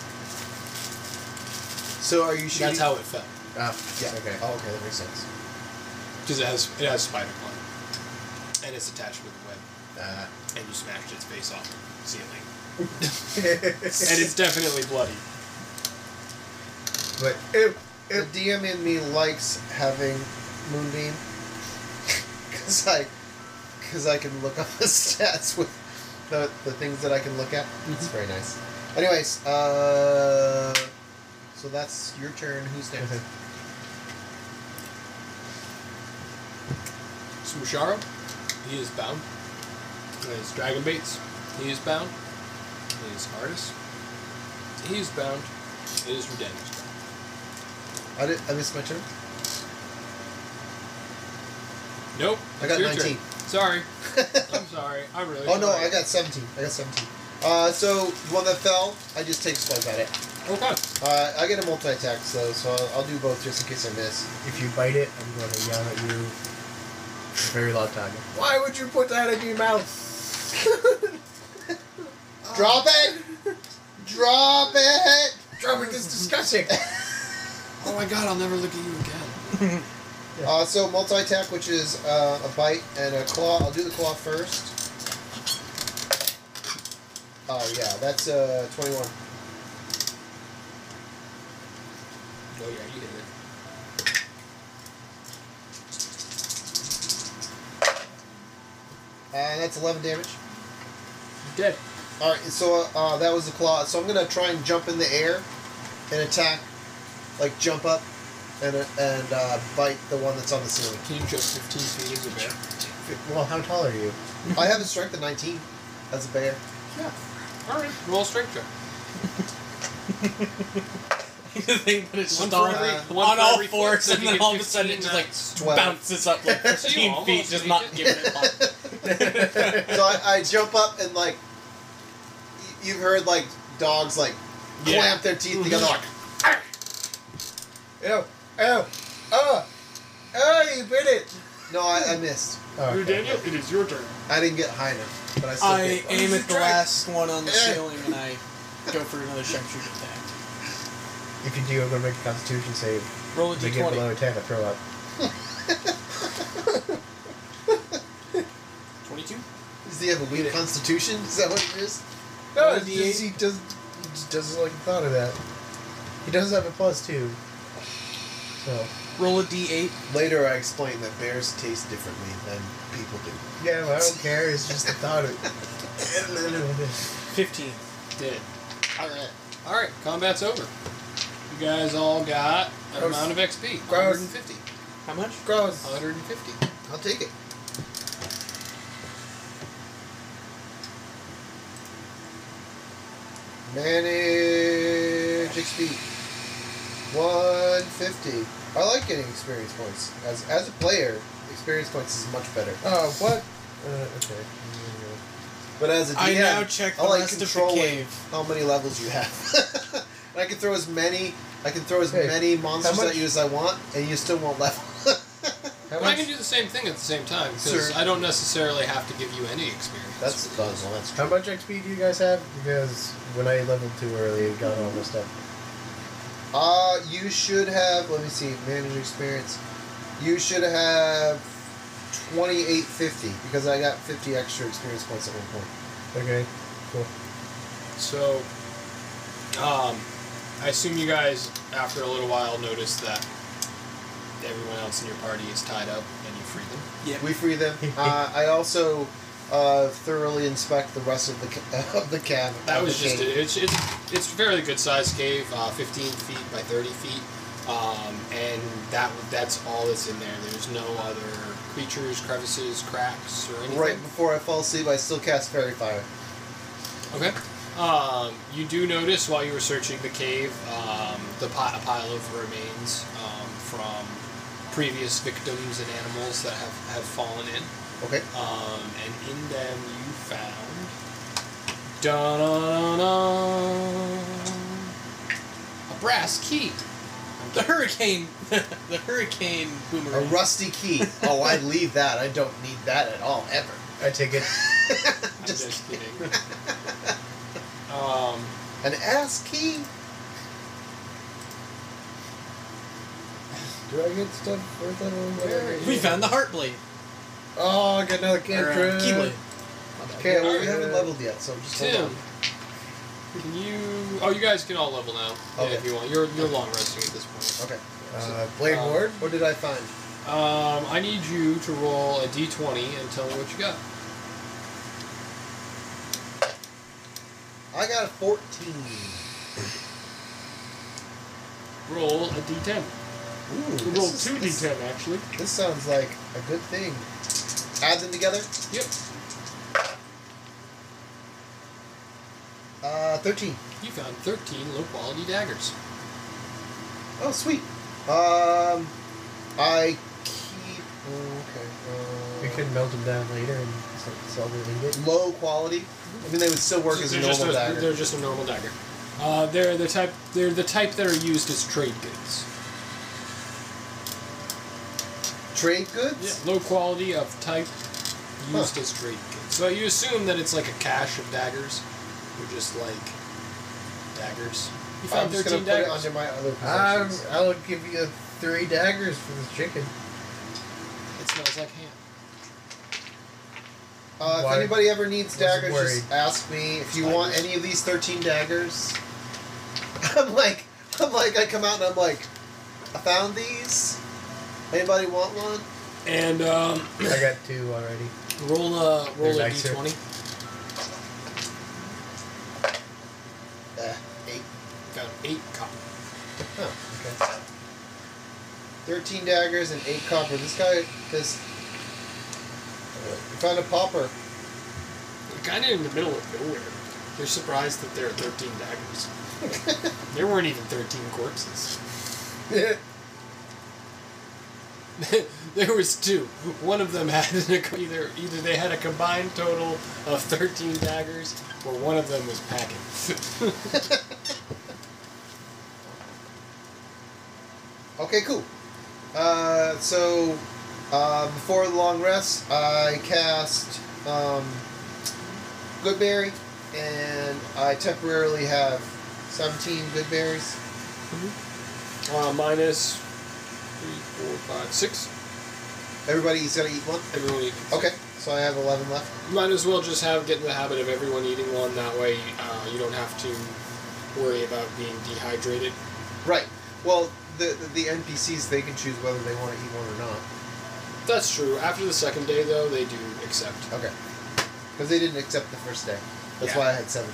S1: So are you shooting?
S3: That's how it fell,
S4: Ah,
S1: Yeah.
S4: Okay.
S1: Oh, okay, that makes sense.
S3: because it has it has spider claw, and it's attached with a web,
S4: Uh,
S3: and you smashed its face off the ceiling, and it's definitely bloody.
S4: but ew,
S1: The
S4: ew.
S1: DM in me likes having Moonbeam, cause I, cause I can look up the stats with the, the things that I can look at.
S4: mm-hmm.
S1: It's very nice. Anyways, uh, so that's your turn. Who's next?
S4: Mhm.
S3: Smusharo, he is bound. His dragon baits, he is bound. His artist, he is bound. It is Ruden's turn.
S1: I did. I missed my turn.
S3: Nope.
S1: I
S3: that's
S1: got
S3: your
S1: 19.
S3: Turn. Sorry. I'm sorry. I'm really.
S1: oh no,
S3: sorry.
S1: I got seventeen. I got seventeen. Uh, so the one that fell, I just take swipes at it.
S3: Okay.
S1: Uh, I get a multi attack, so so I'll, I'll do both just in case I miss.
S4: If you bite it, I'm going to yell at you. in a Very loud time. Why would you put that in your mouth?
S1: Drop it! Drop it!
S4: Drumming is disgusting.
S3: Oh my god! I'll never look at you again.
S1: Uh, so multi attack, which is uh, a bite and a claw. I'll do the claw first. Oh yeah, that's uh, twenty-one.
S3: Oh yeah, you hit it.
S1: Uh, that's eleven damage.
S3: Dead.
S1: All right, so uh, that was the claw. So I'm gonna try and jump in the air, and attack, like jump up, and uh, and uh, bite the one that's on the ceiling.
S3: Can you jump 15 feet as a bear?
S4: well, how tall are you?
S1: I have a strength of nineteen, as a bear.
S3: All right. Roll a strength check.
S2: the thing that it's
S3: One
S2: just
S3: for uh,
S2: on,
S1: every-
S2: on
S3: one for
S2: all
S3: every
S2: fours,
S3: foot, so
S2: and
S3: you
S2: then
S3: get
S2: all of a sudden it
S3: 15
S2: just like
S3: knots.
S1: Twelve.
S2: bounces up like
S3: So you
S2: 15 feet,
S3: almost
S2: just
S3: made
S2: not
S3: it.
S2: giving it much.
S1: so I, I jump up and like, y- you've heard like dogs like
S12: Yeah.
S1: clamp their teeth together like,
S4: Ew. Ew. Oh. Oh, you bit it.
S1: no, I, I missed.
S4: Oh, okay.
S3: Daniel, it is your turn.
S1: I didn't get high enough, but I still
S2: I
S1: get
S2: aim at the
S1: Drag-
S2: last one on the
S1: Eh.
S2: ceiling and I go for another sharpshooter attack.
S4: If you do, I'm gonna make a Constitution save.
S2: Roll a
S4: If you get below
S2: d20.
S4: a ten, I throw up.
S3: 22?
S1: Does he have a weak constitution? Is that what it is?
S4: No,
S2: Roll a
S4: it's just, he does he just doesn't like the thought of that. He does have a plus two. So
S2: Roll a d8.
S1: Later, I explained that bears taste differently than people do.
S4: yeah, well, I don't care. It's just the thought of.
S2: 15.
S3: Dead. Alright. Alright, combat's over. You guys all got an
S4: Gross.
S3: amount of XP.
S4: Gross.
S3: 150.
S2: How much?
S4: Gross.
S3: 150.
S1: I'll take it. Manage XP. 150. I like getting experience points. As as a player, experience points is much better.
S4: Oh, what? Uh, okay.
S1: But as a DM,
S2: I now check the
S1: I like
S2: rest of the
S1: controlling
S2: cave.
S1: how many levels you have. and I can throw as many I can throw as
S4: Hey,
S1: many monsters
S4: much-
S1: at you as I want, and you still won't level.
S4: How
S3: But I
S4: much?
S3: can do the same thing at the same time because
S1: Sure.
S3: I don't necessarily have to give you any experience.
S1: That's guzzle. That's
S4: How much XP do you guys have? Because when I leveled too early, it got all messed up.
S1: Uh, you should have. Let me see. Manager experience. You should have twenty eight fifty because I got fifty extra experience points at one point.
S4: Okay, cool.
S3: So, um, I assume you guys, after a little while, notice that everyone else in your party is tied up and you free them.
S1: We free them. uh, I also uh, thoroughly inspect the rest of the ca- of the cab.
S3: That
S1: of
S3: was
S1: the
S3: just
S1: cave.
S3: it. It's, it's, it's a fairly good sized cave, uh, 15 feet by 30 feet. Um, and that that's all that's in there. There's no other creatures, crevices, cracks, or anything.
S1: Right before I fall asleep, I still cast fairy fire.
S3: Okay. Um, you do notice while you were searching the cave, um, the pi- a pile of remains um, from previous victims and animals that have, have fallen in.
S1: Okay.
S3: Um, and in them you found. Da-na-na-na, a brass key.
S2: The hurricane. the hurricane
S1: A
S2: boomerang.
S1: rusty key. oh, I leave that. I don't need that at all ever.
S4: I take it.
S3: I'm
S1: just
S3: just, kidding. um,
S1: an ass key.
S4: Do I get stuff for that?
S2: we found the heartblade.
S4: Oh, I got another
S2: Or, uh,
S4: cantrip.
S2: keyblade.
S1: Okay, well, we
S4: Alright.
S1: haven't leveled yet, so just hold
S3: Tim,
S1: on.
S3: can you? Oh, you guys can all level now yeah, if
S1: Okay.
S3: you want. You're you're long resting at this point.
S1: Okay.
S4: Uh, Blade
S3: Um,
S4: Ward.
S1: What did I find?
S3: Um, I need you to roll a d20 and tell me what you got.
S1: I got a 14.
S3: Roll a d10.
S1: Ooh,
S3: You
S1: this
S3: Roll
S1: is-
S3: two
S1: this-
S3: d10 actually.
S1: This sounds like a good thing. Add them together.
S3: Yep.
S1: Uh, 13.
S3: You found 13 low quality daggers.
S1: Oh, sweet. Um, I keep. oh, Okay. Uh,
S4: We could melt them down later and s- sell the ingot.
S1: Low quality. I mean, they would still work as a
S3: they're
S1: normal
S3: just a,
S1: dagger.
S3: They're just a normal dagger. Uh, they're the type. They're the type that are used as trade goods.
S1: Trade goods?
S3: Low quality of type used as trade goods. So you assume that it's like a cache of daggers. They're just like daggers. You found
S1: I'm just gonna
S3: 13
S1: put it
S3: daggers.
S1: under my other
S4: Um,
S1: possessions.
S4: I'll give you three daggers for this chicken.
S3: It smells like ham.
S1: Uh,
S4: Why-
S1: if anybody ever needs
S4: wasn't
S1: daggers,
S4: worried.
S1: just ask me. If you want any of these thirteen daggers, I'm like, I'm like, I come out and I'm like, I found these. Anybody want one?
S3: And um,
S4: I got two already.
S3: roll a roll
S4: They're
S3: a
S4: nicer.
S3: d20.
S1: Uh, eight.
S3: Got eight copper.
S1: Oh, okay. Thirteen daggers and eight copper. This guy, this. I found a popper.
S3: They're kind of in the middle of nowhere. They're surprised that there are 13 daggers. there weren't even 13 corpses. there was two. One of them had an, either either they had a combined total of thirteen daggers, or one of them was packing.
S1: Okay, cool. Uh, so, uh, before the long rest, I cast um, Goodberry, and I temporarily have 17 Goodberries.
S3: uh, minus three, four, five, six.
S1: Everybody's gonna eat one?
S3: Everyone eat.
S1: Okay, so I have 11 left.
S3: Might as well just have get in the habit of everyone eating one. That way, uh, you don't have to worry about being dehydrated.
S1: Right. Well, the, the, the NPCs, they can choose whether they want to eat one or not.
S3: That's true. After the second day, though, they do accept.
S1: Okay. Because they didn't accept the first day. That's
S3: Yeah.
S1: why I had seven.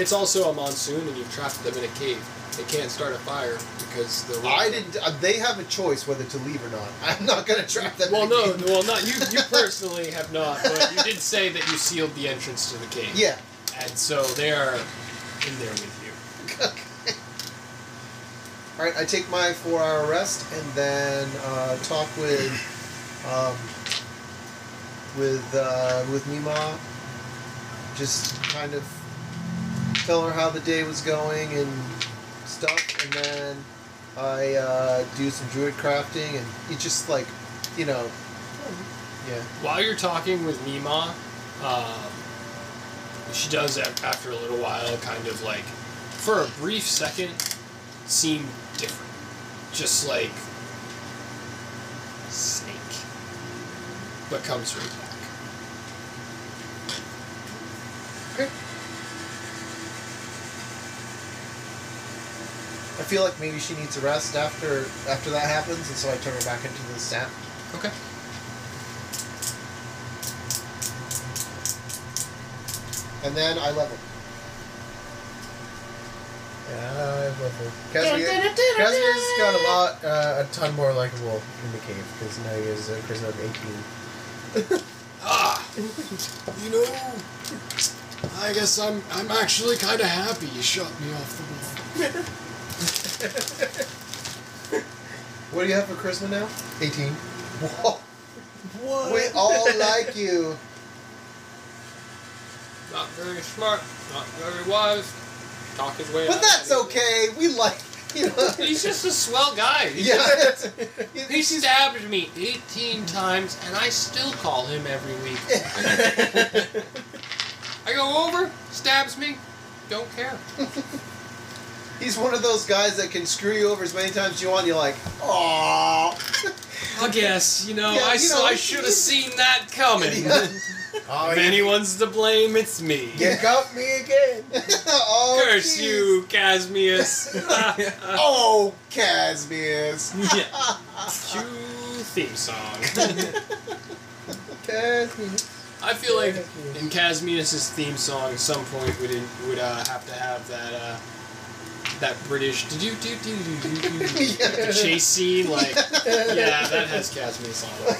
S3: It's also a monsoon, and you've trapped them in a cave. They can't start a fire because the.
S1: I didn't. Uh, they have a choice whether to leave or not. I'm not gonna trap them.
S3: Well,
S1: in the
S3: no,
S1: game.
S3: well, not you. You personally have not, but you did say that you sealed the entrance to the cave.
S1: Yeah.
S3: And so they are in there with you.
S1: All right, I take my four-hour rest and then uh, talk with um, with uh, with Mima. Just kind of tell her how the day was going and stuff, and then I uh, do some druid crafting and it just like, you know, yeah.
S3: While you're talking with Mima, um, she does af- after a little while kind of like, for a brief second, seem different. Just like snake, but comes right back.
S1: I feel like maybe she needs a rest after after that happens, and so I turn her back into the sap.
S3: Okay.
S1: And then I level.
S4: Yeah, I love her. Casimir- Casimir's got a lot, uh, a ton more likable in the cave because now he is a prisoner of 18.
S8: Ah, you know, I guess I'm I'm actually kind of happy you shot me off the wall.
S1: What do you have for charisma now?
S4: 18.
S1: Whoa. We all like you.
S3: Not very smart, not very wise. Talk his way. out
S1: But
S3: of
S1: that's
S3: anything.
S1: okay. We like you. Know.
S3: He's just a swell guy. He-
S1: Yeah. it's-
S3: He stabbed me 18 times, and I still call him every week. I go over, stabs me, don't care.
S1: He's one of those guys that can screw you over as many times as you want. You're like, aw.
S5: I guess you know.
S1: Yeah,
S5: I
S1: you
S5: saw.
S1: know,
S5: I
S1: it's-
S5: should have seen that coming.
S4: Oh,
S5: If anyone's to blame, it's me.
S4: you got me again!
S1: oh,
S5: Curse
S1: jeez.
S5: you, Casmius.
S1: Oh, Casmius.
S5: yeah. Cue theme song.
S1: Casmius.
S3: I feel like in Casmius' theme song, at some point we didn't, would uh, have to have that uh, that British do do do do do do
S1: Yeah.
S3: do chase scene. Like, yeah, that has Casmius all over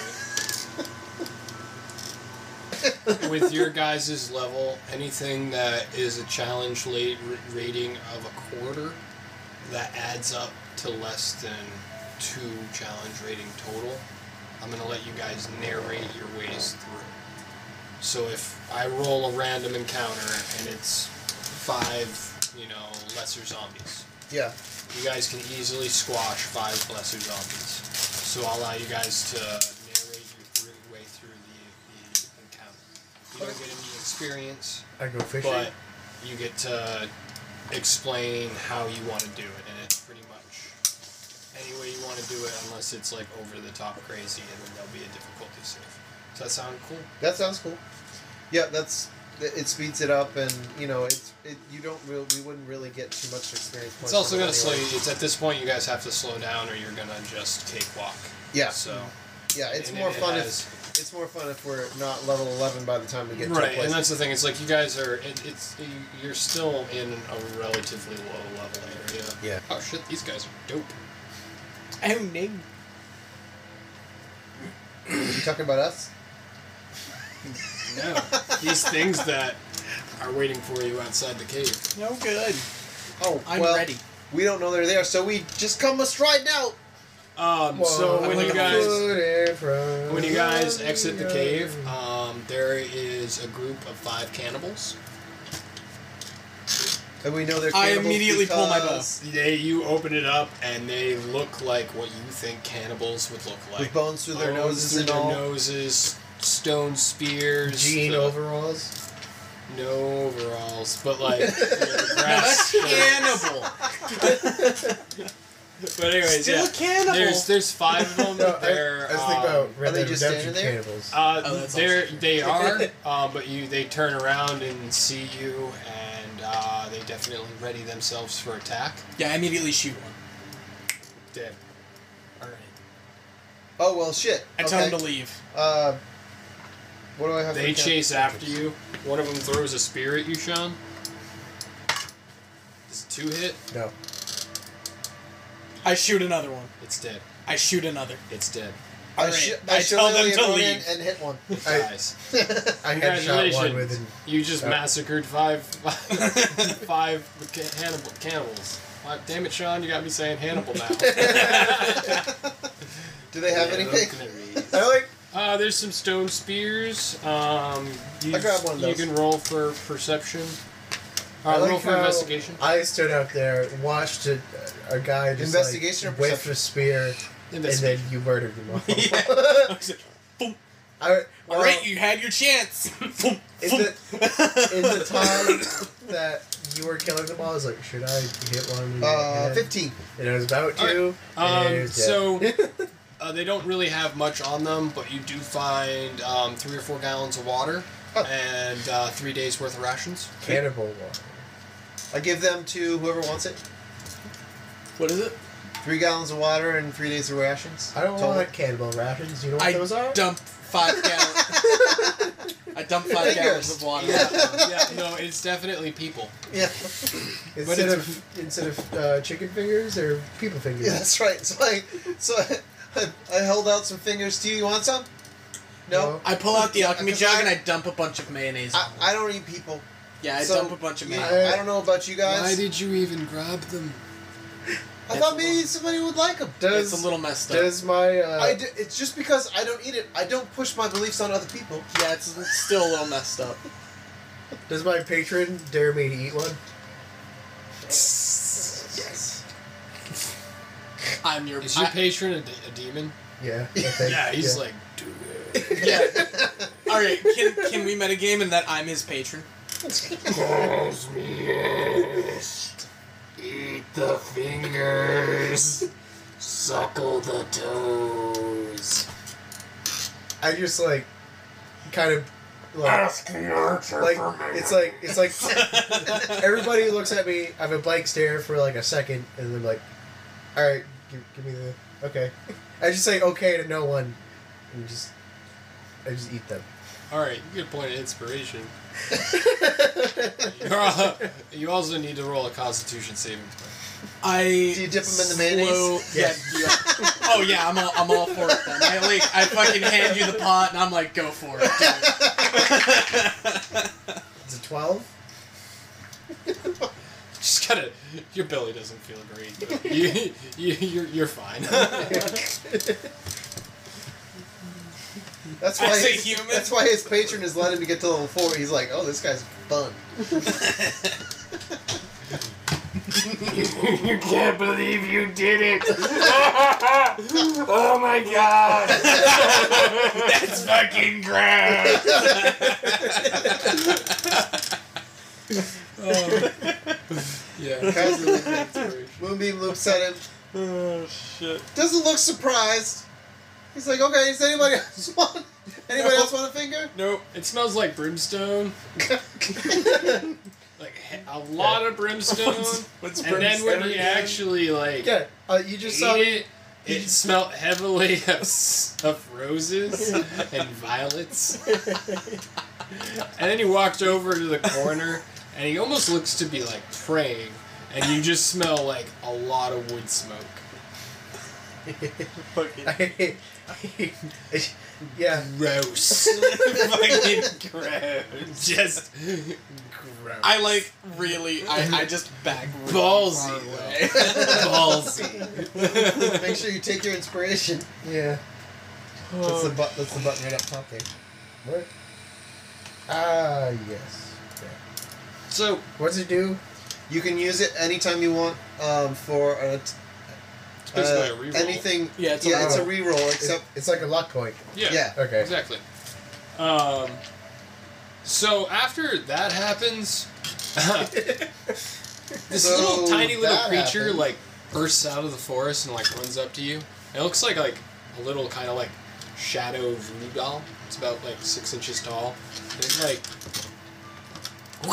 S3: it. With your guys' level, anything that is a challenge late r- rating of a quarter, that adds up to less than two challenge rating total. I'm gonna let you guys narrate your ways through. So if I roll a random encounter and it's five, you know, lesser zombies,
S1: Yeah.
S3: you guys can easily squash five lesser zombies. So I'll allow you guys to narrate your through, way through the, the encounter. You don't get any experience,
S4: I go fishing.
S3: but you get to explain how you want to do it, and it's pretty much any way you want to do it, unless it's like over the top crazy, and then there'll be a difficulty save. Does that sound cool?
S1: That sounds cool. Yeah, that's it it speeds it up and you know it's it you don't really we wouldn't really get too much experience points.
S3: It's also
S1: from it
S3: gonna slow.
S1: anyway.
S3: You, it's at this point you guys have to slow down, or you're gonna just cakewalk.
S1: Yeah.
S3: So
S1: Yeah, it's
S3: and
S1: more
S3: it
S1: fun
S3: has-
S1: if it's more fun if we're not level eleven by the time we get to a
S3: right,
S1: place.
S3: and that's the thing. It's like you guys are. It, it's you- you're still in a relatively low level area.
S1: Yeah.
S3: Oh shit! These guys are dope.
S2: Oh, no.
S1: you talking about us?
S3: No, these things that are waiting for you outside the cave.
S2: No good.
S1: Oh,
S2: I'm
S1: well,
S2: ready.
S1: We don't know they're there, so we just come astride now.
S3: Um, so
S4: One
S3: when you
S4: foot
S3: guys
S4: in front
S3: when you guys exit the
S4: of
S3: cave,
S4: other.
S3: um, there is a group of five cannibals.
S4: and we know they're
S2: I
S4: cannibals
S2: immediately pull my bow.
S4: because-
S3: They you open it up and they look like what you think cannibals would look like.
S4: with bones through their
S3: Bones
S4: noses
S3: through
S4: and
S3: their
S4: all.
S3: noses, stone spears,
S4: Jean
S3: the-
S4: overalls.
S3: no overalls, but like you know, the grass.
S2: Cannibal.
S3: But anyways,
S2: Still
S3: yeah.
S2: a cannibal.
S3: There's there's five of them.
S4: No, I,
S3: They're
S4: I was thinking
S3: um,
S4: about Red
S1: they
S4: Dead
S1: just
S4: Redemption
S1: standing there?
S4: cannibals.
S3: Uh,
S2: Oh, that's
S3: they're
S2: also
S3: they are, um, but you they turn around and see you, and uh, they definitely ready themselves for attack.
S2: yeah, I immediately shoot one.
S3: Dead.
S2: All right.
S1: Oh well, shit.
S2: I tell
S1: okay.
S2: him to leave.
S1: Uh, what do I have? for
S3: They
S1: count?
S3: chase after you. One of them throws a spear at you, Sean. Does two hit?
S4: No.
S2: I shoot another one.
S3: It's dead.
S2: I shoot another.
S3: It's dead.
S1: I,
S2: Alright,
S1: sh-
S2: I tell them
S1: literally
S2: to
S1: run in
S2: leave.
S1: and hit one.
S3: It
S4: I-
S3: dies.
S4: I headshot one with
S3: Congratulations!
S4: an
S3: You just
S4: Oh.
S3: massacred five five ca- Hannibal cannibals. Wow, damn it, Sean! You got me saying Hannibal now.
S1: Do they have anything?
S4: I like
S3: Uh, there's some stone spears. Um, you,
S1: I grabbed one of
S3: you
S1: those.
S3: can roll for perception.
S4: I
S3: Uh,
S4: like
S3: roll for
S4: how
S3: investigation.
S4: I stood out there, watched a, a guy just
S1: Investigation
S4: like,
S1: or
S4: whiffed
S1: perception?
S4: a spear, and then you murdered him all.
S2: I was like, boom.
S4: I, well,
S2: All right, you had your chance. Boom,
S4: Is
S2: boom.
S4: it- in the time that you were killing them all, I was like, should I hit one? in the
S1: Uh,
S4: head?
S1: fifteen.
S4: And I was about
S3: All right.
S4: to. and it
S3: Um,
S4: was dead.
S3: so uh, they don't really have much on them, but you do find um, three or four gallons of water
S1: Oh.
S3: and uh, three days worth of rations.
S4: cannibal water.
S1: I give them to whoever wants it.
S2: What is it?
S1: Three gallons of water and three days of rations.
S4: I don't
S1: Total.
S4: want cannibal rations. You know what
S2: I
S4: those are?
S2: dumped five gallons. I dumped five
S1: Fingers.
S2: gallons of water.
S3: yeah, no, it's definitely people.
S1: Yeah.
S4: Instead
S3: it's-
S4: of instead of uh, chicken fingers or people fingers.
S1: Yeah, that's right. So I, so I, I held out some fingers to you. You want some? No.
S4: No.
S2: I pull out the alchemy
S1: Because
S2: jug
S1: I-
S2: and I dump a bunch of mayonnaise.
S1: I,
S2: on it.
S1: I don't eat people.
S2: yeah, I
S1: so-
S2: dump a bunch of
S1: You-
S2: mayonnaise.
S4: I-
S1: I don't know about you
S8: Why
S1: guys.
S8: did you even grab them?
S1: I thought maybe somebody would like them.
S4: Does
S2: it's a little messed up.
S4: does my uh,
S1: I do, it's just because I don't eat it. I don't push my beliefs on other people.
S2: yeah, it's, it's still a little messed up.
S4: does my patron dare me to eat one?
S1: Yes.
S2: I'm your.
S3: Is your
S2: I-
S3: patron a, de- a demon?
S4: Yeah. I think.
S3: Yeah, he's
S4: yeah.
S3: like, do it.
S2: yeah. All right, can can we metagame in that I'm his patron?
S8: Calls me Eat the fingers. Suckle the toes.
S4: I just like kind of like,
S8: Ask the archer
S4: like it's like it's like everybody looks at me. I have a blank stare for like a second, and they're like, "All right, give, give me the okay." I just say okay to no one, and just I just eat them.
S3: All right, good point of inspiration. You're, uh, you also need to roll a Constitution saving throw.
S2: I
S1: Do you dip 'em in the mayonnaise?
S2: slow-
S4: Yes.
S2: Yeah. yeah. oh yeah, I'm all I'm all for it. Then. I like I fucking hand you the pot and I'm like, go for it.
S4: It's a twelve.
S3: Just gotta. Your belly doesn't feel great. But you, you, you're, you're fine.
S1: That's why.
S2: As a
S1: His,
S2: human,
S1: that's why his patron is letting me get to level four. He's like, oh, this guy's fun.
S8: you can't believe you did it. oh my god. That's fucking gross.
S3: yeah.
S1: Guys, Moonbeam loops at him.
S2: oh shit.
S1: Doesn't look surprised. He's like, okay, does anybody else want? Anybody
S3: No.
S1: else want a finger?
S3: Nope. It smells like brimstone. like he- a lot of brimstone.
S2: What's
S3: and then when you
S2: brimstone?
S3: actually like
S4: Yeah, uh, you just
S3: eat
S4: saw.
S3: it, it smelled heavily of, s- of roses and violets. and then he walked over to the corner, and he almost looks to be like praying, and you just smell like a lot of wood smoke.
S2: Fucking-
S4: I, yeah.
S3: Gross.
S2: Fucking gross.
S3: Just gross.
S2: I like really. I, I just back really
S3: Ballsy,
S2: far
S3: though.
S2: away.
S3: ballsy.
S1: Make sure you take your inspiration.
S4: Yeah. That's the button. That's the button right up top there. Where? Ah, yes. There.
S3: So
S4: What's it do?
S1: You can use it anytime you want um, for a t-
S3: it's
S1: uh,
S3: basically a reroll.
S1: anything.
S2: Yeah, it's a
S1: yeah, it's a
S4: reroll.
S1: reroll.
S4: It's,
S1: Except
S4: it's like a lock coin.
S3: Yeah.
S1: yeah.
S4: Okay.
S3: Exactly. Um, so after that happens, this
S1: So
S3: little tiny little
S1: that
S3: creature
S1: happened.
S3: like bursts out of the forest and like runs up to you. It looks like like a little kind of like shadow Rugal. It's about like six inches tall. And it's like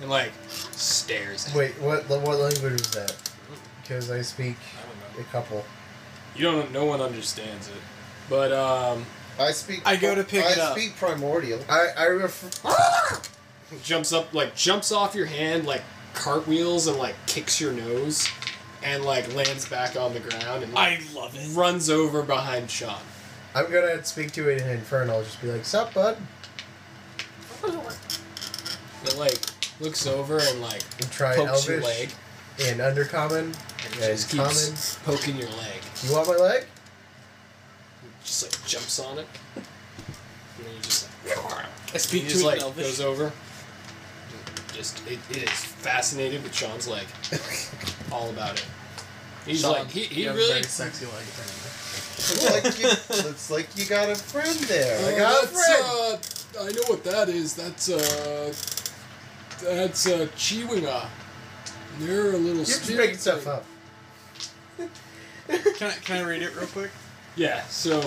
S3: and like stares. At you.
S4: Wait, what? What language was that? Because I speak
S3: I don't know.
S4: a couple.
S3: You don't. No one understands it. But um,
S1: I speak.
S2: I go to pick
S1: I
S2: it up.
S1: speak primordial.
S4: I I ref-
S3: jumps up like jumps off your hand like cartwheels and like kicks your nose and like lands back on the ground and like,
S2: I love it.
S3: runs over behind Sean.
S4: I'm gonna speak to it in Infernal. Just be like, "Sup, bud?"
S3: It like looks over and like
S4: And try
S3: pokes your leg
S4: Elvish and Undercommon
S3: and
S4: and
S3: just
S4: Common.
S3: keeps poking your leg.
S4: You want my leg?
S3: Just like jumps on it. And then you just like
S2: I speak
S3: he
S2: to
S3: just
S2: it
S3: like
S2: in Elvish.
S3: goes over. Just it, it is fascinated with Sean's leg. All about it. He's
S2: Sean,
S3: like he, he
S2: you have a
S3: really
S2: very sexy leg. apparently.
S1: Looks like you, looks like you got a friend
S4: I
S1: there.
S8: Uh,
S4: got a
S8: that's, uh, I know what that is. That's uh, that's uh, Chiwinga. They're a little.
S4: You're just
S8: spirit
S4: making stuff up.
S2: Can I, can I read it real quick?
S3: Yeah, so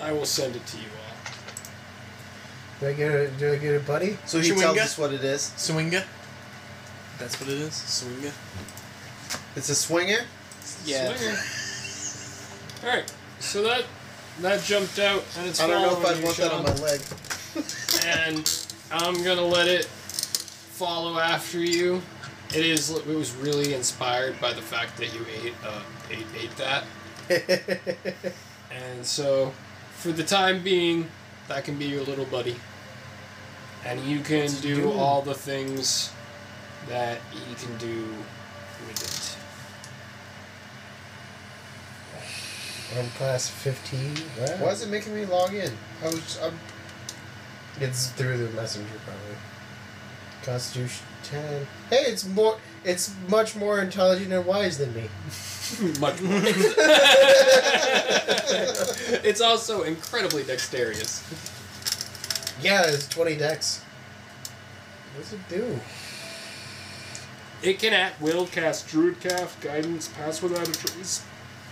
S3: I will send it to you all.
S4: Do I get a Do I get a buddy?
S1: So he
S2: Chewinga?
S1: tells us what it is.
S2: Swinga. That's what it is. Swinga.
S1: It's a swinger.
S2: Yeah.
S3: All right. So that that jumped out and it's
S1: I don't know
S3: following you,
S1: if I'd want that on my
S3: Sean,
S1: leg.
S3: And I'm going to let it follow after you. It is it was really inspired by the fact that you ate uh, ate, ate that. And so for the time being, that can be your little buddy. And you can do all the things that you can do with it.
S4: I'm class fifteen. Wow.
S1: Why is it making me log in? I was. I'm,
S4: It's through the messenger probably. Constitution ten. Hey, it's more. It's much more intelligent and wise than me.
S3: much more. it's also incredibly dexterous.
S4: Yeah, it's twenty decks. What does it do?
S3: It can at will cast Druid Calf, Guidance, Pass Without a Trace,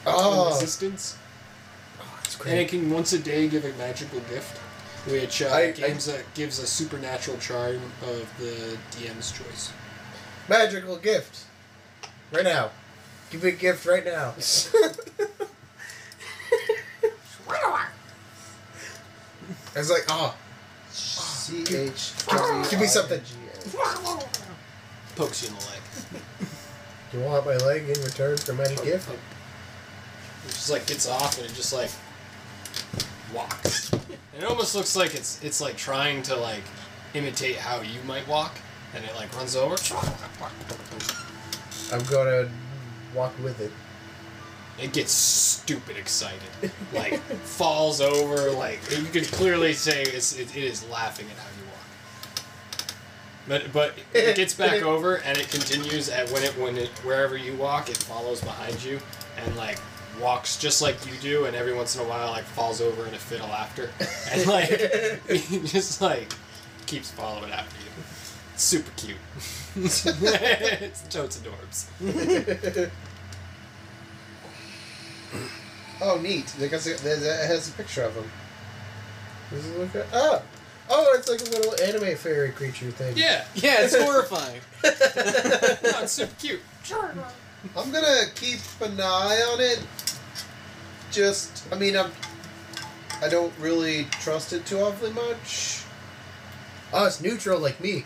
S3: and
S4: Oh,
S3: Resistance,
S4: it's
S3: and it
S4: great.
S3: can once a day give a magical gift, which uh,
S4: I- I-
S3: gives, a, gives a supernatural charm of the DM's choice.
S4: Magical gift. Right now. Give me a gift right now. I was like, oh,
S1: C H.
S4: Give me something.
S3: Pokes you in the leg.
S4: you want my leg in return for my gift?
S3: It just like gets off and it just like walks. And it almost looks like it's it's like trying to like imitate how you might walk, and it like runs over.
S4: I'm gonna walk with it.
S3: It gets stupid excited, like falls over. Like you can clearly say it's it, it is laughing at how you walk. But but it gets back over and it continues at when it when it wherever you walk, it follows behind you and like walks just like you do, and every once in a while like falls over in a fit of laughter, and like it just like keeps following after you. It's super cute. it's totes adorbs.
S1: Oh, neat. Because it there's a- it has a picture of him.
S4: Does it look at? Oh, oh, it's like a little anime fairy creature thing.
S3: Yeah,
S2: Yeah, it's horrifying.
S3: no, it's super cute.
S1: I'm gonna keep an eye on it. Just, I mean, I'm. I don't really trust it too awfully much.
S4: Oh, it's neutral like me.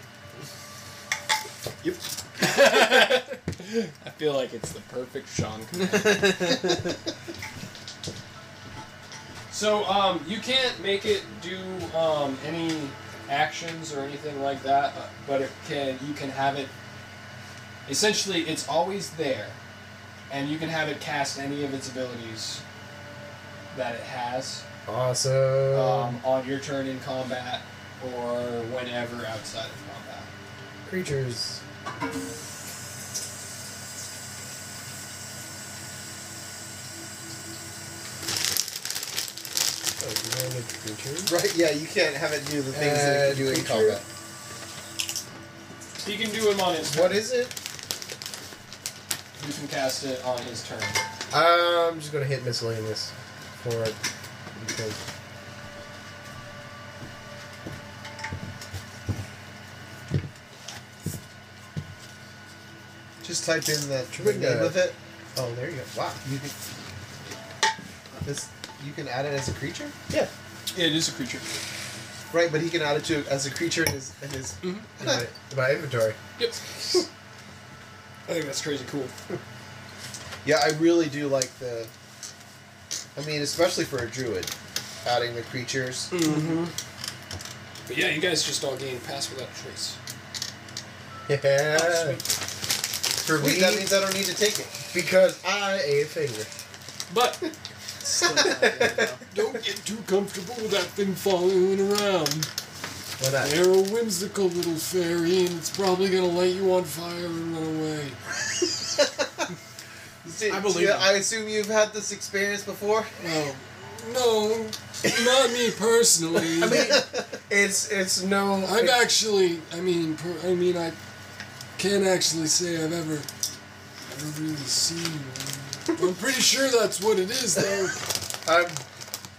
S3: Yep. I feel like it's the perfect Sean. so um, you can't make it do um, any actions or anything like that, uh, but it can. You can have it. Essentially, it's always there, and you can have it cast any of its abilities that it has
S4: Awesome.
S3: um, on your turn in combat or whenever outside of combat.
S4: Creatures. Oh, you know the creatures?
S1: Right, yeah, you can't have it do the things
S4: And
S1: that it can do in
S4: creature.
S1: combat.
S3: He can do him on his.
S4: What is it?
S3: You can cast it on his turn.
S4: I'm just gonna hit miscellaneous for it because
S1: Just type in the
S4: Would,
S1: name
S4: uh,
S1: of it.
S4: oh, there you go.
S1: Wow, you can. This, you can add it as a creature.
S4: Yeah.
S3: Yeah, it is a creature.
S1: Right, but he can add it to as a creature in his in his.
S4: In my, in my inventory.
S3: Yep. I think that's crazy cool.
S1: Yeah, I really do like the. I mean, especially for a druid, adding the creatures.
S3: But yeah, you guys just all gain pass without trace.
S4: Yeah. for
S1: Wait,
S4: me,
S1: that means I don't need to take it.
S4: because I ate a finger.
S3: But
S2: Still not good, though.
S3: don't get too comfortable with that thing following around.
S4: Why not?
S3: They're a whimsical little fairy, and it's probably gonna light you on fire and run away.
S2: I believe
S1: Yeah,
S2: him.
S1: I assume you've had this experience before.
S3: No, no, not me personally. I
S4: It's it's no.
S3: I've actually, I mean, per, I mean, I can't actually say I've ever, ever really seen. one. I'm pretty sure that's what it is, though.
S4: I'm,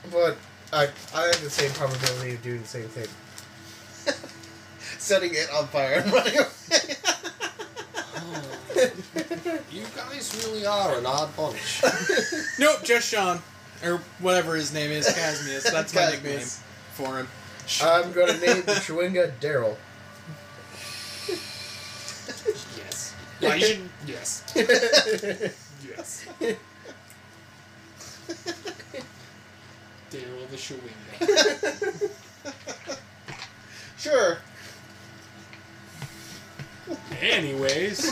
S4: but I I have the same probability of doing the same thing.
S1: Setting it on fire and running away.
S13: You guys really are an odd bunch.
S2: Nope, just Sean. Or whatever his name is, Casmius. That's my nickname
S1: Casmius.
S2: for him.
S4: I'm gonna name the Chewinga Daryl.
S3: Yes.
S13: Yeah, you should. Yes. yes.
S3: Daryl the Shawinga.
S1: sure.
S3: Anyways,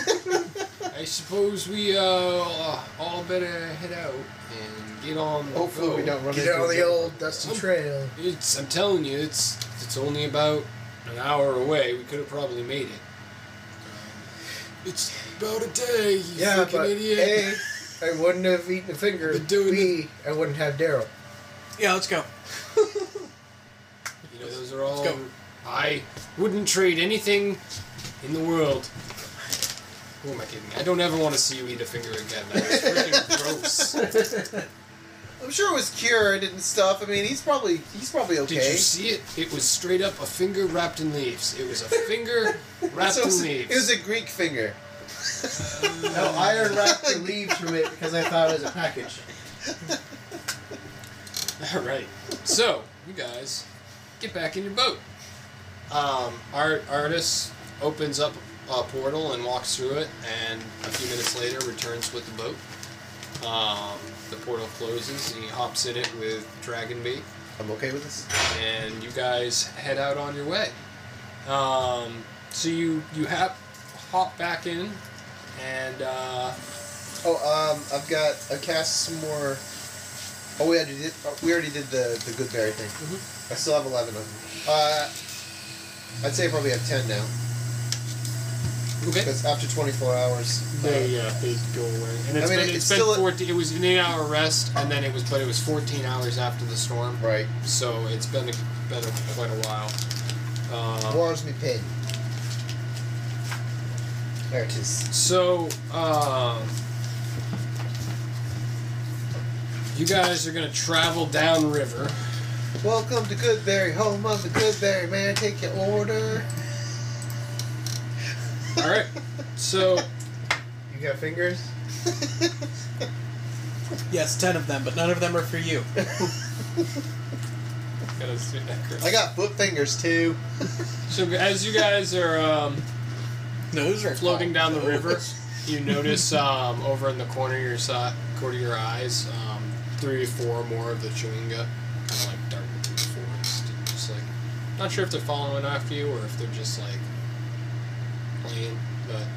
S3: I suppose we uh all better head out and get on. the
S1: Hopefully we
S3: road.
S1: don't run
S4: Get
S1: into
S4: out on
S1: a-
S4: the Oh, old dusty trail.
S3: It's. I'm telling you, it's. It's only about an hour away. We could have probably made it. It's about a day. You
S4: Yeah,
S3: freaking
S4: but
S3: idiot.
S4: A, I wouldn't have eaten a finger.
S3: But doing
S4: B, I wouldn't have Daryl.
S2: Yeah, let's go.
S3: You know, those are all.
S2: Let's go.
S3: I wouldn't trade anything in the world. Who am I kidding? I don't ever want to see you eat a finger again. That was freaking gross.
S1: I'm sure it was cured and stuff. I mean, he's probably he's probably okay.
S3: Did you see it? It was straight up a finger wrapped in leaves. It was a finger wrapped
S1: So it,
S3: in
S1: was,
S3: leaves.
S1: it was a Greek finger.
S4: No, I unwrapped the leaves from it because I thought it was a package.
S3: All right. So you guys get back in your boat. Um, our artist opens up a portal and walks through it, and a few minutes later returns with the boat. Um, the portal closes, and he hops in it with dragon bait,
S1: I'm okay with this.
S3: and you guys head out on your way. Um, so you you hop hop back in, and uh,
S1: Oh, um, I've got I cast some more. Oh, we already did. oh, We already did
S4: Uh,
S1: the the good berry thing.
S4: Mm-hmm.
S1: I still have eleven of them. Uh, I'd say I probably have ten now
S3: okay.
S1: because after twenty four hours. uh,
S3: They uh, they go away. And it's
S1: I mean,
S3: been,
S1: it's
S3: it's been
S1: still a-
S3: 14, it was an eight hour rest, and then it was, but it was 14 hours after the storm,
S1: Right.
S3: so it's been, a, been a, quite a while. Um,
S1: Warms me pin. There it is.
S3: so, um, you guys are going to travel downriver.
S1: Welcome to Goodberry, home of the Goodberry man. Take your order.
S3: All right. So,
S4: You got fingers?
S2: Yes, ten of them, but none of them are for you.
S3: gotta see that correct.
S1: I got foot fingers too.
S3: so as you guys are um,
S2: Those are
S3: floating down the river, You notice um, over in the corner of your si- corner of your eyes, um, three or four more of the chewinga, kind of like darting through the forest, and just like not sure if they're following after you or if they're just like playing. But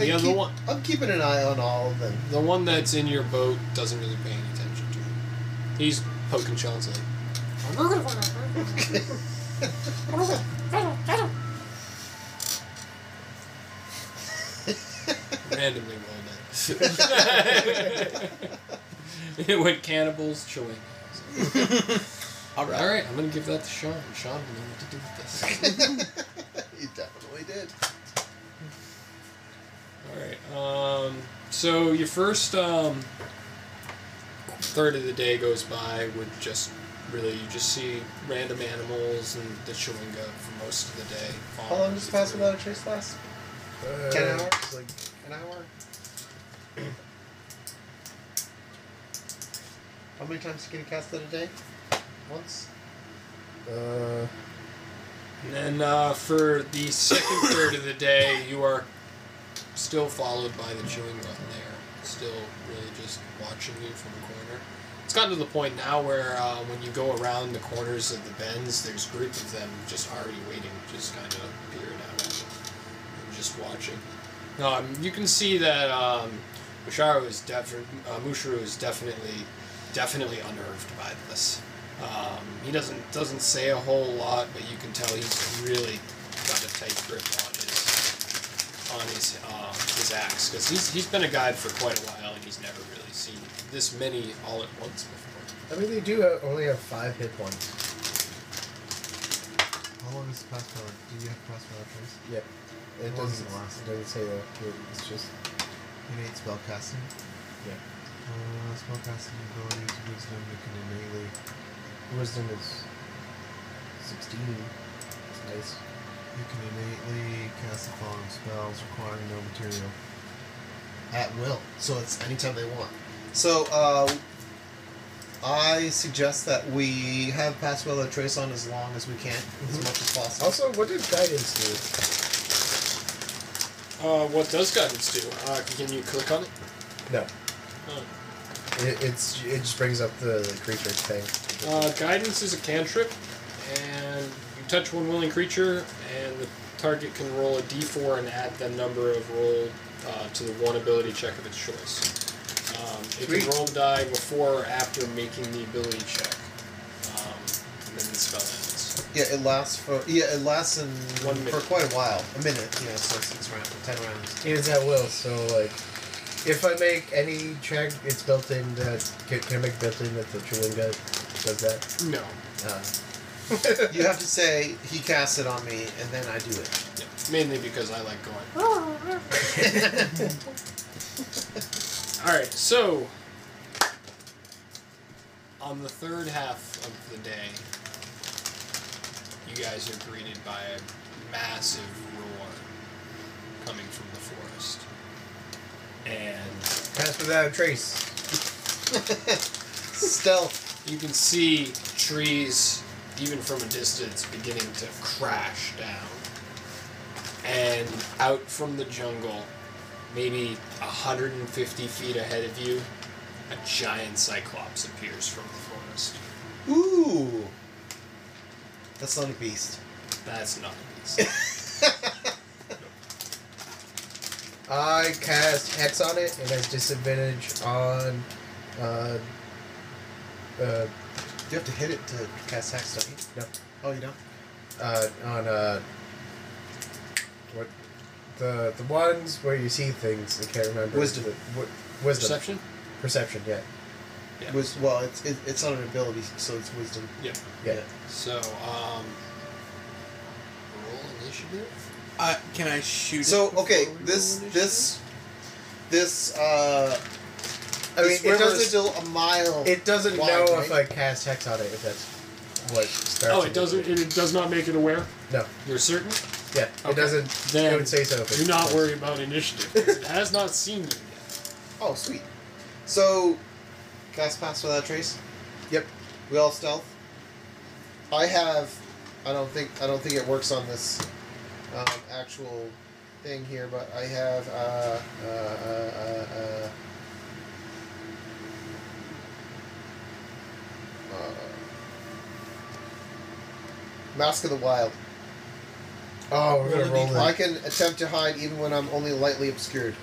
S3: the
S1: I
S3: other
S1: keep-
S3: one,
S1: I'm keeping an eye on all of them.
S3: the one that's in your boat, doesn't really pay any attention to him. He's poking Sean's leg. randomly rolled it. it went cannibals chewing. All right. All right, I'm gonna give that to Sean. Sean, will know what to do with this.
S1: You definitely did.
S3: All right. Um, so your first um, third of the day goes by with just really you just see random animals and the chewinga for most of the day.
S1: How long does it pass without a trace last?
S4: Uh,
S1: Ten hours?
S4: it's Like,
S1: An hour? How many times can you cast that a day? Once?
S4: uh,
S3: And then uh, for the second third of the day, you are still followed by the chewing gum there, still really just watching you from the corner. It's gotten to the point now where uh, when you go around the corners of the bends, there's a group of them just already waiting, just kind of peering out at you and just watching. Um, you can see that um, Musharu is defi- uh, Mushru is definitely, definitely unnerved by this. Um, he doesn't doesn't say a whole lot, but you can tell he's really got a tight grip on his on his um, his axe because he's he's been a guide for quite a while and he's never really seen this many all at once before.
S4: I mean, they do have, only have five hit points.
S1: How long does it pass without? Do you have to pass without trace?
S4: Yep. It
S1: How long
S4: doesn't,
S1: does it last?
S4: it doesn't say that. It- It's just,
S1: You need spell casting.
S4: yeah.
S1: Uh, spell casting abilities, wisdom, you can immediately.
S4: Wisdom is 16. It's nice.
S1: You can innately cast the following spells requiring no material. At will. So it's anytime they want. So, uh, I suggest that we have Pass Without Trace on as long as we can, as
S3: Mm-hmm.
S1: much as possible.
S4: Also, what did guidance do?
S3: Uh, what does guidance do? Uh, can you click on it?
S4: No.
S3: Oh.
S4: It, it's it just brings up the, the creature thing.
S3: Uh, guidance is a cantrip, and you touch one willing creature, and the target can roll a d4 and add the number of roll uh, to the one ability check of its choice. Um, it
S1: Sweet.
S3: can roll the die before or after making the ability check, um, and then the spell ends.
S1: Yeah, it lasts for yeah, it lasts in
S3: One
S1: for
S3: minute.
S1: quite a while. A minute, yeah. So it's six rounds, ten rounds.
S4: And it's at will, so like, if I make any check, it's built in that can, can I make built in that the Chewinga does that?
S3: No.
S4: Uh,
S1: you have to say he casts it on me, and then I do it.
S3: Yeah. Mainly because I like going. All right, so on the third half of the day, you guys are greeted by a massive roar coming from the forest, and
S4: pass without a trace.
S1: Stealth.
S3: you can see trees, even from a distance, beginning to crash down, and out from the jungle, maybe 150 feet ahead of you, a giant cyclops appears from the forest.
S1: Ooh. That's not a beast.
S3: That's not a beast.
S4: I cast hex on it and has disadvantage on. Uh, uh,
S1: You have to hit it to cast hex, don't you?
S4: no,
S1: Oh, you don't.
S4: uh, on uh, what the the ones where you see things. I can't remember.
S1: Wisdom.
S4: The, wi- wisdom.
S3: Perception?
S4: Perception. Yeah.
S3: Yeah.
S1: Wis- well, it's it, it's not an ability, so it's wisdom.
S3: Yeah.
S4: Yeah.
S3: So, um. Roll initiative?
S2: Uh, can I shoot?
S1: So
S2: it
S1: okay,
S2: before we
S1: this
S2: roll
S1: this this uh,
S4: I mean,
S1: this
S4: it
S1: river
S4: doesn't.
S1: is still a mile.
S4: It doesn't
S1: wide,
S4: know if I
S1: right?
S4: cast hex on it. If that's what starts.
S3: Oh, it doesn't. It does not make it aware.
S4: No.
S3: You're certain?
S4: Yeah.
S3: Okay.
S4: It doesn't.
S3: Then
S4: it would say so. If
S3: Do
S4: it
S3: not
S4: was.
S3: worry about initiative. 'cause It has not seen you yet.
S1: oh, sweet. So, cast pass without trace.
S4: Yep.
S1: We all stealth. I have. I don't think. I don't think it works on this um, actual thing here, but I have uh, uh, uh, uh, uh, uh, Mask of the Wild.
S4: Oh, we're gonna roll
S1: Well, I
S4: it.
S1: can attempt to hide even when I'm only lightly obscured.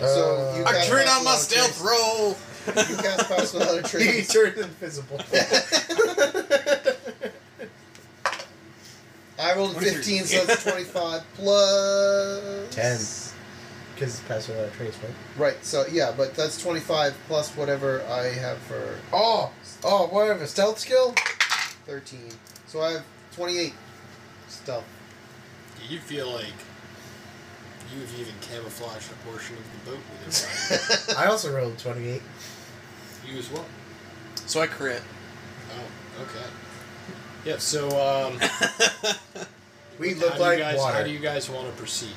S1: so
S4: Uh,
S1: you
S4: I
S1: cast
S2: turn
S1: pass
S2: on my
S1: without a
S2: stealth
S1: trace.
S2: roll.
S1: You cast pass without a
S4: He
S1: trace.
S4: turned invisible.
S1: I rolled a
S2: What is your-
S1: 15, so that's 25 plus.
S4: Ten. Because it's passed without a trace, right?
S1: Right, so yeah, but that's 25 plus whatever I have for
S4: Oh, oh, whatever. Stealth skill.
S1: 13. So I have 28 stealth.
S3: You feel like you've even camouflaged a portion of the boat with your body.
S4: I also rolled twenty-eight.
S3: You as well.
S2: So I crit.
S3: Oh, okay. Yeah. So, um,
S4: We
S3: how,
S4: look
S3: do
S4: like
S3: you guys,
S4: water.
S3: how do you guys want to proceed?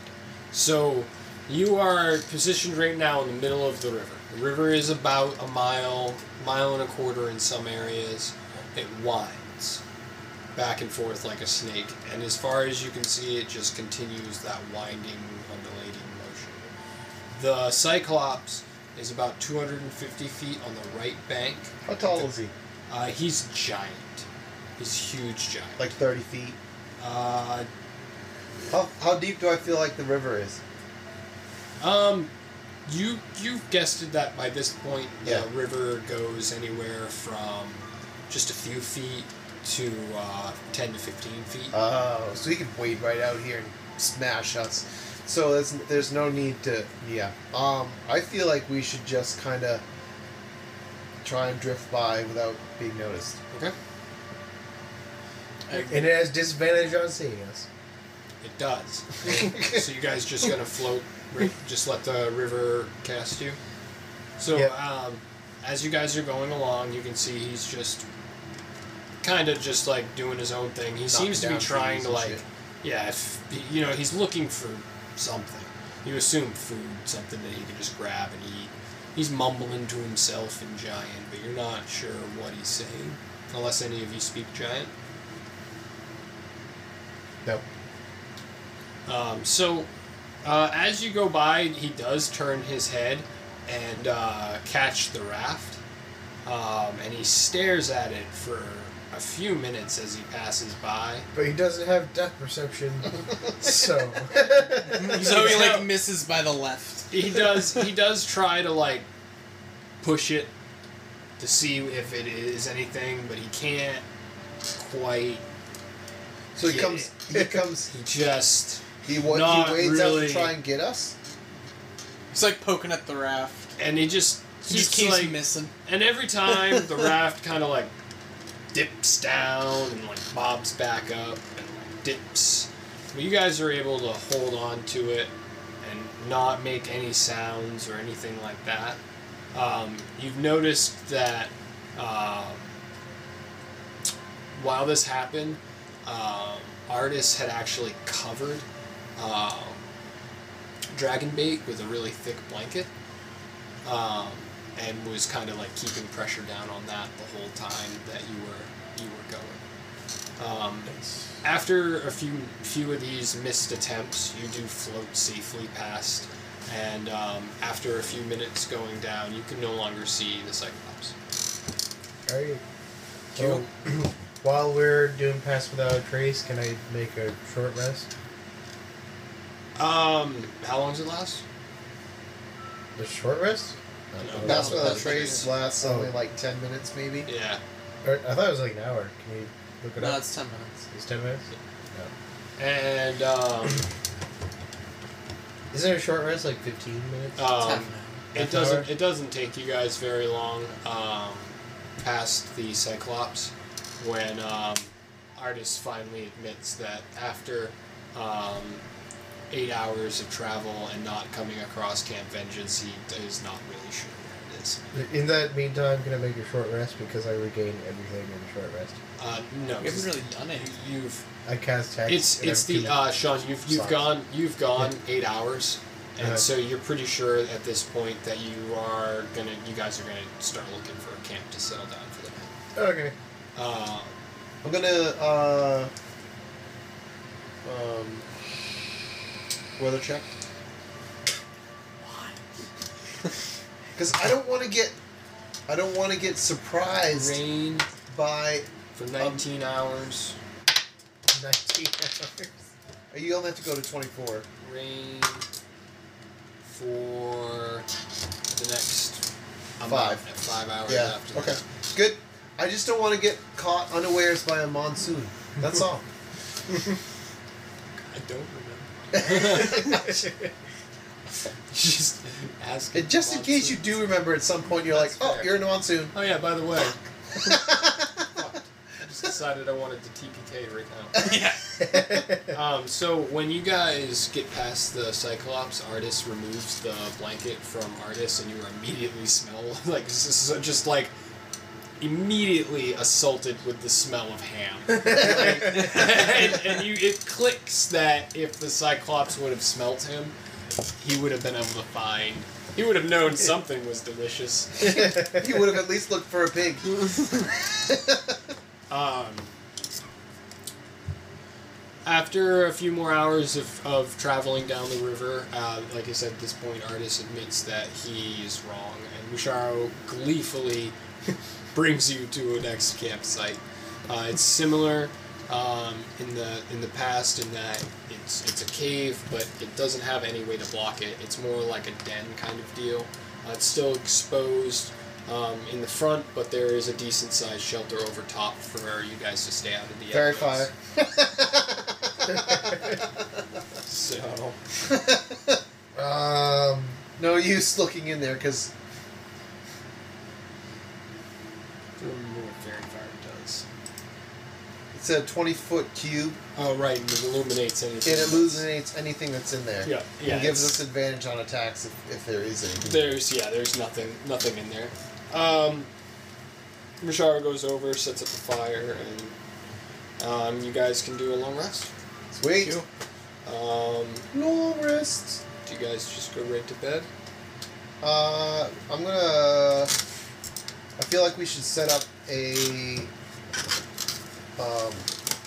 S3: So, you are positioned right now in the middle of the river. The river is about a mile, mile and a quarter in some areas. It winds back and forth like a snake, and as far as you can see, it just continues that winding, undulating motion. The Cyclops is about 250 feet on the right bank.
S1: How tall is he?
S3: Uh, he's giant. He's huge giant.
S1: Like 30 feet.
S3: uh,
S1: How, how deep do I feel like the river is?
S3: um, you you guessed it that by this point the
S1: Yeah.
S3: river goes anywhere from just a few feet to uh, ten to fifteen feet.
S1: Oh, so he can wade right out here and smash us. So there's, there's no need to. Yeah. Um, I feel like we should just kind of try and drift by without being noticed.
S3: okay,
S4: And it has disadvantage on seeing us.
S3: it does. so you guys just gonna float, ri- just let the river cast you. So
S4: Yeah.
S3: um, as you guys are going along, you can see he's just kind of just like doing his own thing. He seems to be
S1: down
S3: trying
S1: trees
S3: to
S1: and
S3: like,
S1: shit.
S3: yeah, if you know, he's looking for something. You assume food, something that he can just grab and eat. He's mumbling to himself in giant, but you're not sure what he's saying, unless any of you speak giant.
S4: No.
S3: Um, so, uh, as you go by, he does turn his head and uh, catch the raft, um, and he stares at it for a few minutes as he passes by.
S4: But he doesn't have death perception, so
S3: Mm-hmm.
S2: So he like misses by the left.
S3: He does. he does try to like push it to see if it is anything, but he can't quite.
S1: So he
S3: Yeah.
S1: comes. He comes.
S3: He just
S1: He, wa-
S3: Not
S1: he wades out
S3: really.
S1: to try and get us.
S2: He's like poking at the raft.
S3: and he just
S2: He just
S3: keeps,
S2: keeps
S3: like,
S2: missing.
S3: And every time the raft kind of like dips down and like bobs back up and like dips, but you guys are able to hold on to it and not make any sounds or anything like that. Um, you've noticed that um, while this happened, um, artists had actually covered um, dragon bait with a really thick blanket um, and was kind of like keeping pressure down on that the whole time that you were you were going. Um, after a few few of these missed attempts, you do float safely past, and um, after a few minutes going down, you can no longer see the Cyclops.
S4: Alright. So, while we're doing pass without a trace, can I make a short rest?
S3: Um, how long does it last?
S4: A short rest?
S3: No,
S1: That's
S3: Oh, no,
S1: why that
S3: that's
S1: trace lasts
S4: Oh.
S1: only like 10 minutes, maybe.
S3: Yeah.
S4: Or, I thought it was like an hour. Can we look it
S2: No,
S4: up?
S2: it's ten minutes.
S4: It's ten minutes.
S3: And um,
S4: Isn't a short rest like fifteen minutes?
S3: um, it
S4: Half hour?
S3: doesn't it doesn't take you guys very long um, past the Cyclops when um, Artis finally admits that after um, eight hours of travel and not coming across Camp Vengeance, he is not really sure where it is.
S4: In that meantime, can I make a short rest because I regain everything in a short rest?
S3: Uh, no,
S2: We haven't really done it.
S3: you've
S4: I cast text.
S3: It's
S4: and
S3: it's
S4: I'm
S3: the uh, Sean. You've you've
S4: Sorry.
S3: gone you've gone eight hours, and
S4: Uh-huh.
S3: so you're pretty sure at this point that you are gonna you guys are gonna start looking for a camp to settle down for the uh, night.
S4: okay.
S3: Uh,
S1: I'm gonna. Uh, um, weather check. Because I don't want to get, I don't want to get surprised
S3: Rain
S1: by.
S3: for 19 hours.
S4: 19 hours.
S1: You only have to go to twenty-four.
S3: Rain for the next amount
S1: Five.
S3: of five hours
S1: yeah.
S3: after that.
S1: okay. Good. I just don't want to get caught unawares by a monsoon. That's all.
S3: I don't remember.
S1: and
S3: Just ask.
S1: just in case you do remember at some point, you're like,
S3: That's
S1: oh,
S3: fair.
S1: you're in a monsoon.
S3: Oh yeah. By the way, I just decided I wanted to TPK right now.
S2: yeah.
S3: Um, so when you guys get past the Cyclops, Artis removes the blanket from Artis, and you immediately smell like s- s- just like immediately assaulted with the smell of ham. and, and you, it clicks that if the Cyclops would have smelt him, he would have been able to find. He would have known something was delicious.
S1: you would have at least looked for a pig.
S3: Um, after a few more hours of, of traveling down the river, uh, like I said, at this point, Artis admits that he is wrong, and Musharo gleefully brings you to a next campsite. Uh, it's similar um, in the in the past in that it's it's a cave, but it doesn't have any way to block it. It's more like a den kind of deal. Uh, it's still exposed um, in the front, but there is a decent sized shelter over top for you guys to stay out of the
S1: Very
S3: elements.
S1: fire. Oh.
S3: So
S4: Um,
S1: No use looking in there because
S3: remember what fairy fire does.
S1: it's a 20 foot cube.
S3: Oh right, and it illuminates anything.
S1: It illuminates anything that's in there.
S3: Yeah, yeah.
S1: and gives
S3: it's-
S1: us advantage on attacks if, if there is any.
S3: There's yeah, there's nothing nothing in there. Um Mishara goes over, sets up a fire, and um, you guys can do a long rest.
S1: Sweet.
S3: Um,
S1: Long rest.
S3: do you guys just go right to bed?
S1: Uh, I'm gonna. I feel like we should set up a um,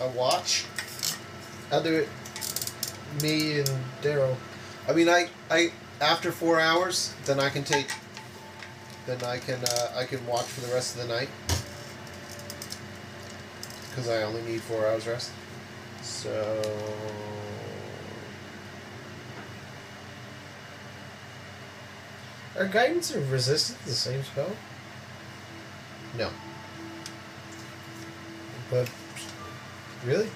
S1: a watch.
S4: I'll do it. Me and Daryl.
S1: I mean, I I after four hours, then I can take. Then I can uh, I can watch for the rest of the night. Because I only need four hours rest. So.
S4: Are guidance and resistance the same spell?
S1: No.
S4: But really,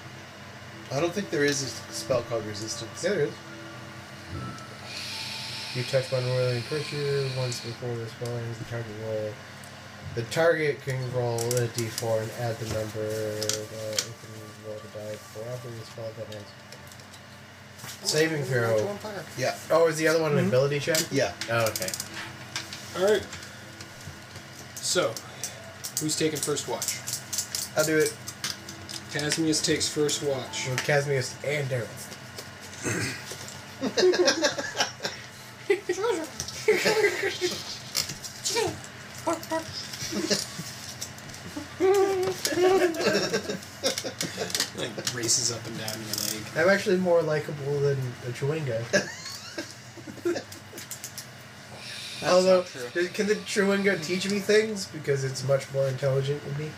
S1: I don't think there is a spell called resistance.
S4: yeah, there is. You touch one roiling creature once before the spell ends. The target roll. The target can roll a d4 and add the number. Uh, it can roll the die before after the spell that ends. Saving throw.
S1: Yeah.
S4: Oh, is the other one an ability check?
S1: Yeah.
S4: Oh, okay.
S3: Alright. So, who's taking first watch?
S4: I'll do it
S3: Casmius takes first watch.
S4: with Casmius and Daryl.
S3: Like races up and down your leg.
S4: I'm actually more likable than a Chewinga. Although, does- can the Chewinga teach me things? Because it's much more intelligent than me.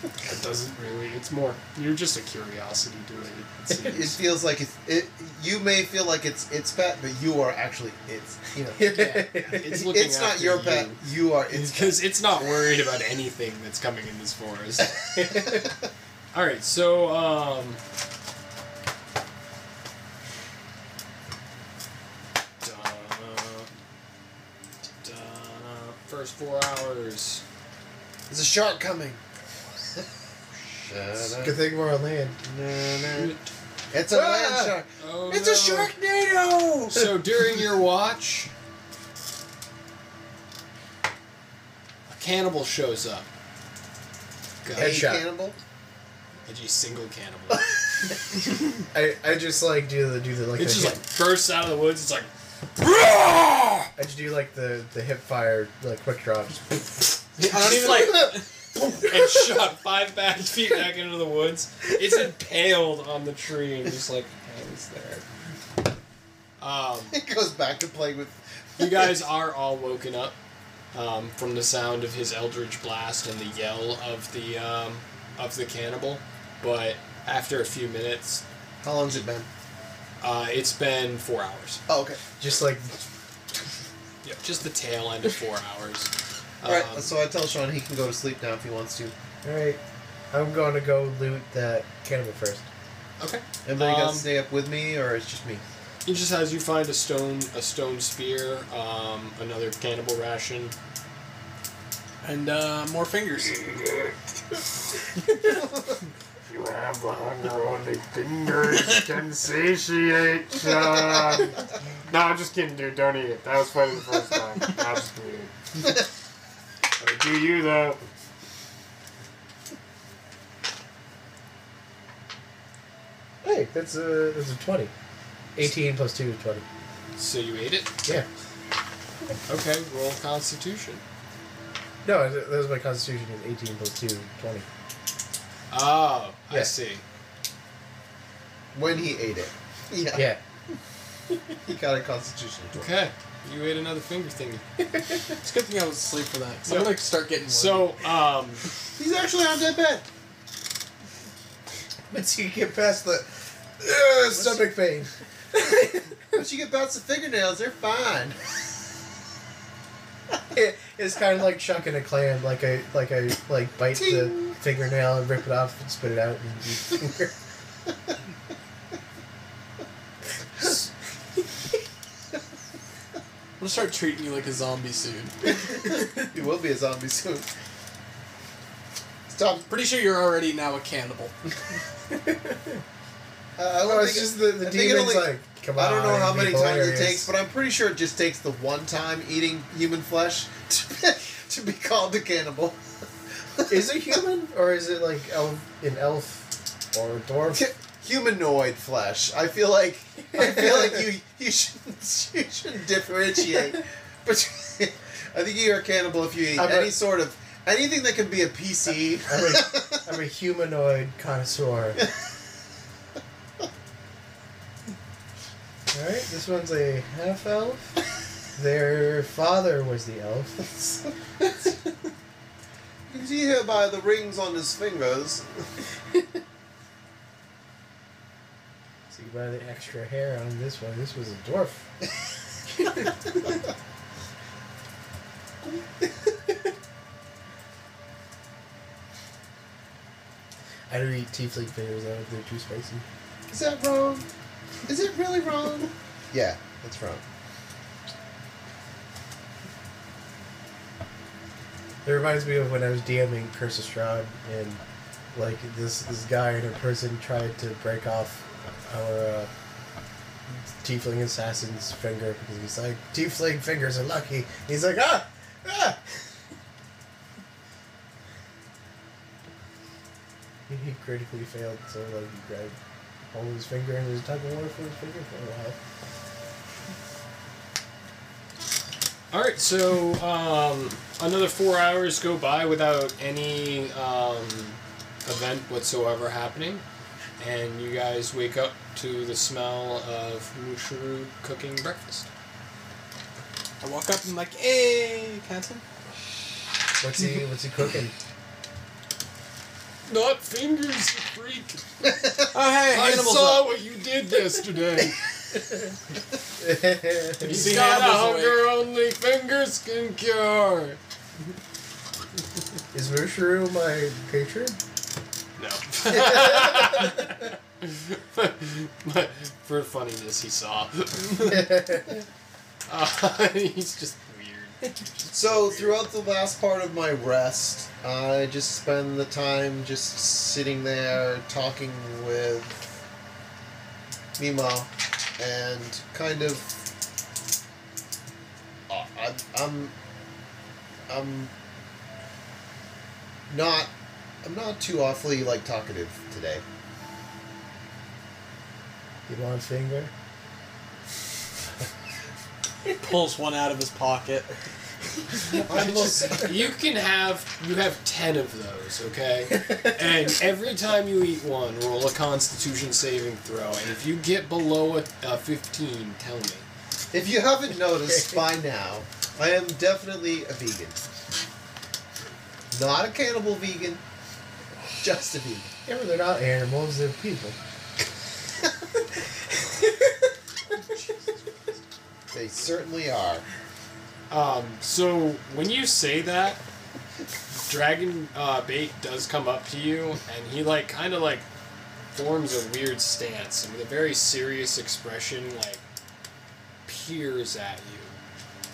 S3: It doesn't really. It's more. You're just a curiosity doing it. it
S1: It
S3: seems.
S1: feels like it's it. You may feel like it's it's pet, but you are actually it's. You know.
S3: It's
S1: It's,
S3: looking
S1: not
S3: after
S1: your
S3: you.
S1: pet. You are its pet.
S3: because it's not worried about anything that's coming in this forest. All right, so um, Donna- Donna, first four hours.
S1: There's a shark coming.
S4: Good thing we're on land.
S1: It's a land shark.
S3: Oh,
S1: Ah! It's
S3: no.
S1: a sharknado.
S3: So during your watch, a cannibal shows up. Got
S1: Hey,
S4: Headshot.
S1: cannibal.
S3: a single cannibal.
S4: I, I just like do the do the like.
S3: It just
S4: the hip-
S3: like bursts out of the woods. It's like,
S4: I just do like the the hip fire like quick draw. Just
S3: it's just like and shot five back feet back into the woods. It's impaled on the tree and just like hangs there. Um,
S1: It goes back to playing with.
S3: you guys are all woken up um, from the sound of his eldritch blast and the yell of the um, of the cannibal, but after a few minutes,
S1: How long's it been?
S3: uh, it's been four hours.
S1: Oh, okay.
S4: Just like
S3: Yep. Just the tail end of four hours.
S1: All right.
S3: Um,
S1: So I tell Sean he can go to sleep now if he wants to,
S4: all right. I'm going to go loot that cannibal first.
S3: okay.
S1: Everybody got
S3: Um,
S1: to stay up with me, or it's just me.
S3: He just has you find a stone, a stone spear, um, another cannibal ration.
S2: And uh, more fingers.
S14: You have the hunger only fingers can satiate, Sean. No, I'm just kidding, dude. Don't eat it. That was funny the first time. I'm just kidding. I would do you, though.
S4: Hey, that's a that's a twenty. Eighteen plus two is twenty.
S3: So you ate it.
S4: Yeah.
S3: Okay. Roll Constitution.
S4: No, that was my constitution is eighteen plus two, 20.
S3: Oh, I
S4: Yeah.
S3: see.
S1: When he ate it. Yeah.
S4: Yeah.
S1: He got a constitution.
S3: Okay. You ate another finger thingy.
S2: It's a good thing I was asleep for that. 'cause I'm gonna start getting worried.
S3: So, um,
S1: He's actually on that bed.
S4: Once you get past the uh, stomach pain.
S1: Once you get past the fingernails, they're fine.
S4: It, it's kind of like shucking a clam, like a like a like bite the fingernail and rip it off and spit it out. And eat the finger.
S2: I'm gonna start treating you like a zombie soon.
S1: He will be a zombie soon. Stop.
S2: Pretty sure you're already now a cannibal.
S1: Uh, I
S4: no,
S1: don't
S4: it's
S1: think it-
S4: just the, the
S1: I think it
S4: demon's
S1: only-
S4: like, come on.
S1: I don't know how
S4: be
S1: many times it
S4: hilarious."
S1: takes, but I'm pretty sure it just takes the one time eating human flesh to be, to be called a cannibal.
S4: is it human or is it like elf, an elf or a dwarf?
S1: Humanoid flesh. I feel like I feel like you you should you should differentiate. But I think you're a cannibal if you eat
S4: I'm a-
S1: any sort of anything that can be a PC.
S4: I'm a, I'm a humanoid connoisseur. Alright, this one's a half elf. Their father was the elf.
S1: You can see here by the rings on his fingers.
S4: See by the extra hair on this one, this was a dwarf. I don't eat tiefling fingers though, if uh, they're too spicy.
S1: Is that wrong? Is it really wrong? yeah, that's wrong.
S4: It reminds me of when I was DMing Curse of Strahd, and like this this guy and a person tried to break off our uh, tiefling assassin's finger because he's like tiefling fingers are lucky. He's like ah ah. And he critically failed, so like he grabbed hold of his finger and there's a tug of war for his finger for a while.
S3: all right. So, um, another four hours go by without any um, event whatsoever happening, and you guys wake up to the smell of Mushroom cooking breakfast.
S2: I walk up and I'm like, hey, Captain.
S4: What's he what's he cooking?
S3: Not fingers, you freak!
S2: Oh, hey,
S3: I
S2: Hannibal's
S3: saw
S2: up.
S3: what you did yesterday.
S2: Have you
S3: He's
S2: seen
S3: got a
S2: Hannibal's awake?
S3: hunger only fingers can cure.
S4: Is Mushroom my patron?
S3: No. but for funniness, he saw. Uh, he's just weird.
S1: So throughout the last part of my rest, I just spend the time just sitting there talking with Mima, and kind of. I- I, I'm. I'm. Not. I'm not too awfully like talkative today.
S4: You want finger?
S2: Pulls one out of his pocket.
S4: I'm just,
S3: You can have you have ten of those, okay? and every time you eat one, roll a Constitution saving throw, and if you get below a, a fifteen, tell me.
S1: If you haven't noticed by now, I am definitely a vegan. Not a cannibal vegan, just a vegan.
S4: yeah, but they're not animals, they're people.
S1: They certainly are.
S3: Um, so when you say that, Dragon uh, Bait does come up to you, and he like kind of like forms a weird stance and with a very serious expression, like peers at you,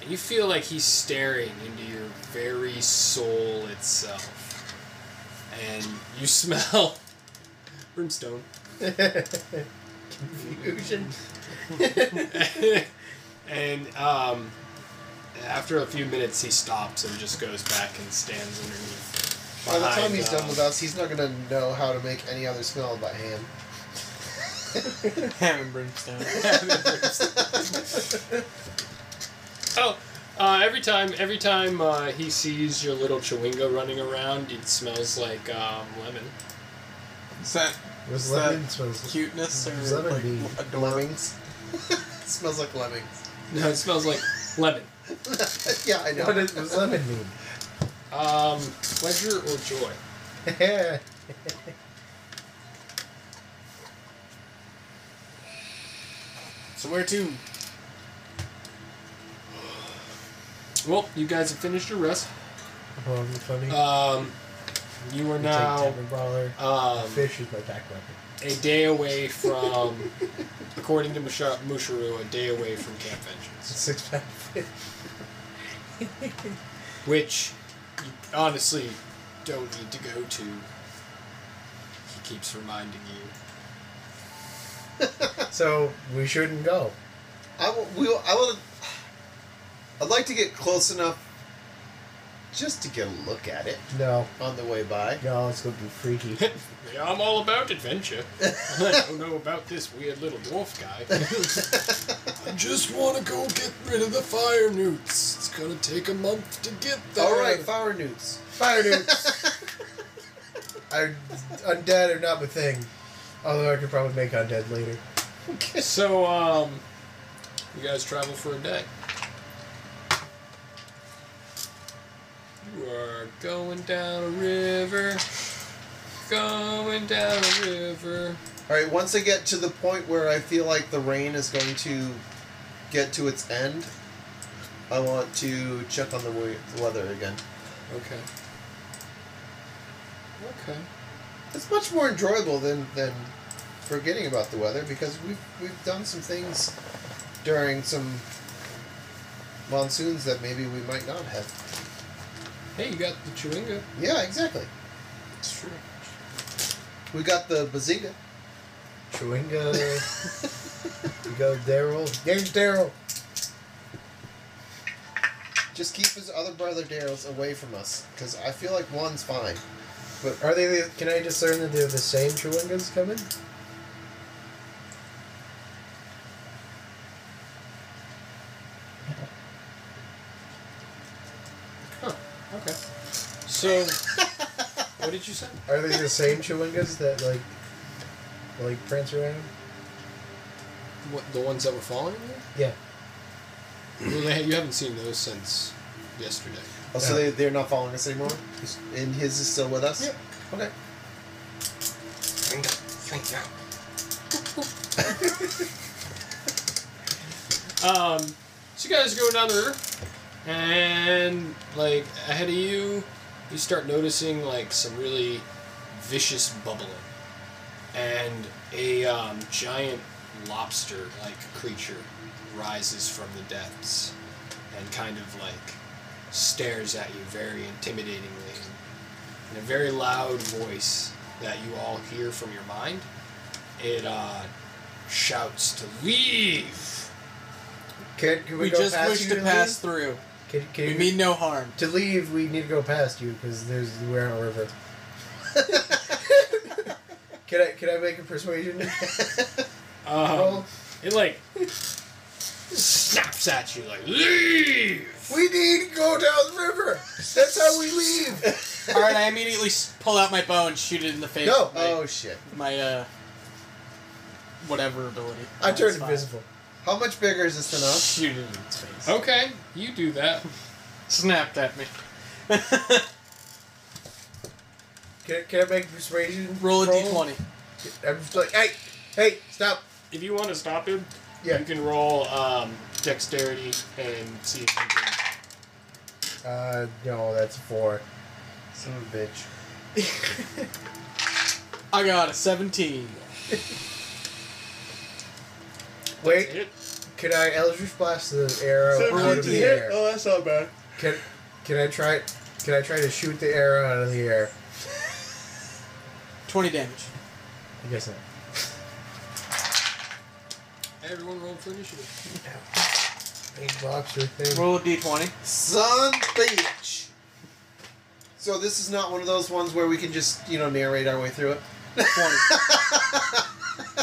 S3: and you feel like he's staring into your very soul itself, and you smell brimstone.
S1: Fusion.
S3: and um, after a few minutes, he stops and just goes back and stands underneath.
S1: By the time
S3: behind,
S1: he's
S3: uh,
S1: done with us, he's not gonna know how to make any other smell but ham.
S2: Ham and brimstone.
S3: Oh, uh, every time, every time uh, he sees your little chewingo running around, it smells like um, lemon.
S2: Is that
S4: Was
S2: Is
S4: lemon
S2: that
S4: supposed
S2: cuteness
S4: Does
S2: or
S4: that
S2: like
S4: mean-
S2: a door?
S1: Lemmings. it smells like lemmings. Uh,
S3: No, it smells like lemon.
S1: yeah, I know.
S4: What does does lemon mean?
S3: Um, pleasure or joy?
S2: So where to?
S3: Well, you guys have finished your rest.
S4: Oh, that'd be funny.
S3: Um, you are
S4: Take
S3: now
S4: Tavern Brawler.
S3: um,
S4: Fish is my attack weapon.
S3: a day away from, according to Musha- Musharu, a day away from Camp Vengeance.
S4: Six pack fish.
S3: which you honestly don't need to go to. He keeps reminding you.
S4: So we shouldn't go.
S1: I w- will. I want. I'd like to get close enough, just to get a look at it
S4: No,
S1: on the way by.
S4: no, it's gonna be freaky.
S3: Yeah, I'm all about adventure. I don't know about this weird little dwarf guy.
S15: I just want to go get rid of the fire newts. It's gonna take a month to get there.
S1: All right, fire newts.
S4: Fire nukes. I, undead are not my thing. Although I could probably make undead later.
S3: so, um, you guys travel for a day. You are going down a river. Going down a river.
S1: All right. Once I get to the point where I feel like the rain is going to get to its end, I want to check on the we- the weather again.
S3: Okay. Okay.
S1: It's much more enjoyable than than forgetting about the weather because we've we've done some things during some monsoons that maybe we might not have.
S3: Hey, you got the chewingo.
S1: Yeah, exactly.
S3: It's true.
S1: We got the bazinga.
S4: Chewinga. you go, Daryl. There's Daryl.
S1: Just keep his other brother Daryl's away from us, because I feel like one's fine.
S4: But are they? the- Can I discern that they're the same chewingas coming?
S3: Okay. So, what did you say?
S4: Are they the same chewingas that like, like prance around?
S3: What the ones that were following you?
S4: Yeah.
S3: Well, they, you haven't seen those since yesterday.
S1: Oh, so they, they're not following us anymore? And his is still with us?
S3: Yep.
S1: Okay.
S3: Um, so you guys are going down the river, and like ahead of you, you start noticing like some really vicious bubbling, and a um, giant lobster-like creature rises from the depths, and kind of like stares at you very intimidatingly, in a very loud voice that you all hear from your mind. It uh, shouts to leave.
S4: Can, can we,
S2: We
S4: go
S2: just
S4: past
S2: wish
S4: you
S2: to pass
S4: Leave?
S2: through.
S4: Can, can
S2: We
S4: you-
S2: mean no harm.
S4: to leave? We need to go past you because there's we're on a river. can I can I make a persuasion
S3: Um,
S4: roll?
S3: It like snaps at you like leave,
S4: We need to go down the river. That's how we leave.
S2: All right, I immediately s- pull out my bow and shoot it in the face.
S4: No.
S2: with My,
S4: Oh shit.
S2: my uh, whatever ability.
S4: I
S2: That's
S4: turned
S2: fine.
S4: invisible. How much bigger is this than us?
S2: Shoot it in its face.
S3: Okay, you do that.
S2: Snapped at me.
S4: Can, can I make persuasion?
S2: Roll a d20.
S4: I'm just like, hey, hey, stop.
S3: If you want to stop him,
S4: Yeah.
S3: you can roll um, dexterity and see if you can.
S4: Uh, no, that's four. Son of a bitch.
S2: I got a 17.
S4: Wait,
S3: Hit.
S4: can I Eldritch Blast the arrow out of the air?
S1: Oh, that's not bad.
S4: Can, can I try? Can I try to shoot the arrow out of the air?
S2: 20 damage.
S4: I guess not.
S3: Everyone roll for initiative.
S4: Big box or thing.
S2: Roll a d20.
S1: Son bitch. So this is not one of those ones where we can just, you know, narrate our way through it.
S2: 20.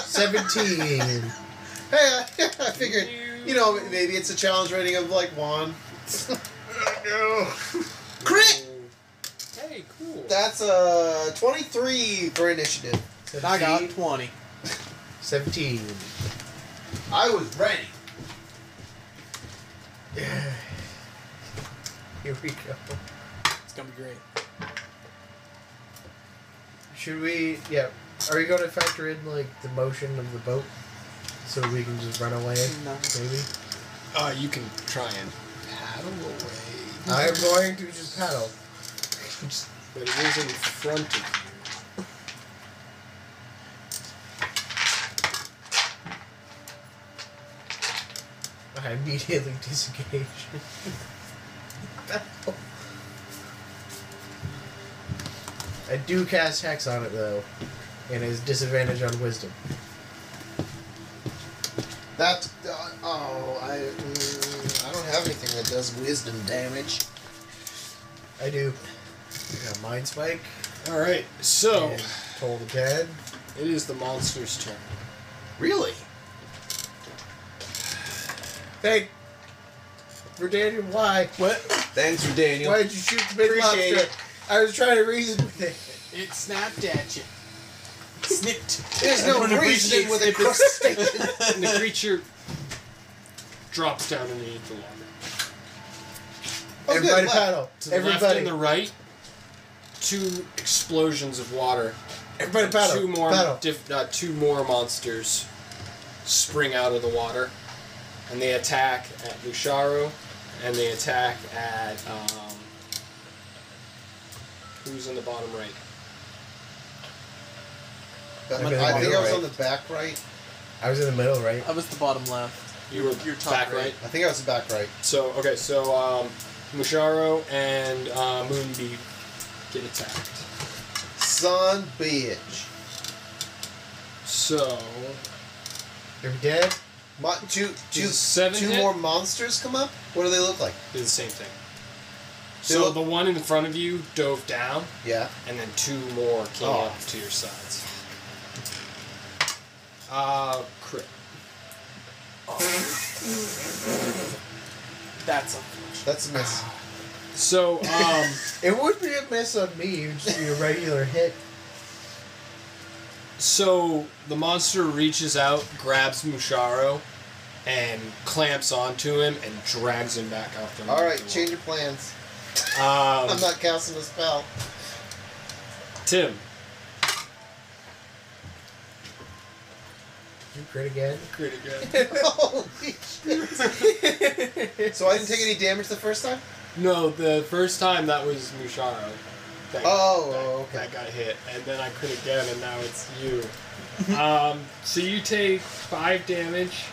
S4: Seventeen.
S1: Hey, I, I figured, you know, maybe it's a challenge rating of like one. Crit!
S3: Hey, cool.
S1: That's a 23 for initiative.
S2: I got
S4: Seventeen.
S2: 20.
S4: Seventeen.
S1: I was ready.
S4: Here we go.
S2: It's gonna be great.
S4: Should we? Yeah. Are we going to factor in like the motion of the boat, so we can just run away?
S2: No.
S4: Maybe.
S16: Uh, you can try and
S17: Paddle away.
S2: Mm-hmm. Uh,
S4: I'm going to just paddle.
S16: but it is in front of you.
S4: I immediately disengage. I do cast hex on it though, and it's disadvantage on wisdom.
S1: That, uh, oh, I, mm, I don't have anything that does wisdom damage.
S4: I do. I got mind spike.
S16: All right,
S3: Oh.
S16: so
S4: And toll the dead.
S16: it is the monster's turn.
S1: Really?
S4: Thank. For Daniel, why?
S2: What?
S1: Thanks for Daniel.
S4: Why did you shoot the big
S1: Appreciate
S4: monster?
S1: it.
S4: I was trying to reason with it.
S2: It snapped at you. Snipped.
S1: There's no
S2: Everyone
S1: reason
S2: appreciates
S1: with a
S2: snippets.
S1: crustacean.
S3: And the creature drops down underneath the water.
S1: Oh, good,
S4: Everybody
S1: left.
S4: paddle.
S3: To the left
S4: Everybody.
S3: and the right, two explosions of water.
S4: Everybody paddle.
S3: two more,
S4: Paddle.
S3: diff, uh, two more monsters spring out of the water, and they attack at Lusharo, and they attack at um, who's in the bottom right?
S1: I
S4: Okay,
S1: I think I was
S4: right.
S1: on the back right.
S4: I was in the middle, right?
S2: I was the bottom left.
S3: You were
S2: You're top
S3: back right.
S2: right.
S1: I think I was the back right.
S3: So okay, so um, Musharo and uh, Moonbeam get attacked.
S1: Son bitch.
S3: So
S4: They're dead.
S1: Mo- two two,
S3: Does seven
S1: two
S3: hit?
S1: more monsters come up? What do they look like?
S3: do the same thing.
S1: They
S3: So
S1: look-
S3: the one in front of you dove down,
S1: Yeah.
S3: and then two more came
S1: Oh.
S3: up to your sides. Uh, crit.
S2: That's unfortunate.
S1: That's a miss.
S3: So um,
S4: It would be a miss on me. It would just be a regular hit.
S3: so the monster reaches out, grabs Musharo, and clamps onto him and drags him back off the.
S1: All right, change your plans.
S3: Um,
S1: I'm not casting a spell.
S3: Tim.
S4: Did you crit again?
S3: Crit again.
S1: Holy shit! so I didn't take any damage the first time.
S3: No, the first time that was Musharo. That,
S1: Oh,
S3: that,
S1: oh, okay.
S3: That got hit, and then I crit again, and now it's you. um, so you take five damage.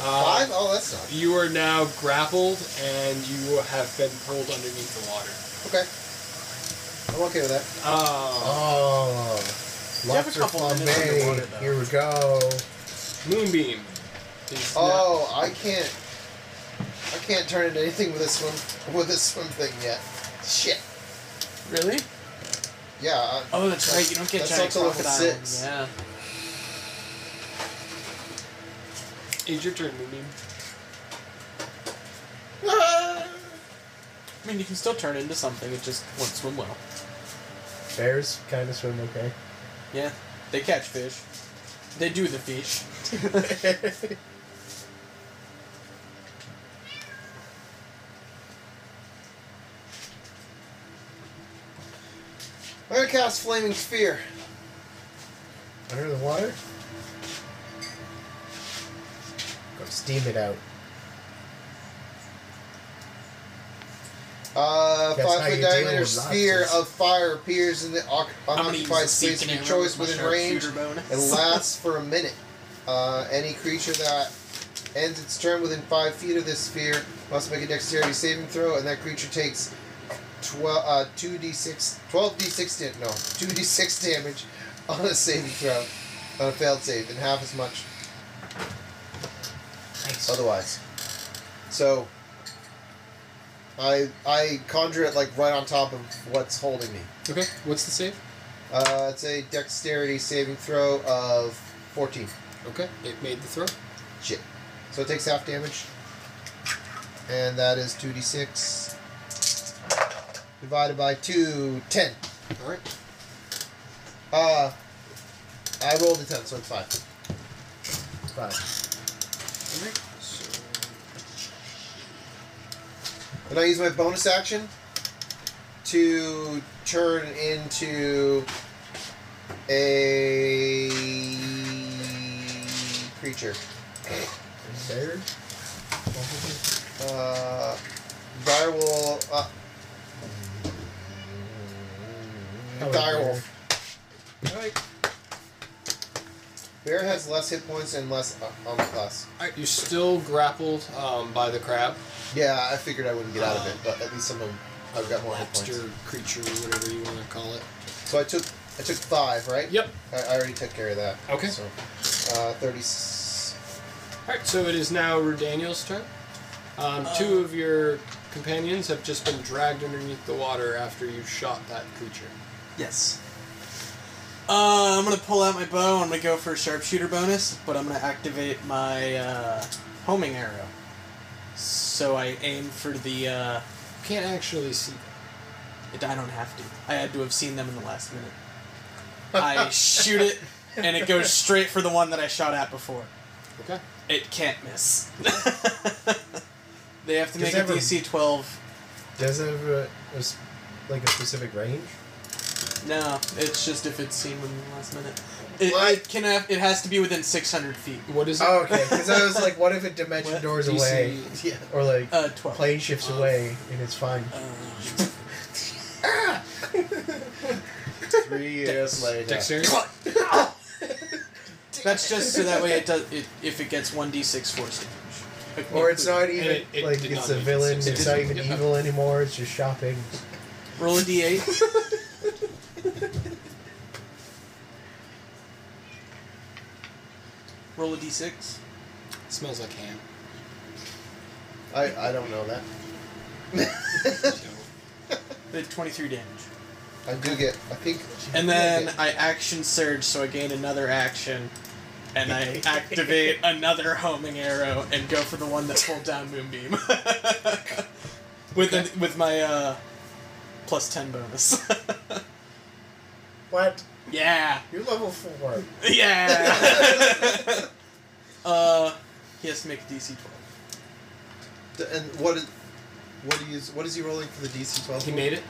S3: Uh,
S1: Five? Oh, that's not
S3: You are now grappled, and you have been pulled underneath the water.
S1: okay. I'm okay with that.
S3: Uh,
S4: Oh,
S2: You have a
S4: lobster
S2: couple minutes underwater, though.
S4: flambe. Here we go.
S3: Moonbeam. is now-
S1: Oh, I can't. I can't turn into anything with this swim with this swim thing yet. Shit.
S2: Really?
S1: Yeah. I,
S2: Oh, that's right. You don't get
S1: That's
S2: giant
S1: up to level
S2: crocodile.
S1: six.
S2: Yeah.
S3: It's your turn, Moonbeam.
S1: Ah!
S2: I mean, you can still turn into something. It just won't swim well.
S4: Bears kind of swim okay.
S2: Yeah, they catch fish. They do the fish.
S1: I'm gonna cast Flaming Sphere.
S4: Under the water? Go steam it out.
S1: Uh,
S4: That's how
S1: five foot
S4: you deal
S1: diameter
S4: with
S1: sphere
S4: lobsters.
S1: of fire appears in the oc-
S2: I'm gonna use a
S1: unoccupied
S2: sea
S1: space of
S2: canary
S1: your choice
S2: with
S1: within
S2: my
S1: range
S2: sharpshooter bonus.
S1: and lasts for a minute. Uh, any creature that ends its turn within five feet of this sphere must make a dexterity saving throw, and that creature takes 12, uh, 2d6, 12d6, da- no, 2d6 damage on a saving throw, on a failed save, and half as much otherwise. So, I I conjure it like right on top of what's holding me.
S3: Okay, what's the save?
S1: Uh, it's a dexterity saving throw of 14.
S3: Okay, it made the throw.
S1: Shit. So it takes half damage. And that is 2d6. Divided by 2, 10.
S3: Alright.
S1: Uh, I rolled a 10, so it's 5.
S4: Five.
S3: Alright, so
S1: Then I use my bonus action to turn into a creature.
S4: Bear?
S1: Uh, direwolf. Uh,
S4: Hello,
S1: direwolf.
S4: Alright.
S1: Bear has less hit points and less uh, armor class.
S3: Alright, you're still grappled um, by the crab.
S1: Yeah, I figured I wouldn't get out of it, but at least some of them I've got more hit points.
S3: Lobster creature, whatever you want to call it.
S1: So I took I took five, right?
S3: Yep.
S1: I, I already took care of that.
S3: Okay.
S1: So, uh, thirty. s-
S3: Alright, so it is now Daniel's turn. Um, two of your companions have just been dragged underneath the water after you shot that creature.
S2: Yes. Uh, I'm gonna pull out my bow. I'm gonna go for a sharpshooter bonus, but I'm gonna activate my uh, homing arrow. So I aim for the. Uh,
S3: You can't actually see that.
S2: it, I don't have to. I had to have seen them in the last minute. I shoot it, and it goes straight for the one that I shot at before.
S3: Okay.
S2: It can't miss. they have to
S4: Does
S2: make a
S4: every-
S2: DC 12.
S4: Does it have a, a s- like a specific range?
S2: No, it's just if it's seen within the last minute. It,
S1: What?
S2: it can have, it has to be within 600 feet.
S3: What is it?
S4: Oh, okay. Because I was like, what if it dimension
S2: What?
S4: doors
S3: DC
S4: away?
S1: Yeah.
S4: Or like
S2: Uh, 12.
S4: plane shifts away and it's fine.
S2: Uh,
S1: Three years later.
S3: Dexterity?
S2: That's just so that way it does. It, if it gets one d six force damage.
S4: Or it's not
S3: And
S4: even
S3: it- it
S4: like
S3: did
S4: it's
S3: not
S4: a
S3: make it
S4: villain.
S3: six.
S4: It's
S3: It
S4: not
S3: didn't-
S4: even
S3: yep.
S4: evil anymore. It's just shopping.
S2: roll a d eight. roll a d six.
S3: smells like ham.
S1: I, I don't know that.
S2: Did twenty three damage.
S1: I do get. I think.
S2: And then I action surge, so I gain another action, and I activate another homing arrow and go for the one that pulled down Moonbeam. with an- with my uh, plus ten bonus.
S4: What?
S2: yeah.
S4: You're level four.
S2: Yeah. uh, he has to make a DC twelve.
S1: D- And what is, what do you? What is he rolling for the DC twelve?
S3: He made it.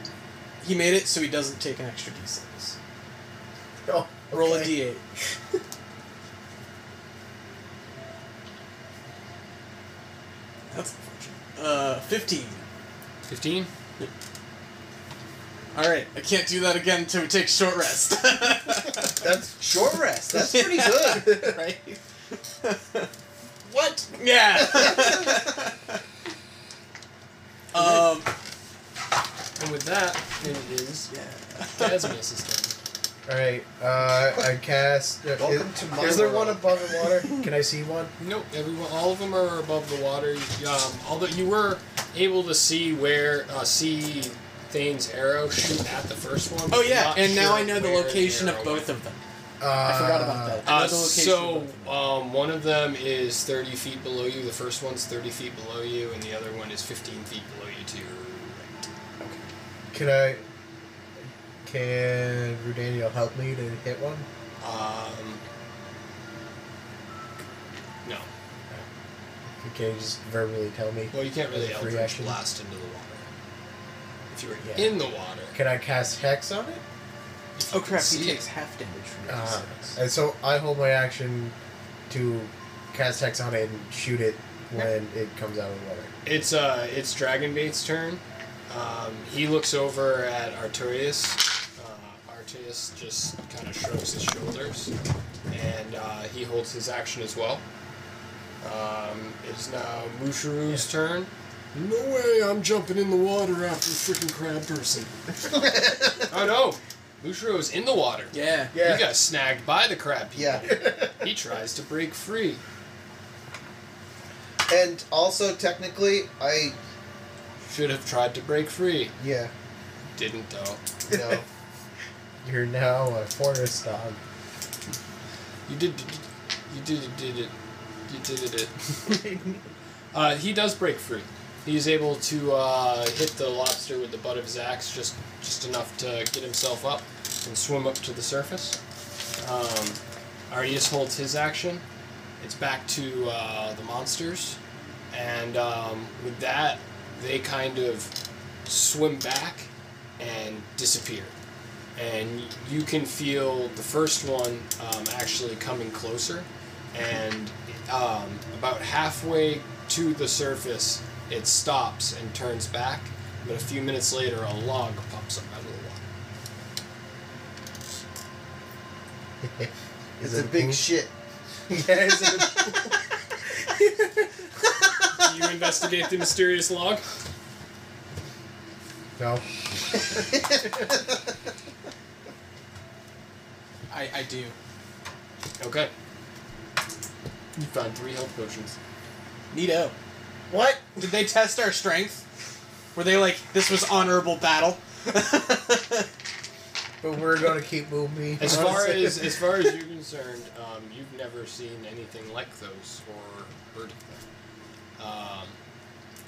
S2: He made it, so he doesn't take an extra D six.
S4: Oh,
S2: Roll a
S4: okay.
S2: D eight. That's unfortunate. Uh, fifteen.
S3: 15?
S2: All right, I can't do that again until we take short rest.
S1: That's short rest. That's pretty good.
S2: right. what? Yeah. um.
S3: And with that, it is
S2: Yeah.
S3: Desmus' turn.
S4: All right. Uh, I cast. uh,
S1: Welcome
S4: is,
S1: to my
S4: is there
S1: world.
S4: one above the water? Can I see one?
S3: Nope, everyone, all of them are above the water. Um, although you were able to see where, uh, see Thane's arrow shoot at the first one. but
S2: Oh
S3: you're
S2: yeah,
S3: not
S2: and now
S3: sure
S2: I know the
S3: where
S2: location of
S3: arrow
S2: both of them.
S4: Uh,
S2: I forgot about that. I know
S3: Uh,
S2: the location
S3: so
S2: of both
S3: um, one of them is 30 feet below you. The first one's 30 feet below you, and the other one is 15 feet below you to your right.
S4: Can I? Can Rudaniel help me to hit one?
S3: Um, no.
S4: Can you just verbally tell me?
S3: Well, you can't really
S4: As a free
S3: Eldritch
S4: action?
S3: Blast into the water. If you were
S4: Yeah.
S3: in the water,
S4: Can I cast hex on it?
S3: if
S2: Oh
S3: you could
S2: crap!
S3: see
S2: He
S3: it,
S2: takes half damage from
S4: Uh,
S2: this.
S4: and so I hold my action to cast hex on it and shoot it when it comes out of the water.
S3: It's uh, it's Dragonbait's turn. Um, he looks over at Arturius. Uh, Arturius just kind of shrugs his shoulders, and uh, he holds his action as well. Um, it's now Mushuru's turn.
S8: No way I'm jumping in the water after a freaking crab person.
S3: Oh no, Mushuru is in the water.
S2: Yeah.
S4: Yeah.
S3: He got snagged by the crab. people.
S1: Yeah.
S3: He tries to break free.
S1: And also, technically, I.
S3: Should have tried to break free.
S1: Yeah.
S3: Didn't though.
S1: No.
S4: You're now a forest dog.
S3: You did. You did. You did it. You did it. uh, he does break free. He's able to uh, hit the lobster with the butt of his axe just just enough to get himself up and swim up to the surface. Um, Arius holds his action. It's back to uh, the monsters, and um, with that, they kind of swim back and disappear and you can feel the first one um, actually coming closer and um, about halfway to the surface it stops and turns back but a few minutes later a log pops up out of the water
S1: It's a big shit.
S4: yeah, is it a-
S3: do you investigate the mysterious log
S4: no.
S2: I, I do.
S3: okay you found three health potions
S2: Neato.
S1: What?
S2: Did they test our strength? Were they like, this was honorable battle?
S4: But we're gonna keep moving.
S3: as far as as far as you're concerned um, you've never seen anything like those or heard of them um,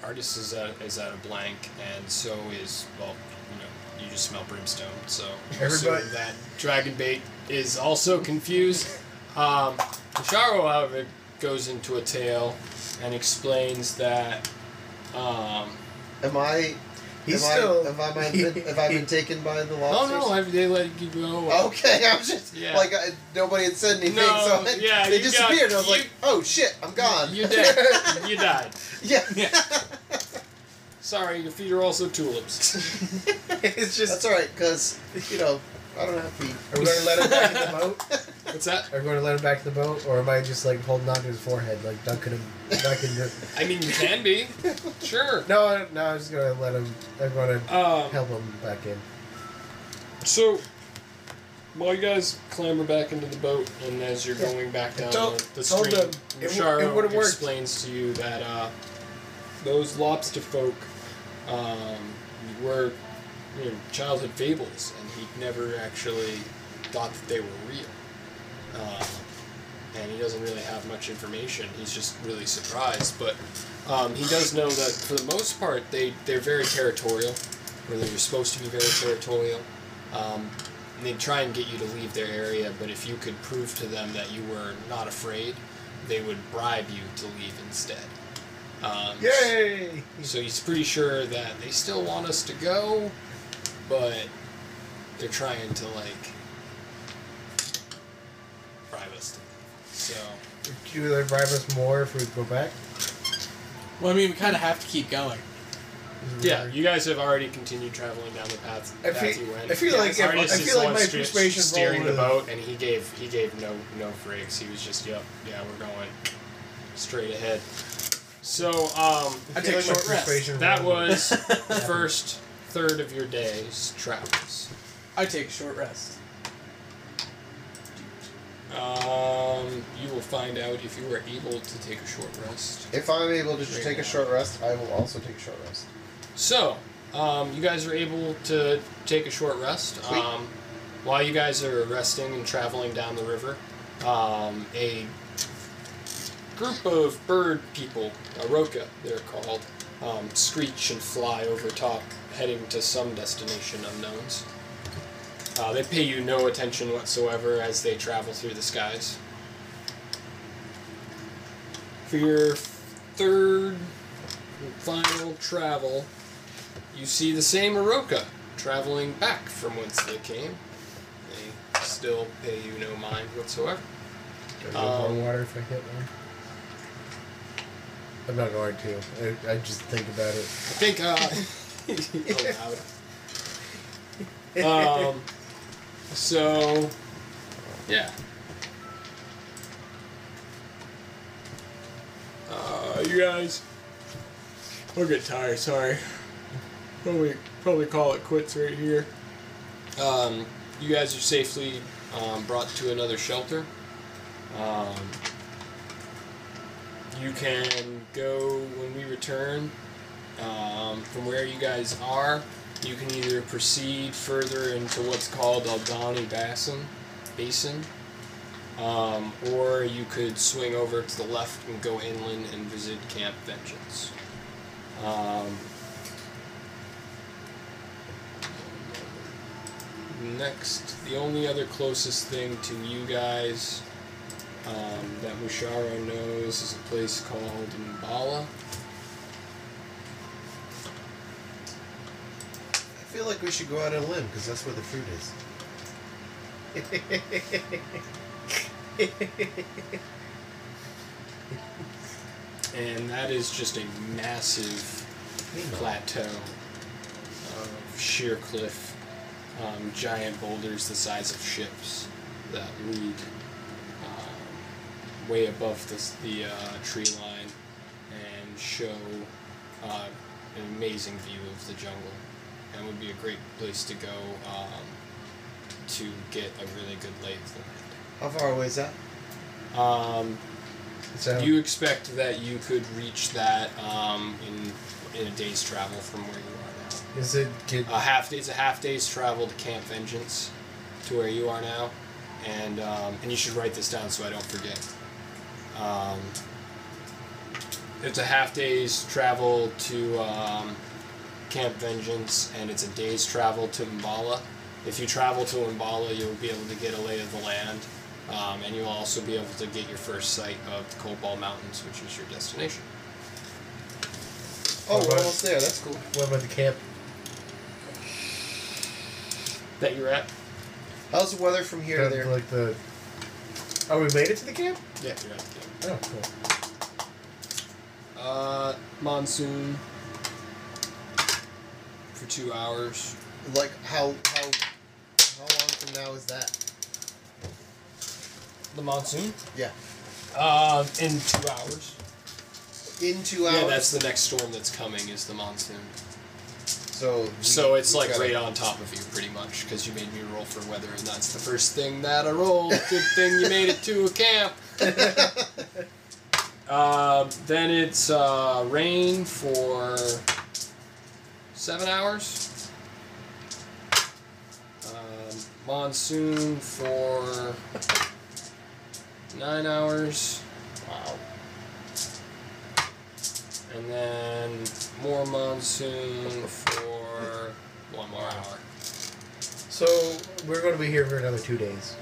S3: artist is at, is at a blank, and so is well, you know, you just smell brimstone. So you assume
S4: Everybody-
S3: that dragon bait is also confused. Um, Pisharo, however, goes into a tale and explains that um,
S1: Am I.
S4: He's
S1: have
S4: still-
S1: I, have, I been, have I been taken by the
S3: oh
S1: lobsters?
S3: no, I- they let you go.
S1: Okay, I was just
S3: Yeah.
S1: like I, nobody had said anything,
S3: No,
S1: so I-
S3: yeah,
S1: they
S3: you got-
S1: disappeared. and I was
S3: you-
S1: like, "Oh shit, I'm gone."
S3: You dead. you died.
S1: yeah,
S3: Sorry, your feet are also tulips.
S4: it's just
S1: that's all right, cause you know I don't have feet.
S4: are we gonna let him back in the boat?
S3: What's that?
S4: Are we gonna let him back in the boat, or am I just like holding on to his forehead, like dunking him, dunking him?
S3: I mean, you can be. Sure.
S4: No, I- no, I'm just gonna let him. I'm gonna
S3: Um,
S4: help him back in.
S3: So, while you guys clamber back into the boat, and as you're going back down
S4: Told-
S3: the
S4: told
S3: stream,
S4: them. It w-
S3: Musharo
S4: it would've worked.
S3: explains to you that uh, those lobster folk um, were you know, childhood fables, and he'd never actually thought that they were real. Um, and he doesn't really have much information. He's just really surprised, but um, he does know that for the most part, they they're very territorial, or they're supposed to be very territorial. Um, and they try and get you to leave their area, but if you could prove to them that you were not afraid, they would bribe you to leave instead. Um,
S4: Yay!
S3: so he's pretty sure that they still want us to go, but they're trying to like bribe us to leave. So
S4: Do they bribe us more if we go back?
S2: Well, I mean, we kind of have to keep going.
S3: yeah, you guys have already continued traveling down the path.
S4: I
S3: path
S4: feel-
S3: you went.
S4: I feel like if-
S3: Artius
S4: I
S3: is
S4: feel like
S3: the one
S4: my
S3: stre-
S4: persuasion roll
S3: steering the
S4: was-
S3: boat, and he gave he gave no no freaks. He was just yep yeah we're going straight ahead. So um,
S2: I take a short rest.
S3: that was the first third of your day's travels.
S2: I take a short rest.
S3: Um, you will find out if you are able to take a short rest.
S1: If I'm able to just take a short rest, I will also take a short rest.
S3: So, um, you guys are able to take a short rest.
S1: Sweet.
S3: Um, while you guys are resting and traveling down the river, um, a group of bird people, Aroka, they're called, um, screech and fly over top heading to some destination unknowns. Uh, they pay you no attention whatsoever as they travel through the skies. For your third and final travel, you see the same Oroka traveling back from whence they came. They still pay you no mind whatsoever.
S4: Do I need
S3: Um,
S4: more water if I hit one? I'm not going to. I, I just think about it.
S3: I think uh, allowed. Um, so, yeah. Uh, you guys, we're getting tired. Sorry. Probably probably call it quits right here. Um, you guys are safely um, brought to another shelter. Um, you can go when we return um, from where you guys are, you can either proceed further into what's called Aldani Basin, Basin, um, or you could swing over to the left and go inland and visit Camp Vengeance. Um, next, the only other closest thing to you guys um, that Musharo knows is a place called Mbala.
S1: I feel like we should go out on a limb because that's where the fruit is.
S3: and that is just a massive plateau of sheer cliff, um, giant boulders the size of ships that lead um, way above the, s- the uh, tree line and show uh, an amazing view of the jungle. And would be a great place to go um, to get a really good lay of the
S1: How far away is that?
S3: land. Um,
S4: So
S3: you expect that you could reach that um, in in a day's travel from where you
S4: is it get
S3: are now. A half it's a half day's travel to Camp Vengeance, to where you are now, and um, and you should write this down so I don't forget. Um, it's a half day's travel to um, Camp Vengeance, and it's a day's travel to Mbala. If you travel to Mbala, you'll be able to get a lay of the land, um, and you'll also be able to get your first sight of the Cobalt Mountains, which is your destination.
S1: Oh, we're
S4: Alright.
S1: almost there. That's cool.
S4: what about the camp?
S3: That you're at?
S1: How's the weather from here
S4: The-
S1: to there?
S4: Like the. Oh, we made it to the camp.
S3: Yeah, you're at.
S4: Oh, cool.
S3: yeah. Uh, monsoon for two hours.
S1: Like how how how long from now is that?
S3: The monsoon?
S1: Yeah.
S3: Uh, in two hours.
S1: In two hours.
S3: Yeah, that's the next storm that's coming is the monsoon.
S1: so. we-
S3: So it's
S1: we
S3: like
S1: gotta-
S3: right on top of you, pretty much, because you made me roll for weather, and that's the first thing that I rolled. Good thing you made it to a camp. Um then it's uh, rain for seven hours. Um, monsoon for nine hours. Wow. And then more monsoon for one more hour.
S4: So we're going to be here for another two days.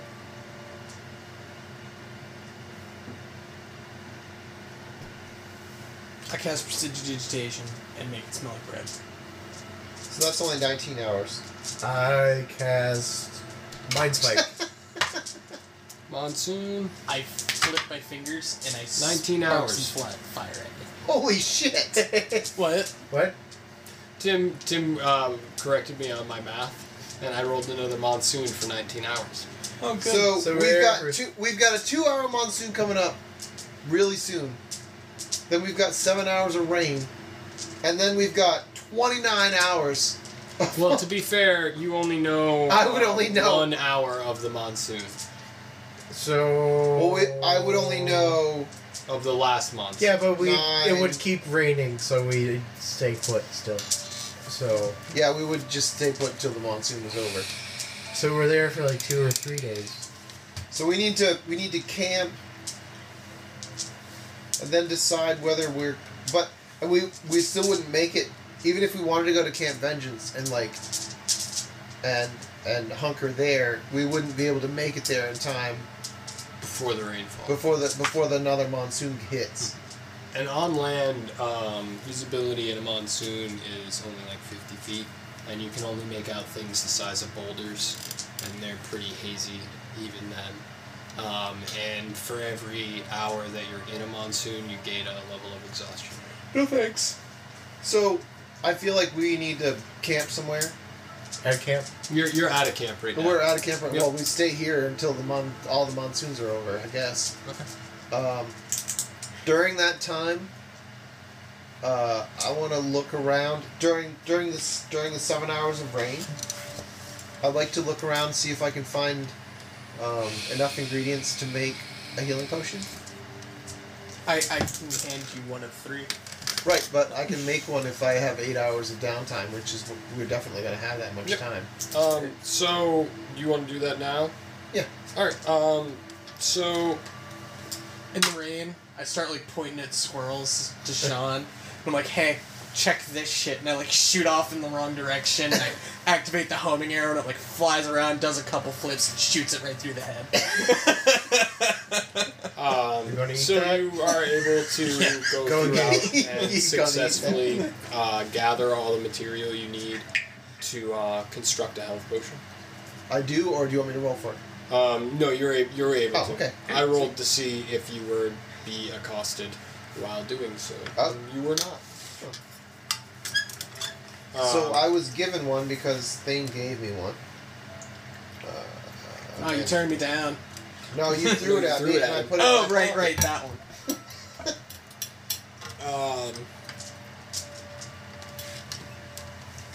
S2: I cast prestidigitation and make it smell like bread.
S1: So that's only 19 hours.
S4: I cast mind spike.
S3: Monsoon,
S2: I flip my fingers and I
S3: 19
S2: spark
S3: hours.
S2: some fly- fire at it.
S1: Holy shit!
S2: What?
S4: what?
S3: Tim Tim um, corrected me on my math, and I rolled another monsoon for 19 hours.
S2: Oh, good.
S1: so,
S4: So
S1: we've
S4: we're-
S1: got
S4: we're-
S1: two. We've got a two-hour monsoon coming up, really soon. Then we've got seven hours of rain, and then we've got 29 hours. of-
S3: Well, to be fair, you only know
S1: I would only know-
S3: one hour of the monsoon
S4: So.
S1: Well, we- I would only know.
S3: of the last month.
S4: Yeah, but we it
S1: Nine.
S4: would keep raining, so we stay put still. So
S1: Yeah, we would just stay put until the monsoon was over.
S4: so we're there for like two or three days.
S1: So we need to we need to camp, and then decide whether we're. But we we still wouldn't make it even if we wanted to go to Camp Vengeance and like and and hunker there, we wouldn't be able to make it there in time
S3: before the rainfall.
S1: before the before the another monsoon hits.
S3: And on land, um, visibility in a monsoon is only like 50 feet, and you can only make out things the size of boulders, and they're pretty hazy even then. Um, and for every hour that you're in a monsoon, you gain a level of exhaustion.
S2: No thanks.
S1: So I feel like we need to camp somewhere.
S4: At camp.
S3: You're, you're out of camp right
S1: But
S3: now.
S1: we're out of camp. Right,
S3: Yep.
S1: Well, we stay here until the mon- all the monsoons are over, I guess. Okay. Um, during that time, uh, I want to look around during during this during the seven hours of rain. I'd like to look around see if I can find um, enough ingredients to make a healing potion.
S2: I, I can hand you one of three.
S1: Right, but I can make one if I have eight hours of downtime, which is we're definitely gonna have that much
S3: Yep.
S1: time.
S3: Um, so, you want to do that now?
S1: Yeah.
S3: Alright, um, so,
S2: In the rain, I start like pointing at squirrels to Sean. I'm like, hey, check this shit, and I like shoot off in the wrong direction. And I activate the homing arrow, and it like flies around, does a couple flips, and shoots it right through the head.
S3: Um,
S4: You gonna eat
S3: so
S4: that?
S3: you are able to go,
S4: go
S3: throughout
S1: get-
S3: and
S1: You gonna eat
S3: successfully uh, gather all the material you need to uh, construct a health potion.
S1: I do, or do you want me to roll for it?
S3: Um, no, you're a- you're able
S1: Oh,
S3: to.
S1: okay.
S3: I rolled to see if you were be accosted while doing so.
S1: Oh.
S3: and You were not.
S1: so
S3: Um,
S1: I was given one because Thane gave me one.
S2: oh, you turned me down.
S1: No, you threw it at
S3: Threw
S1: me,
S3: it
S1: and
S3: at
S1: I
S3: him.
S1: put it.
S2: Oh,
S1: in my
S2: right,
S1: pocket.
S2: right, that
S3: Um,
S2: one.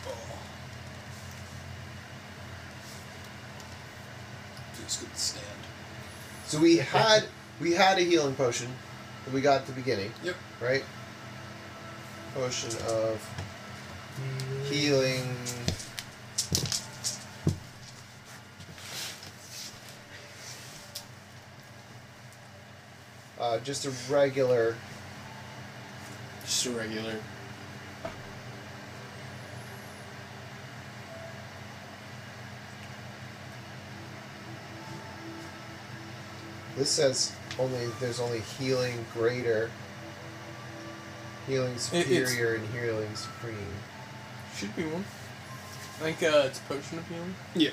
S3: Oh. Just good stand.
S1: So we had we had a healing potion that we got at the beginning,
S3: Yep.
S1: right? Potion of healing. Uh, just a regular.
S3: Just a regular.
S1: This says only there's only healing greater, healing
S2: It- it's-
S1: superior, and healing supreme.
S2: Should be one. I think uh, it's potion of healing.
S3: Yeah.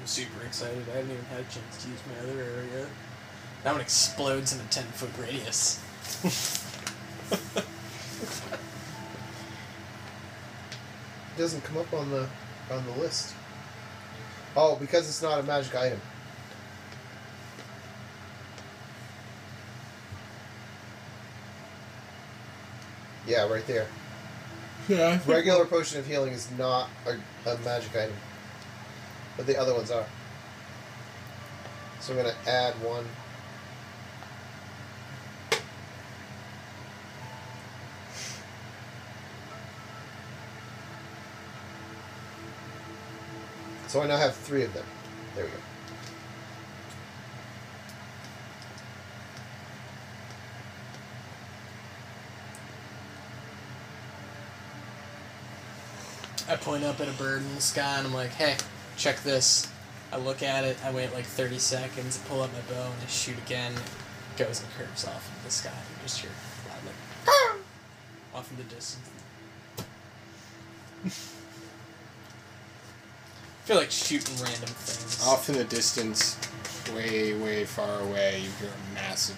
S2: I'm super excited. I haven't even had a chance to use my other area. That one explodes in a 10 foot radius.
S1: It doesn't come up on the on the list. Oh, because it's not a magic item. Yeah, right there.
S2: Yeah.
S1: Regular potion of healing is not a, a magic item, but the other ones are. So I'm gonna add one. So I now have three of them. There we go.
S2: I point up at a bird in the sky and I'm like, hey, check this. I look at it, I wait like 30 seconds, I pull up my bow, and I shoot again. It goes and curves off into the sky. You just hear loud, like, off in the distance. I feel like shooting random things.
S3: Off in the distance, way, way far away, you hear a massive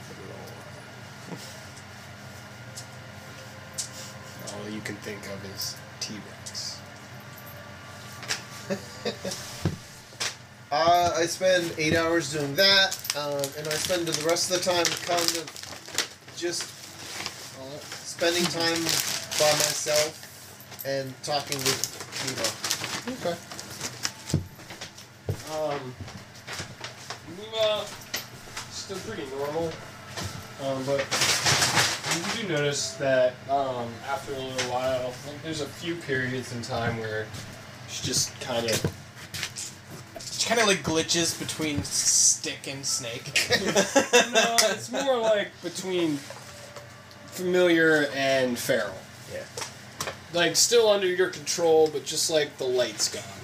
S3: roar. All you can think of is T Rex.
S1: Uh, I spend eight hours doing that, um, and I spend the rest of the time kind of just uh, spending time by myself and talking with
S3: Okay. Um, Luma, still pretty normal, um, but you do notice that um, after a little while, like there's a few periods in time where she just kind of
S2: kind of like glitches between stick and snake.
S3: no, it's more like between familiar and feral.
S18: Yeah.
S3: Like still under your control, but just like the lights gone.